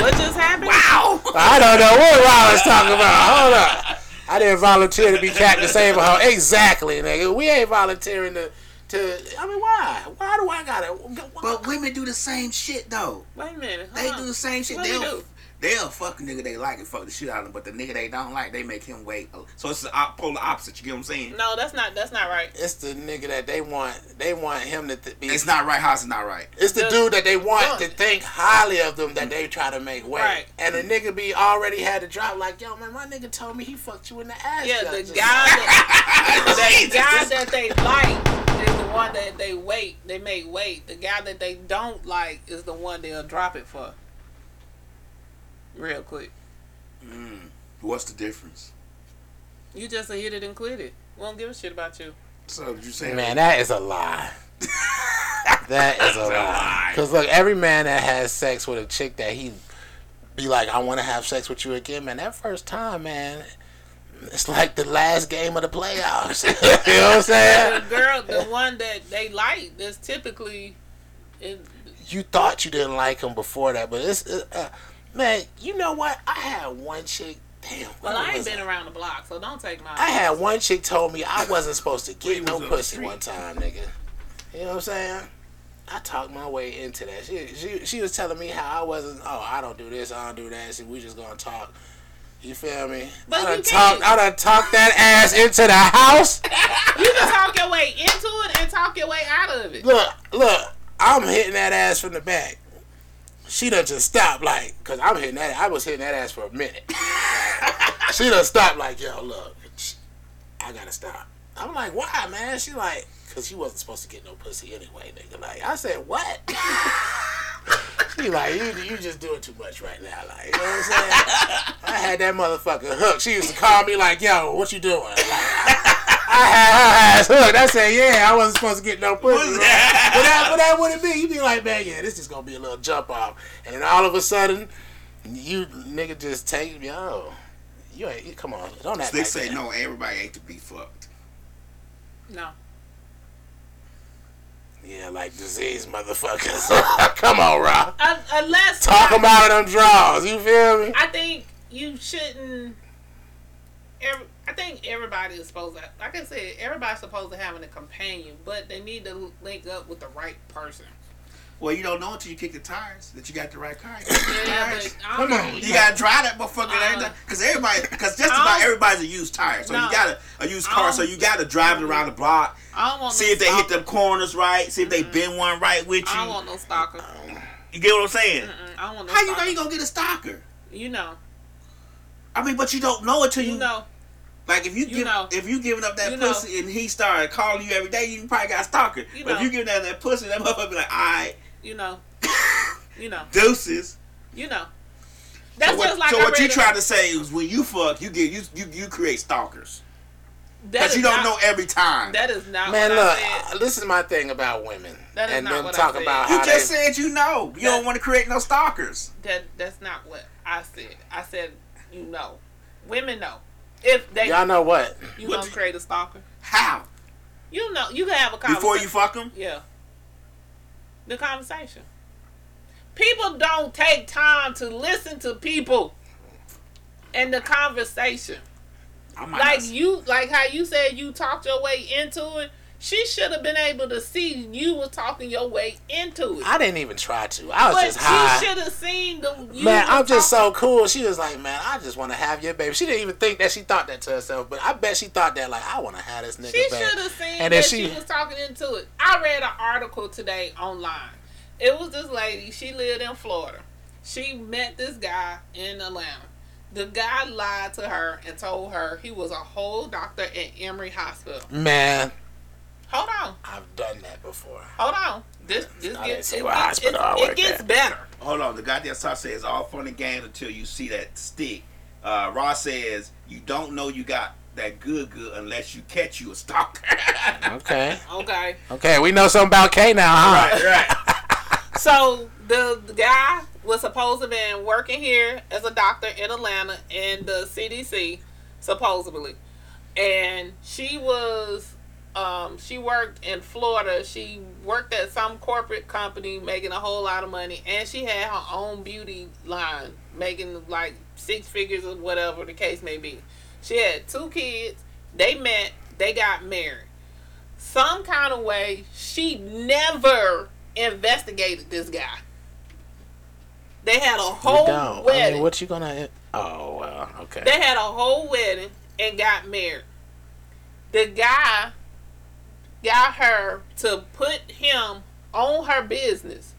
Speaker 4: What just happened? Wow.
Speaker 2: I don't know what Rollins talking about. Hold up. I didn't volunteer to be Captain Save a Hoe. Exactly, nigga. We ain't volunteering to. To I mean, why? Why do I gotta?
Speaker 3: But women do the same shit though.
Speaker 4: Wait a minute.
Speaker 3: They
Speaker 4: huh?
Speaker 3: do the same shit.
Speaker 4: What we
Speaker 3: They'll,
Speaker 4: do?
Speaker 3: they'll fuck a nigga they like and fuck the shit out of him, but the nigga they don't like, they make him wait. So it's the op- polar opposite. You get what I'm saying?
Speaker 4: No, that's not. That's not right.
Speaker 2: It's the nigga that they want. They want him to th- be.
Speaker 3: It's not right. How's it not right?
Speaker 2: It's the
Speaker 4: Just
Speaker 2: dude that they want
Speaker 4: done.
Speaker 2: to think highly of them that they try to make way.
Speaker 4: Right.
Speaker 2: And the nigga be already had to drop like, yo, man, my nigga told me he fucked you in the ass.
Speaker 4: Yeah,
Speaker 2: the
Speaker 4: the guy that, the guy that they like is the one that they wait. They may wait. The guy that they don't like is the one they'll drop it for. Real quick.
Speaker 5: What's the difference?
Speaker 4: You just a hit it and quit it. Won't give a shit about you.
Speaker 5: So you saying
Speaker 2: Man, that is a lie. that is a lie.
Speaker 5: lie.
Speaker 2: Because look, every man that has sex with a chick that he be like, I want to have sex with you again, man. That first time, man, it's like the last game of the playoffs. you know what I'm
Speaker 4: The
Speaker 2: saying?
Speaker 4: girl, the one that they like, is typically. It,
Speaker 2: you thought you didn't like him before that, but it's uh, uh, man. You know what? I had one chick. Damn.
Speaker 4: well,
Speaker 2: when
Speaker 4: I ain't
Speaker 2: was
Speaker 4: been
Speaker 2: it?
Speaker 4: around the block, so don't take my.
Speaker 2: I had one chick told me I wasn't supposed to
Speaker 5: We
Speaker 2: get
Speaker 5: was
Speaker 2: no
Speaker 5: on the
Speaker 2: pussy
Speaker 5: street.
Speaker 2: one time, nigga. You know what I'm saying? I talked my way into that. She, she she was telling me how I wasn't. Oh, I don't do this. I don't do that. She, we just gonna talk. You feel me?
Speaker 4: But
Speaker 2: I
Speaker 4: you
Speaker 2: done
Speaker 4: can't-
Speaker 2: talked. I done talked that ass into the house.
Speaker 4: You can talk your way into it and talk your way out of it.
Speaker 2: look, look, I'm hitting that ass from the back. She done just stopped, like, cause I'm hitting that. I was hitting that ass for a minute. she done stopped, like, yo, look, sh- I gotta stop. I'm like, why, man? She like, cause you wasn't supposed to get no pussy anyway, nigga. Like, I said, what? she like, you you just doing too much right now, like, you know what I'm saying? I had that motherfucker hooked. She used to call me like, yo, what you doing? Like, I had her ass hooked. I said, yeah, I wasn't supposed to get no pussy. right? But that, but that wouldn't be. You'd be like, man, yeah, this is gonna be a little jump off, and then all of a sudden, you nigga just take yo, you ain't you- come on, don't act
Speaker 5: They
Speaker 2: like
Speaker 5: say
Speaker 2: that.
Speaker 5: no. Everybody ain't to be fucked.
Speaker 4: No.
Speaker 2: Yeah, like disease, motherfuckers. come on, Rob.
Speaker 4: Un- Uh, Unless.
Speaker 2: Talk them out of them draws. You feel me?
Speaker 4: I think you shouldn't. Every, I think everybody is supposed to, like I said, everybody's supposed to have a companion, but they need to link up with the right person.
Speaker 5: Well, you don't know until you kick the tires that you got the right car.
Speaker 4: Yeah, but I don't
Speaker 2: Come on.
Speaker 4: think-
Speaker 5: You gotta dry that motherfucker every
Speaker 4: Uh,
Speaker 5: time. Cause everybody, cause just
Speaker 4: I
Speaker 5: about
Speaker 4: don't-
Speaker 5: everybody's a used tire, so
Speaker 4: No.
Speaker 5: you gotta a used car,
Speaker 4: I
Speaker 5: so
Speaker 4: don't-
Speaker 5: you gotta drive it around the block,
Speaker 4: I don't want
Speaker 5: see
Speaker 4: no
Speaker 5: if they hit
Speaker 4: stalker.
Speaker 5: them corners right, see if they bend one right with
Speaker 4: Mm-hmm. I don't
Speaker 5: you.
Speaker 4: want no stalker.
Speaker 5: You get what I'm saying?
Speaker 4: Mm-mm, I don't want no
Speaker 5: How you
Speaker 4: stalker.
Speaker 5: know you gonna get a stalker?
Speaker 4: You know,
Speaker 5: I mean, but you don't know until
Speaker 4: you
Speaker 5: you
Speaker 4: know,
Speaker 5: like if you, give
Speaker 4: know.
Speaker 5: if you giving up that
Speaker 4: You know.
Speaker 5: pussy and he started calling you every day, you probably got a stalker.
Speaker 4: You
Speaker 5: but
Speaker 4: know.
Speaker 5: if you giving out that pussy, that motherfucker be like, all right,
Speaker 4: you know, you know,
Speaker 5: deuces.
Speaker 4: you know. That's
Speaker 5: so what,
Speaker 4: just like
Speaker 5: so
Speaker 4: I
Speaker 5: what you
Speaker 4: read a-
Speaker 5: trying to say is when you fuck, you get you you, you create stalkers
Speaker 4: that
Speaker 5: because
Speaker 4: is
Speaker 5: you don't
Speaker 4: not-
Speaker 5: know every time.
Speaker 4: That is not
Speaker 2: Man,
Speaker 4: what
Speaker 2: look,
Speaker 4: I said.
Speaker 2: uh, this is my thing about women
Speaker 4: That is
Speaker 2: and
Speaker 4: not
Speaker 2: them
Speaker 4: what I
Speaker 2: talking
Speaker 4: said.
Speaker 2: about
Speaker 5: You
Speaker 2: how
Speaker 5: just
Speaker 2: they.
Speaker 5: said you know. You don't want to create no stalkers.
Speaker 4: That that's not what I said. I said you know, women know if they
Speaker 2: Y'all know what?
Speaker 4: you
Speaker 5: What
Speaker 4: gonna
Speaker 5: do-
Speaker 4: create a stalker.
Speaker 5: How?
Speaker 4: You know, you can have a conversation
Speaker 5: Before you fuck them?
Speaker 4: Yeah. The conversation. People don't take time to listen to people and the conversation.
Speaker 3: I might
Speaker 4: Like
Speaker 3: not-
Speaker 4: you, like how you said you talked your way into it. She should have been able to see you were talking your way into it.
Speaker 2: I didn't even try to. I was
Speaker 4: but
Speaker 2: just high.
Speaker 4: she should have seen the. You
Speaker 2: Man,
Speaker 4: were
Speaker 2: I'm just
Speaker 4: talking-
Speaker 2: so cool. She was like, man, I just want to have your baby. She didn't even think that she thought that to herself, but I bet she thought that, like, I want to have this nigga
Speaker 4: She
Speaker 2: back.
Speaker 4: should have seen
Speaker 2: And then
Speaker 4: that
Speaker 2: she-
Speaker 4: she was talking into it. I read an article today online. It was this lady. She lived in Florida. She met this guy in Atlanta. The guy lied to her and told her he was a whole doctor at Emory Hospital.
Speaker 2: Man,
Speaker 4: Hold on,
Speaker 2: I've done that before.
Speaker 4: hold on. This this
Speaker 2: Not
Speaker 4: gets
Speaker 2: at
Speaker 4: it
Speaker 2: Emory
Speaker 4: gets, it,
Speaker 2: Hospital, I
Speaker 4: it
Speaker 2: work
Speaker 4: gets
Speaker 2: at.
Speaker 4: better.
Speaker 3: Hold on, the goddamn sauce says all fun and games until you see that stick. Uh, Ross says you don't know you got that good good unless you catch you a stalker.
Speaker 2: Okay.
Speaker 4: Okay.
Speaker 2: Okay, we know something about K now, huh?
Speaker 3: right, right.
Speaker 4: So the, the guy was supposed to been working here as a doctor in Atlanta in the CDC, supposedly, and she was, um, she worked in Florida. She worked at some corporate company making a whole lot of money, and she had her own beauty line making like six figures or whatever the case may be. She had two kids. They met. They got married some kind of way, she never investigated this guy. They had a
Speaker 2: You
Speaker 4: whole
Speaker 2: don't. I
Speaker 4: wedding.
Speaker 2: mean, what you gonna? Oh well, okay.
Speaker 4: they had a whole wedding and got married. The guy got her to put him on her business.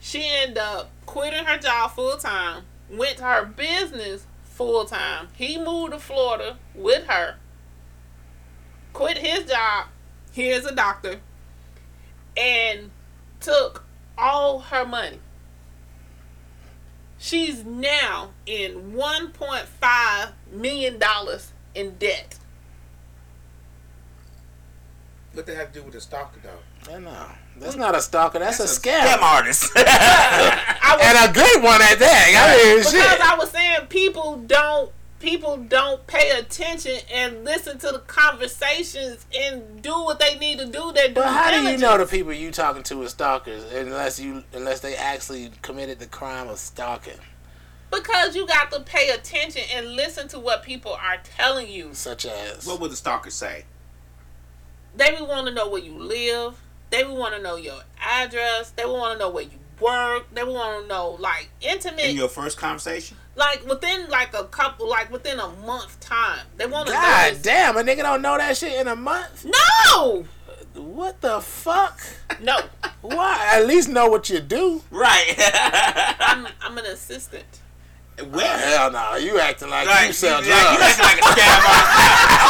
Speaker 4: She ended up quitting her job full time, went to her business full time. He moved to Florida with her, quit his job. Here's a doctor, and took all her money. She's now in $1.5 million in debt.
Speaker 5: What they have to do with the stalker though?
Speaker 2: Yeah, no, that's not a stalker. That's, a scam.
Speaker 3: Damn artist.
Speaker 4: I was,
Speaker 2: and a good one at that. I mean,
Speaker 4: because
Speaker 2: shit.
Speaker 4: I was saying people don't people don't pay attention and listen to the conversations and do what they need to do. They do.
Speaker 2: But how do you know the
Speaker 4: diligence.
Speaker 2: people you talking to is stalkers unless you unless they actually committed the crime of stalking?
Speaker 4: Because you got to pay attention and listen to what people are telling you.
Speaker 2: Such as
Speaker 3: what would the stalker say?
Speaker 4: They would want to know where you live. They would want to know your address. They would want to know where you work. They would want to know like intimate
Speaker 3: In your first conversation?
Speaker 4: like within like a couple like within a month time they want to
Speaker 2: God damn, a nigga don't know that shit in a month.
Speaker 4: no
Speaker 2: What the fuck?
Speaker 4: no
Speaker 2: Why? At least know what you do.
Speaker 3: Right.
Speaker 4: I'm, I'm an assistant
Speaker 3: well,
Speaker 2: Hell no, you acting like,
Speaker 3: like,
Speaker 2: you sell
Speaker 3: like, Uh, you
Speaker 2: drugs.
Speaker 3: acting like a scam artist.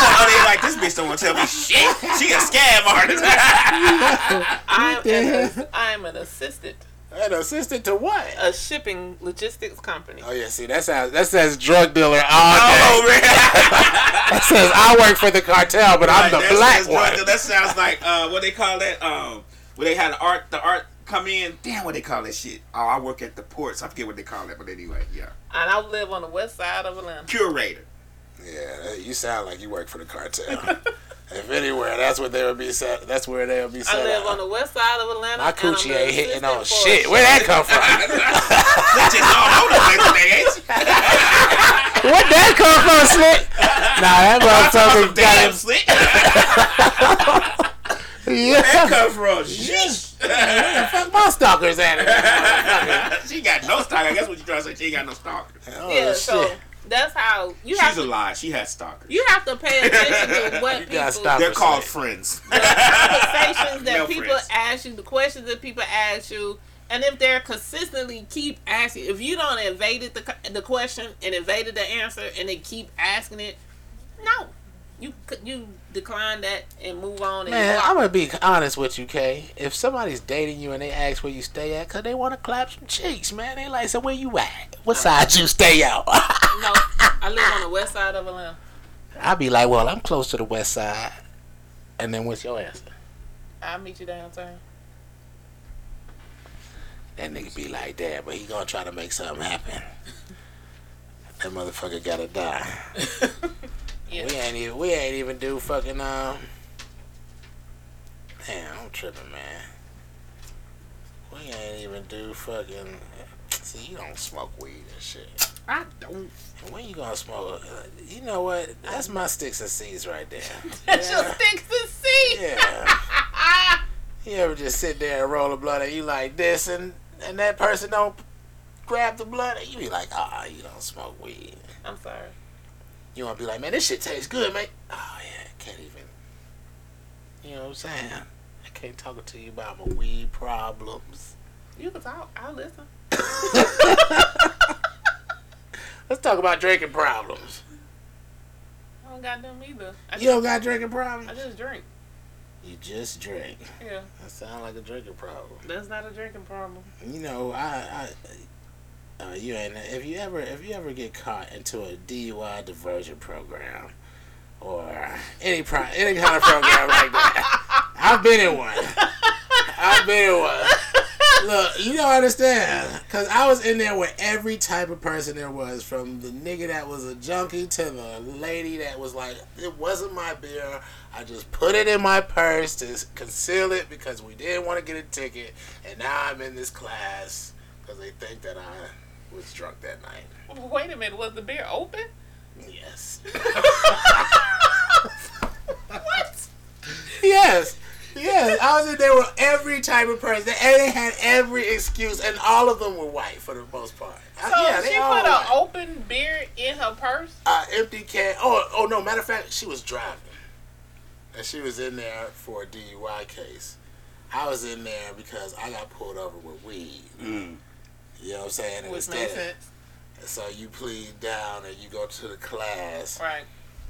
Speaker 3: I want to like this bitch don't want to tell me shit. She a scam artist.
Speaker 4: I'm
Speaker 2: the
Speaker 4: an, I'm an assistant
Speaker 2: An assistant to what?
Speaker 4: a shipping logistics company
Speaker 2: Oh yeah, see that sounds that says drug dealer all day.
Speaker 3: All over.
Speaker 2: That says I work for the cartel, but I'm
Speaker 3: Right,
Speaker 2: the
Speaker 3: that's-
Speaker 2: black
Speaker 3: that's
Speaker 2: one.
Speaker 3: right, That sounds like uh, what they call that. Um, where they had the art, the art come in. Damn, what they call that shit? Oh, I work at the ports. I forget what they call it, but anyway, yeah.
Speaker 4: and I live on the west side of Atlanta
Speaker 3: Curator.
Speaker 2: Yeah, that- you sound like you work for the cartel. if anywhere, that's what they would be set. That's where they would be set.
Speaker 4: I live
Speaker 2: up.
Speaker 4: on the west side of Atlanta
Speaker 2: My
Speaker 4: and I'm
Speaker 2: coochie
Speaker 4: an
Speaker 2: ain't hitting
Speaker 4: assistant
Speaker 2: on
Speaker 4: for a
Speaker 2: shit. Where that come from?
Speaker 3: That oh, shit's all over the place today, ain't it?
Speaker 2: What that come from, slick? Nah,
Speaker 3: Some damn
Speaker 2: that
Speaker 3: slick.
Speaker 2: motherfucker got him. Yeah,
Speaker 3: That come from shit.
Speaker 2: fuck my stalkers at it.
Speaker 3: she got no stalker. I guess what you trying to say. She ain't got no stalker.
Speaker 2: oh,
Speaker 4: yeah so
Speaker 2: shit.
Speaker 4: that's how you have
Speaker 3: She's a
Speaker 4: to,
Speaker 3: lie. She has stalkers.
Speaker 4: you have to pay attention to what
Speaker 2: You
Speaker 4: people
Speaker 2: gotta stop
Speaker 3: They're called
Speaker 2: Persuade.
Speaker 3: friends.
Speaker 4: conversations that
Speaker 3: Male
Speaker 4: people
Speaker 3: friends.
Speaker 4: ask you, the questions that people ask you, and if they're consistently keep asking, if you don't evaded the co- the question and evaded the answer, and they keep asking it, no, you c- you decline that and move on. And
Speaker 2: Man,
Speaker 4: block.
Speaker 2: I'm gonna be honest with you, Kay. If somebody's dating you and they ask where you stay at, 'cause they want to clap some cheeks, man. They like, so where you at? What side you stay out?
Speaker 4: no, I live on the west side of Atlanta.
Speaker 2: I'd be like, well, I'm close to the west side. And then what's your answer?
Speaker 4: I'll meet you downtown.
Speaker 2: That nigga be like, damn, but he gonna try to make something happen. That motherfucker gotta die.
Speaker 4: Yeah.
Speaker 2: We ain't even we ain't even do fucking um. Damn, I'm tripping, man. We ain't even do fucking. See, you don't smoke weed and shit.
Speaker 4: I don't.
Speaker 2: When you gonna smoke? Uh, You know what? That's my sticks and seeds right there.
Speaker 4: That's your sticks and seeds.
Speaker 2: Yeah.
Speaker 4: Ah,
Speaker 2: you ever just sit there and roll a blunt and you like this and and that person don't grab the blunt and you be like, ah, you don't smoke weed.
Speaker 4: I'm sorry.
Speaker 2: You wanna be like, man, this shit tastes good, mate. Oh yeah, I can't even. You know what I'm saying? I can't talk to you about my weed problems.
Speaker 4: You can talk. I'll listen.
Speaker 2: Let's talk about drinking problems.
Speaker 4: I don't got them either. I
Speaker 2: You don't got drinking problems?
Speaker 4: I just drink.
Speaker 2: You just drink.
Speaker 4: Yeah,
Speaker 2: That sound like a drinking problem.
Speaker 4: that's not a drinking problem.
Speaker 2: You know, I, I uh, you ain't. If you ever, if you ever get caught into a DUI diversion program, or any pro, any kind of program like that, I've been in one. I've been in one. Look, you don't understand, cause I was in there with every type of person there was, from the nigga that was a junkie to the lady that was like, it wasn't my beer. I just put it in my purse to s- conceal it because we didn't want to get a ticket, and now I'm in this class because they think that I was drunk that night.
Speaker 4: Wait a minute, was the beer open?
Speaker 2: Yes.
Speaker 4: What?
Speaker 2: Yes. Yes, I was in there with every type of person, and they had every excuse, and all of them were white for the most part. I-
Speaker 4: So
Speaker 2: yeah, they
Speaker 4: she
Speaker 2: all
Speaker 4: put an
Speaker 2: white.
Speaker 4: open beer in her purse.
Speaker 2: uh, empty can. Oh, oh no. Matter of fact, she was driving, and she was in there for a DUI case. I was in there because I got pulled over with weed.
Speaker 5: Mm.
Speaker 2: You know what I'm saying? And
Speaker 4: Which
Speaker 2: instead-
Speaker 4: makes sense,
Speaker 2: So you plead down and you go to the class.
Speaker 4: right?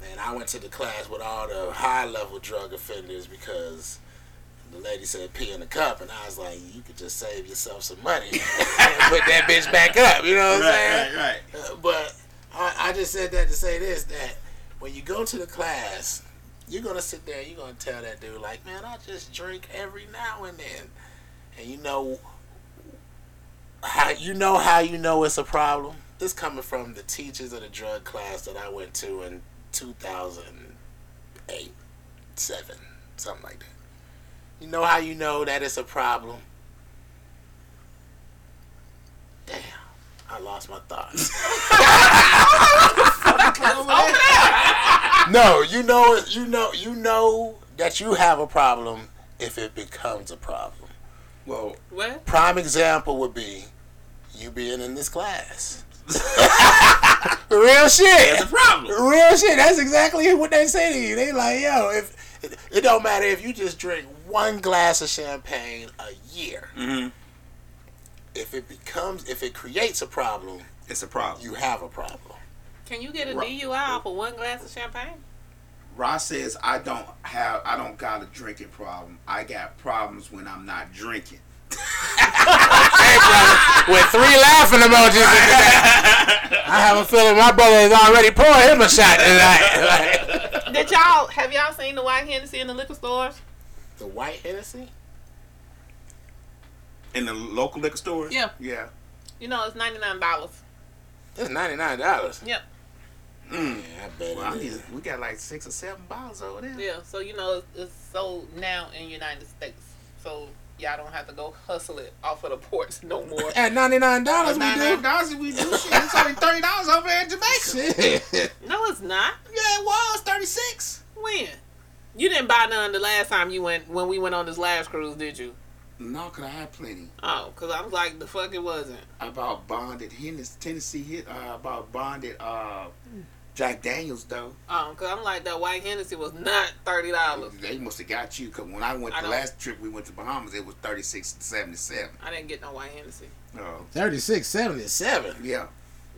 Speaker 2: And I went to the class with all the high level drug offenders because the lady said pee in a cup, and I was like, you could just save yourself some money and put that bitch back up. You know what I'm saying?
Speaker 5: Right, right, right.
Speaker 2: Uh, but I, I just said that to say this that when you go to the class, you're gonna sit there and you're gonna tell that dude like, man, I just drink every now and then, and you know how you know how you know it's a problem. This coming from the teachers of the drug class that I went to in 2008, seven, something like that. You know how you know that it's a problem. Damn, I lost my thoughts. No, you know it. You know. You know that you have a problem if it becomes a problem.
Speaker 5: Well,
Speaker 4: What?
Speaker 2: Prime example would be you being in this class. Real
Speaker 5: that's
Speaker 2: shit.
Speaker 5: a problem.
Speaker 2: Real shit. That's exactly what they say to you. They like, yo, if it, it don't matter if you just drink one glass of champagne a year.
Speaker 5: Mm-hmm.
Speaker 2: If it becomes, if it creates a problem,
Speaker 5: It's a problem.
Speaker 2: you have a problem.
Speaker 4: Can you get a
Speaker 5: Right.
Speaker 4: DUI off of one glass of champagne?
Speaker 5: Ross says I don't have I don't got a drinking problem. I got problems when I'm not drinking.
Speaker 2: With three laughing emojis in the back. I have a feeling my brother is already pouring him a shot tonight. Like-
Speaker 4: Did y'all have y'all seen the white Hennessy in the liquor stores?
Speaker 2: the white Hennessy?
Speaker 5: In the local liquor store?
Speaker 4: Yeah.
Speaker 5: Yeah.
Speaker 4: You know it's ninety nine dollars.
Speaker 2: It's ninety nine dollars.
Speaker 4: Yep.
Speaker 5: Mm.
Speaker 2: Yeah, I bet
Speaker 5: Well, I
Speaker 2: it
Speaker 5: need,
Speaker 2: is.
Speaker 5: we got like six or seven bottles over there.
Speaker 4: Yeah. So you know it's, it's sold now in United States. So y'all don't have to go hustle it off of the ports no more.
Speaker 2: At ninety nine dollars, we
Speaker 5: Nine
Speaker 2: do.
Speaker 5: dollars we do shit. It's only thirty dollars over there in Jamaica.
Speaker 2: Shit.
Speaker 4: no, it's not.
Speaker 5: Yeah, it was thirty six.
Speaker 4: When? You didn't buy none the last time you went when we went on this last cruise, did you?
Speaker 5: No, cause I had plenty.
Speaker 4: Oh, cause I'm like the fuck it wasn't.
Speaker 5: I bought bonded Hennessy, Tennessee hit. Uh, I bought bonded uh, Jack Daniels though.
Speaker 4: Um, cause I'm like that white Hennessy was not thirty dollars.
Speaker 5: They must have got you. Cause when I went
Speaker 4: I
Speaker 5: the
Speaker 4: don't-
Speaker 5: last trip we went to Bahamas, it was thirty six seventy seven.
Speaker 4: I didn't get no white Hennessy.
Speaker 5: Oh,
Speaker 2: Thirty six seventy seven.
Speaker 5: yeah.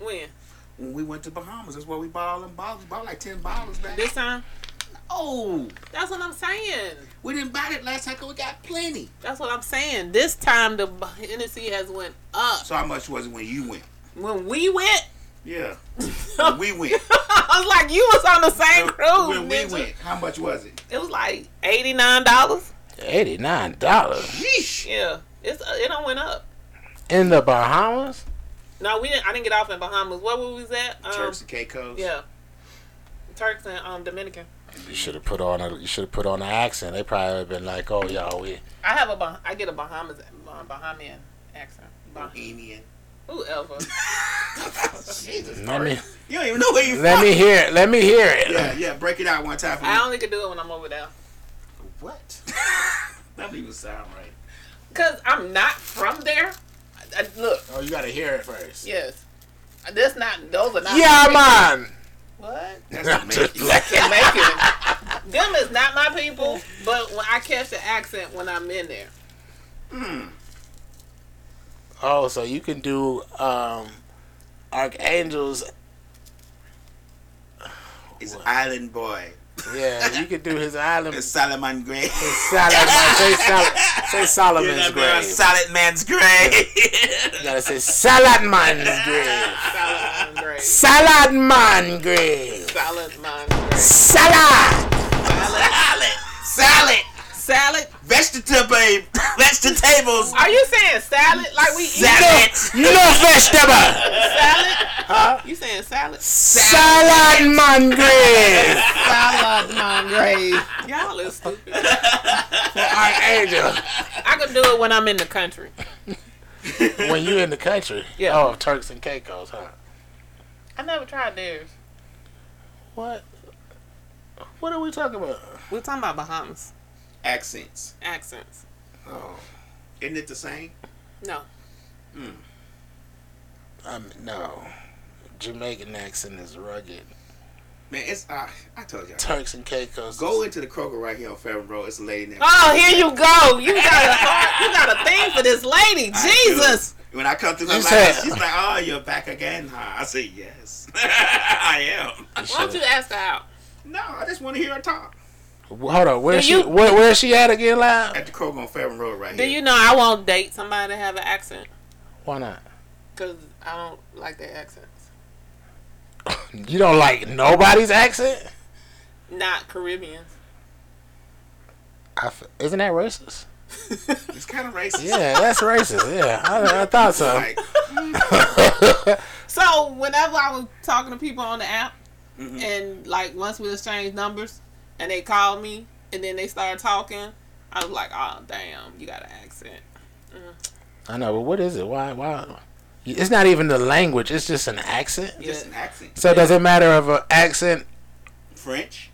Speaker 4: When?
Speaker 5: When we went to Bahamas, that's where we bought all them bottles. We bought like ten bottles back.
Speaker 4: This time?
Speaker 5: oh,
Speaker 4: That's what I'm saying.
Speaker 5: we didn't buy it last time. 'cause we got plenty.
Speaker 4: That's what I'm saying. This time the b- Hennessy has went up.
Speaker 5: So how much was it when you went?
Speaker 4: When we went,
Speaker 5: Yeah. when we went.
Speaker 4: I was like, you was on the same cruise.
Speaker 5: when we
Speaker 4: nigga.
Speaker 5: went, how much was it?
Speaker 4: it was like eighty nine dollars.
Speaker 2: Eighty nine dollars
Speaker 5: Yeesh.
Speaker 4: Yeah, it's uh, it don't went up.
Speaker 2: in the Bahamas.
Speaker 4: No, we didn't. I didn't get off in Bahamas. Where we was at? Um,
Speaker 5: Turks and Caicos.
Speaker 4: Yeah, Turks and um, Dominican.
Speaker 2: You should have put on a you should have put on an accent. They probably have been like, "Oh, y'all, we
Speaker 4: I have a Bah- I get a Bahamas uh, Bahamian accent. Bah-
Speaker 5: Bohemian.
Speaker 4: Whoever.
Speaker 5: Jesus.
Speaker 2: let me
Speaker 5: You don't even know where you
Speaker 2: let me hear it. Let me hear it."
Speaker 5: Yeah, yeah, break it out one time for me.
Speaker 4: I only can do it when I'm over there.
Speaker 5: What? that don't even sound right.
Speaker 4: Cause I'm not from there. I, I- look,
Speaker 2: Oh, you gotta hear it first.
Speaker 4: yes, that's not. Those are not.
Speaker 2: Yeah, man.
Speaker 4: What?
Speaker 2: I'm just playing.
Speaker 4: Jamaican. Them is not my people. But when I catch the accent when I'm in there,
Speaker 2: Oh, so you can do um, archangels.
Speaker 5: It's Island Boy.
Speaker 2: Yeah, you can do his island.
Speaker 5: It's Solomon Gray.
Speaker 2: Solomon, say, Sol- say Solomon's grave.
Speaker 5: Solid man's gray.
Speaker 2: you gotta say Salaman's grave.
Speaker 4: solid mind
Speaker 2: Salaman
Speaker 4: grade.
Speaker 2: grave.
Speaker 4: Solid mind grade.
Speaker 2: Salad.
Speaker 5: Salad. Salad.
Speaker 4: Salad.
Speaker 5: Vegetable babe. Vegetables.
Speaker 4: Are you saying salad like we eat
Speaker 5: Salad.
Speaker 2: You know vegetable.
Speaker 4: salad? You saying salad?
Speaker 2: Salaman grave.
Speaker 4: Salad mind grade. Y'all is stupid.
Speaker 2: Archangel.
Speaker 4: I can do it when I'm in the country.
Speaker 2: When you in the country.
Speaker 4: Yeah.
Speaker 2: Oh, Turks and Caicos, huh?
Speaker 4: I never tried theirs.
Speaker 2: What? What are we talking about?
Speaker 4: We're talking about Bahamas
Speaker 5: Accents.
Speaker 4: accents.
Speaker 2: Oh,
Speaker 5: Isn't it the same?
Speaker 4: No.
Speaker 2: um, no. Jamaican accent is rugged.
Speaker 5: Man, it's uh, I told y'all.
Speaker 2: Turks and Caicos.
Speaker 5: Go into the Kroger right here on Fairmont Road. It's a lady named.
Speaker 4: Oh, here you go. You got a heart. You got a thing for this lady.
Speaker 5: I do.
Speaker 4: Jesus.
Speaker 5: When I come through her
Speaker 2: You
Speaker 5: line,
Speaker 2: said-
Speaker 5: she's like, "Oh, you're back again, huh?" I say, "Yes, I am."
Speaker 4: Why don't you ask her out?
Speaker 5: No, I just want to hear her talk
Speaker 2: Hold on. Where's
Speaker 4: Do you-
Speaker 2: she? Where, where's she at again? Live?
Speaker 5: at the Kroger on Fairmont Road right
Speaker 4: Do
Speaker 5: here.
Speaker 4: you know I won't date somebody that have an accent?
Speaker 2: Why not?
Speaker 4: Because I don't like their accents.
Speaker 2: You don't like nobody's accent?
Speaker 4: Not Caribbeans.
Speaker 2: I f- isn't that racist?
Speaker 5: It's kind of racist.
Speaker 2: Yeah, that's racist. Yeah, I, I thought so.
Speaker 5: Like,
Speaker 4: So whenever I was talking to people on the app,
Speaker 5: Mm-hmm.
Speaker 4: and like once we exchanged numbers, and they called me, and then they started talking, I was like, "Oh damn, you got an accent."
Speaker 2: I know, but what is it? Why? Why? It's not even the language. It's just an accent.
Speaker 5: just
Speaker 4: Yeah.
Speaker 5: an accent.
Speaker 2: So does it matter of an accent?
Speaker 5: French,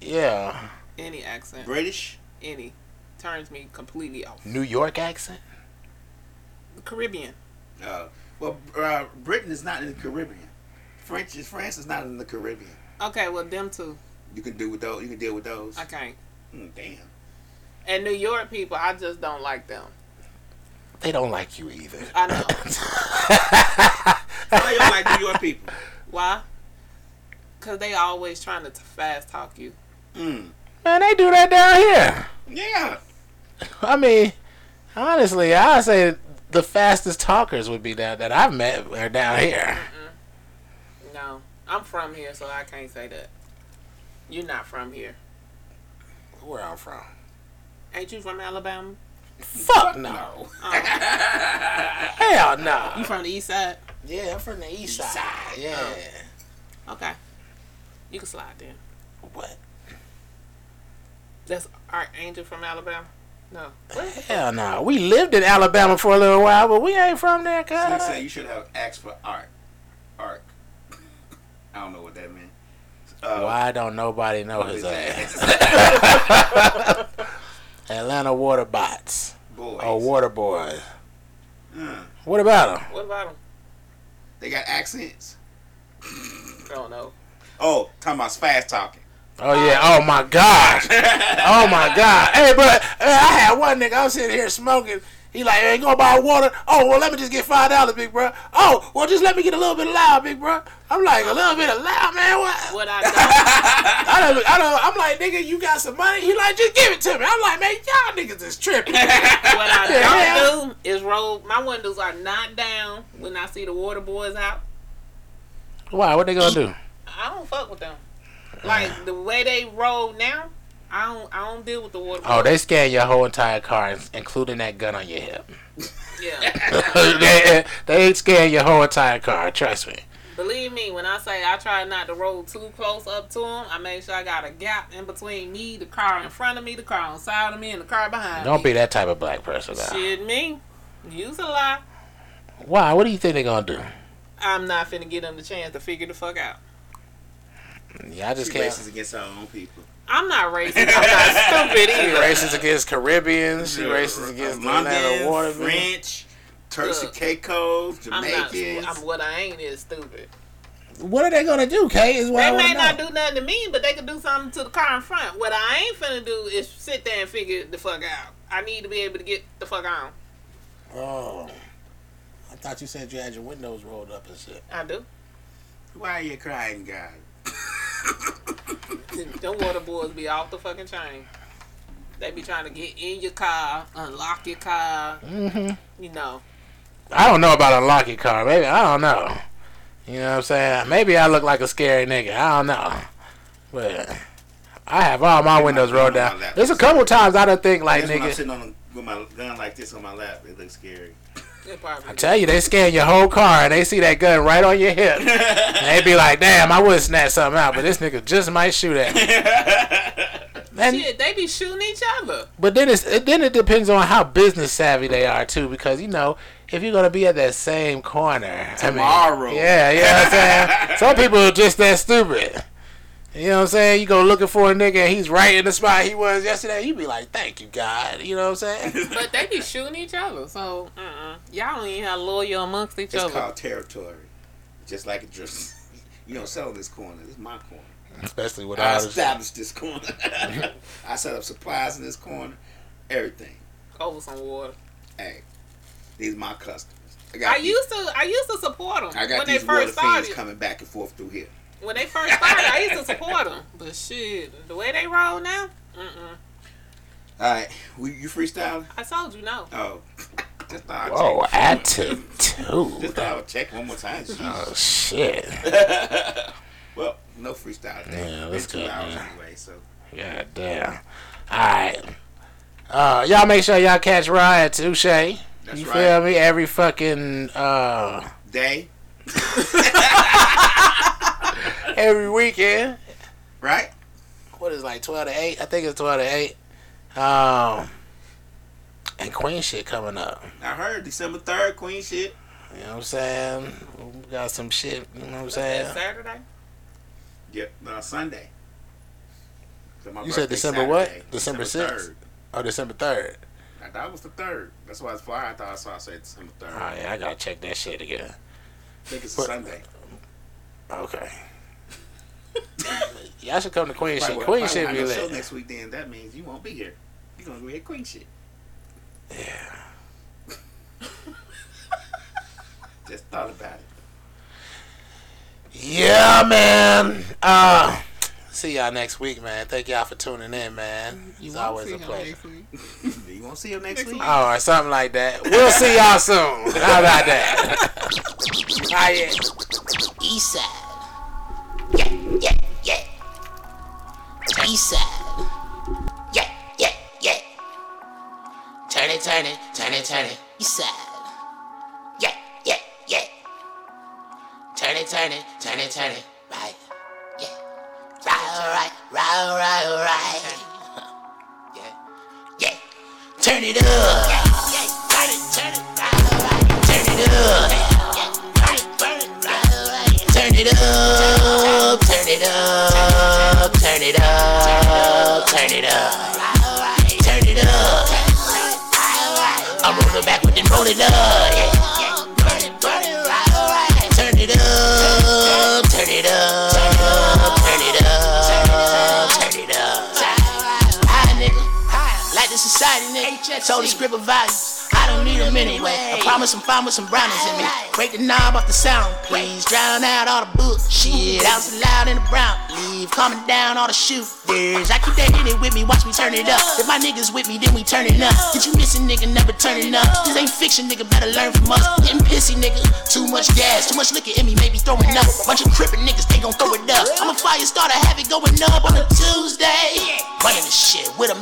Speaker 2: Yeah,
Speaker 4: Any accent,
Speaker 5: British.
Speaker 4: any, turns me completely off.
Speaker 2: New York accent.
Speaker 4: Caribbean.
Speaker 5: Uh, well, uh, Britain is not in the Caribbean. French is France is not in the Caribbean.
Speaker 4: Okay, well them two,
Speaker 5: You can do with those. You can deal with those.
Speaker 4: I can't.
Speaker 5: Mm, damn.
Speaker 4: And New York people, I just don't like them.
Speaker 2: They don't like you either.
Speaker 4: I know
Speaker 5: How you don't like New York people?
Speaker 4: why. Cause they always trying to t- fast talk you.
Speaker 5: Mm.
Speaker 2: Man, they do that down here.
Speaker 5: Yeah.
Speaker 2: I mean, honestly, I say the fastest talkers would be that that I've met are down here.
Speaker 4: No, I'm from here, so I can't say that. You're not from here.
Speaker 2: Where I'm from.
Speaker 4: Ain't you from Alabama?
Speaker 2: Fuck no. Hell no.
Speaker 4: You from the east side?
Speaker 2: Yeah, I'm from the east side. Oh. Yeah.
Speaker 4: Okay. You can slide then.
Speaker 2: What?
Speaker 4: That's our angel from Alabama? No. What?
Speaker 2: Hell no. We lived in Alabama for a little while, but we ain't from there,
Speaker 5: They
Speaker 2: cuz.
Speaker 5: say you should have asked for art. Arc. I don't know what that meant. Uh,
Speaker 2: Why don't nobody know
Speaker 5: what is
Speaker 2: his ass?
Speaker 5: that?
Speaker 2: Atlanta Water Bots.
Speaker 5: Boys.
Speaker 2: Or Water Boys.
Speaker 5: Mm.
Speaker 2: What about them?
Speaker 4: What about him?
Speaker 5: They got accents.
Speaker 4: I don't know.
Speaker 5: Oh, talking about fast talking.
Speaker 2: Oh yeah! Oh my gosh! Oh my god! Hey, but uh, I had one nigga. I'm sitting here smoking. He like, hey, gonna buy water? Oh well, let me just get five dollars, big bro. Oh well, just let me get a little bit of loud, big bro. I'm like, a little bit of loud, man. What?
Speaker 4: What I don't
Speaker 2: I don't. I don't. I'm like, nigga, you got some money? He like, just give it to me. I'm like, man, y'all niggas is tripping.
Speaker 4: what I don't do is roll my windows are not down when I see the water boys out.
Speaker 2: Why? What they gonna do?
Speaker 4: I don't fuck with them. Like the way they roll now, I don't I don't deal with the water boys.
Speaker 2: Oh, they scan your whole entire car, including that gun on your hip.
Speaker 4: yeah.
Speaker 2: they, they scan your whole entire car. Trust me.
Speaker 4: Believe me when I say I try not to roll too close up to him. I make sure I got a gap in between me, the car in front of me, the car on side of me, and the car behind
Speaker 2: Don't
Speaker 4: me.
Speaker 2: be that type of black person. Now.
Speaker 4: Shit, me. Use a lie.
Speaker 2: Why? What do you think they're gonna do?
Speaker 4: I'm not finna give them the chance to figure the fuck out.
Speaker 2: Yeah, I just
Speaker 5: She
Speaker 2: can't.
Speaker 5: racist against her own people.
Speaker 4: I'm not racist. I'm not stupid
Speaker 2: She
Speaker 4: either.
Speaker 2: racist against Caribbeans. She racist against Atlanta
Speaker 5: London,
Speaker 2: watermen.
Speaker 5: French, Turks and
Speaker 4: Look,
Speaker 5: Caicos,
Speaker 4: I'm not.
Speaker 5: Jamaicans.
Speaker 4: I'm, what I ain't is stupid.
Speaker 2: What are they gonna do, Kay? Is what I
Speaker 4: They
Speaker 2: wanna
Speaker 4: may not
Speaker 2: know.
Speaker 4: do nothing to me, but they could do something to the car in front. What I ain't finna do is sit there and figure the fuck out. I need to be able to get the fuck on.
Speaker 2: Oh, I thought you said you had your windows rolled up and shit.
Speaker 4: I do.
Speaker 5: Why are you crying, God?
Speaker 4: Them water boys be off the fucking chain. They be trying to get in your car, unlock your car. You know,
Speaker 2: I don't know about unlocking car, baby. I don't know. You know what I'm saying? Maybe I look like a scary nigga. I don't know. But I have all my windows rolled down. There's a couple times I don't think like
Speaker 5: That's when I'm
Speaker 2: nigga.
Speaker 5: sitting on with my gun like this on my lap. It looks scary.
Speaker 4: it probably.
Speaker 2: I tell you, they scan your whole car and they see that gun right on your hip. and they be like, damn, I would snatch something out, but this nigga just might shoot at me. And-
Speaker 4: Shit, they be shooting each other.
Speaker 2: But then it's it, then it depends on how business savvy they are too, because you know if you're gonna be at that same corner I
Speaker 5: Tomorrow.
Speaker 2: mean, yeah, you know what I'm saying. Some people are just that stupid. You know what I'm saying? You go looking for a nigga and he's right in the spot he was yesterday. You be like, "Thank you, God." You know what I'm saying?
Speaker 4: But they be shooting each other. So, uh-uh. y'all don't even have loyal amongst each
Speaker 5: It's
Speaker 4: other.
Speaker 5: called territory. Just like it just you don't sell this corner. This is my corner.
Speaker 2: Especially with
Speaker 5: I
Speaker 2: all this.
Speaker 5: established this corner. I set up supplies in this corner. Everything.
Speaker 4: Over some water.
Speaker 5: Hey, these my customers.
Speaker 4: I
Speaker 5: these-
Speaker 4: used to, I used to support them
Speaker 5: I got
Speaker 4: when they
Speaker 5: these
Speaker 4: first
Speaker 5: water fiends
Speaker 4: started.
Speaker 5: coming back and forth through here.
Speaker 4: When they first started, I used to support them. But shit, the way they roll now, mm-mm.
Speaker 5: All right, we, you freestyle?
Speaker 4: I told you no.
Speaker 5: Oh, just thought I'd
Speaker 2: Oh,
Speaker 5: check. Just
Speaker 2: attitude.
Speaker 5: thought I would check one more time. Jeez.
Speaker 2: Oh shit.
Speaker 5: well, no freestyle. Today.
Speaker 2: Yeah,
Speaker 5: it's
Speaker 2: that's
Speaker 5: two
Speaker 2: good,
Speaker 5: hours
Speaker 2: man.
Speaker 5: anyway, so
Speaker 2: God damn. All right. Uh, y'all make sure y'all catch Ryan Touche.
Speaker 5: That's
Speaker 2: you
Speaker 5: right.
Speaker 2: feel me? Every fucking uh,
Speaker 5: day,
Speaker 2: every weekend.
Speaker 5: right?
Speaker 2: What is it, like twelve to eight? I think it's twelve to eight. Um, and Queen shit coming up.
Speaker 5: I heard December third, Queen shit.
Speaker 2: You know what I'm saying? We got some shit. You know what I'm saying?
Speaker 4: Saturday.
Speaker 5: Yep, uh, Sunday. So my
Speaker 2: You said
Speaker 5: birthday
Speaker 2: December what? December 6th?
Speaker 5: 3rd.
Speaker 2: Oh, December third.
Speaker 5: I thought it was the third. That's why it's fly. I thought I saw. I said December third.
Speaker 2: Oh yeah, I gotta check that shit again.
Speaker 5: I think it's a
Speaker 2: But-
Speaker 5: Sunday.
Speaker 2: Okay. y'all should come to Queen
Speaker 5: Probably
Speaker 2: shit.
Speaker 5: won't-
Speaker 2: Queen
Speaker 5: probably
Speaker 2: shit
Speaker 5: won't
Speaker 2: be
Speaker 5: have no show
Speaker 2: lit.
Speaker 5: next week. Then that means you won't be here. You gonna be at Queen shit.
Speaker 2: Yeah.
Speaker 5: Just thought about it.
Speaker 2: Yeah, man. Uh, see y'all next week, man. Thank y'all for tuning in, man. It's always a pleasure.
Speaker 5: You won't see him next,
Speaker 4: Next
Speaker 5: week.
Speaker 4: week.
Speaker 2: Oh, or something like that. We'll see y'all soon. How about that? Ah, yeah.
Speaker 1: East Side. Yeah, yeah, yeah. East Side. Yeah, yeah, yeah. Turn it, turn it, turn it, turn it. East Side. Yeah, yeah, yeah. Turn it, turn it, turn it, turn it. Right. Yeah. Right, right, right, right, right. Yeah. Yeah. Turn it up. Yeah, yeah. Turn it, turn it. Right, right. Turn it up. Yeah, yeah. Turn it, turn it. Right, right. Turn it up. Turn it up. Turn it up. Turn it up. Turn it up. I'm rolling back with it, roll it up. Yeah, yeah. Turn it, turn it. Right, right. Turn it up. Turn it up. Turn it up. Turn it up. High, nigga. Like the society, nigga. Told the script of values. I don't need them anyway. I promise I'm fine with some brownies in me. Break the knob off the sound, please. Drown out all the bullshit. Out loud in the brown. Leave calming down all the shooters. I keep that in it with me. Watch me turn it up. If my niggas with me, then we turn it up. Did you miss a nigga? Never turning up. This ain't fiction, nigga. Better learn from us. Getting pissy, nigga. Too much gas. Too much liquor in me. Maybe throwing up. Bunch of crippin' niggas. They gon' throw it up. I'm a fire starter. Have it going up on a Tuesday. Running this shit with a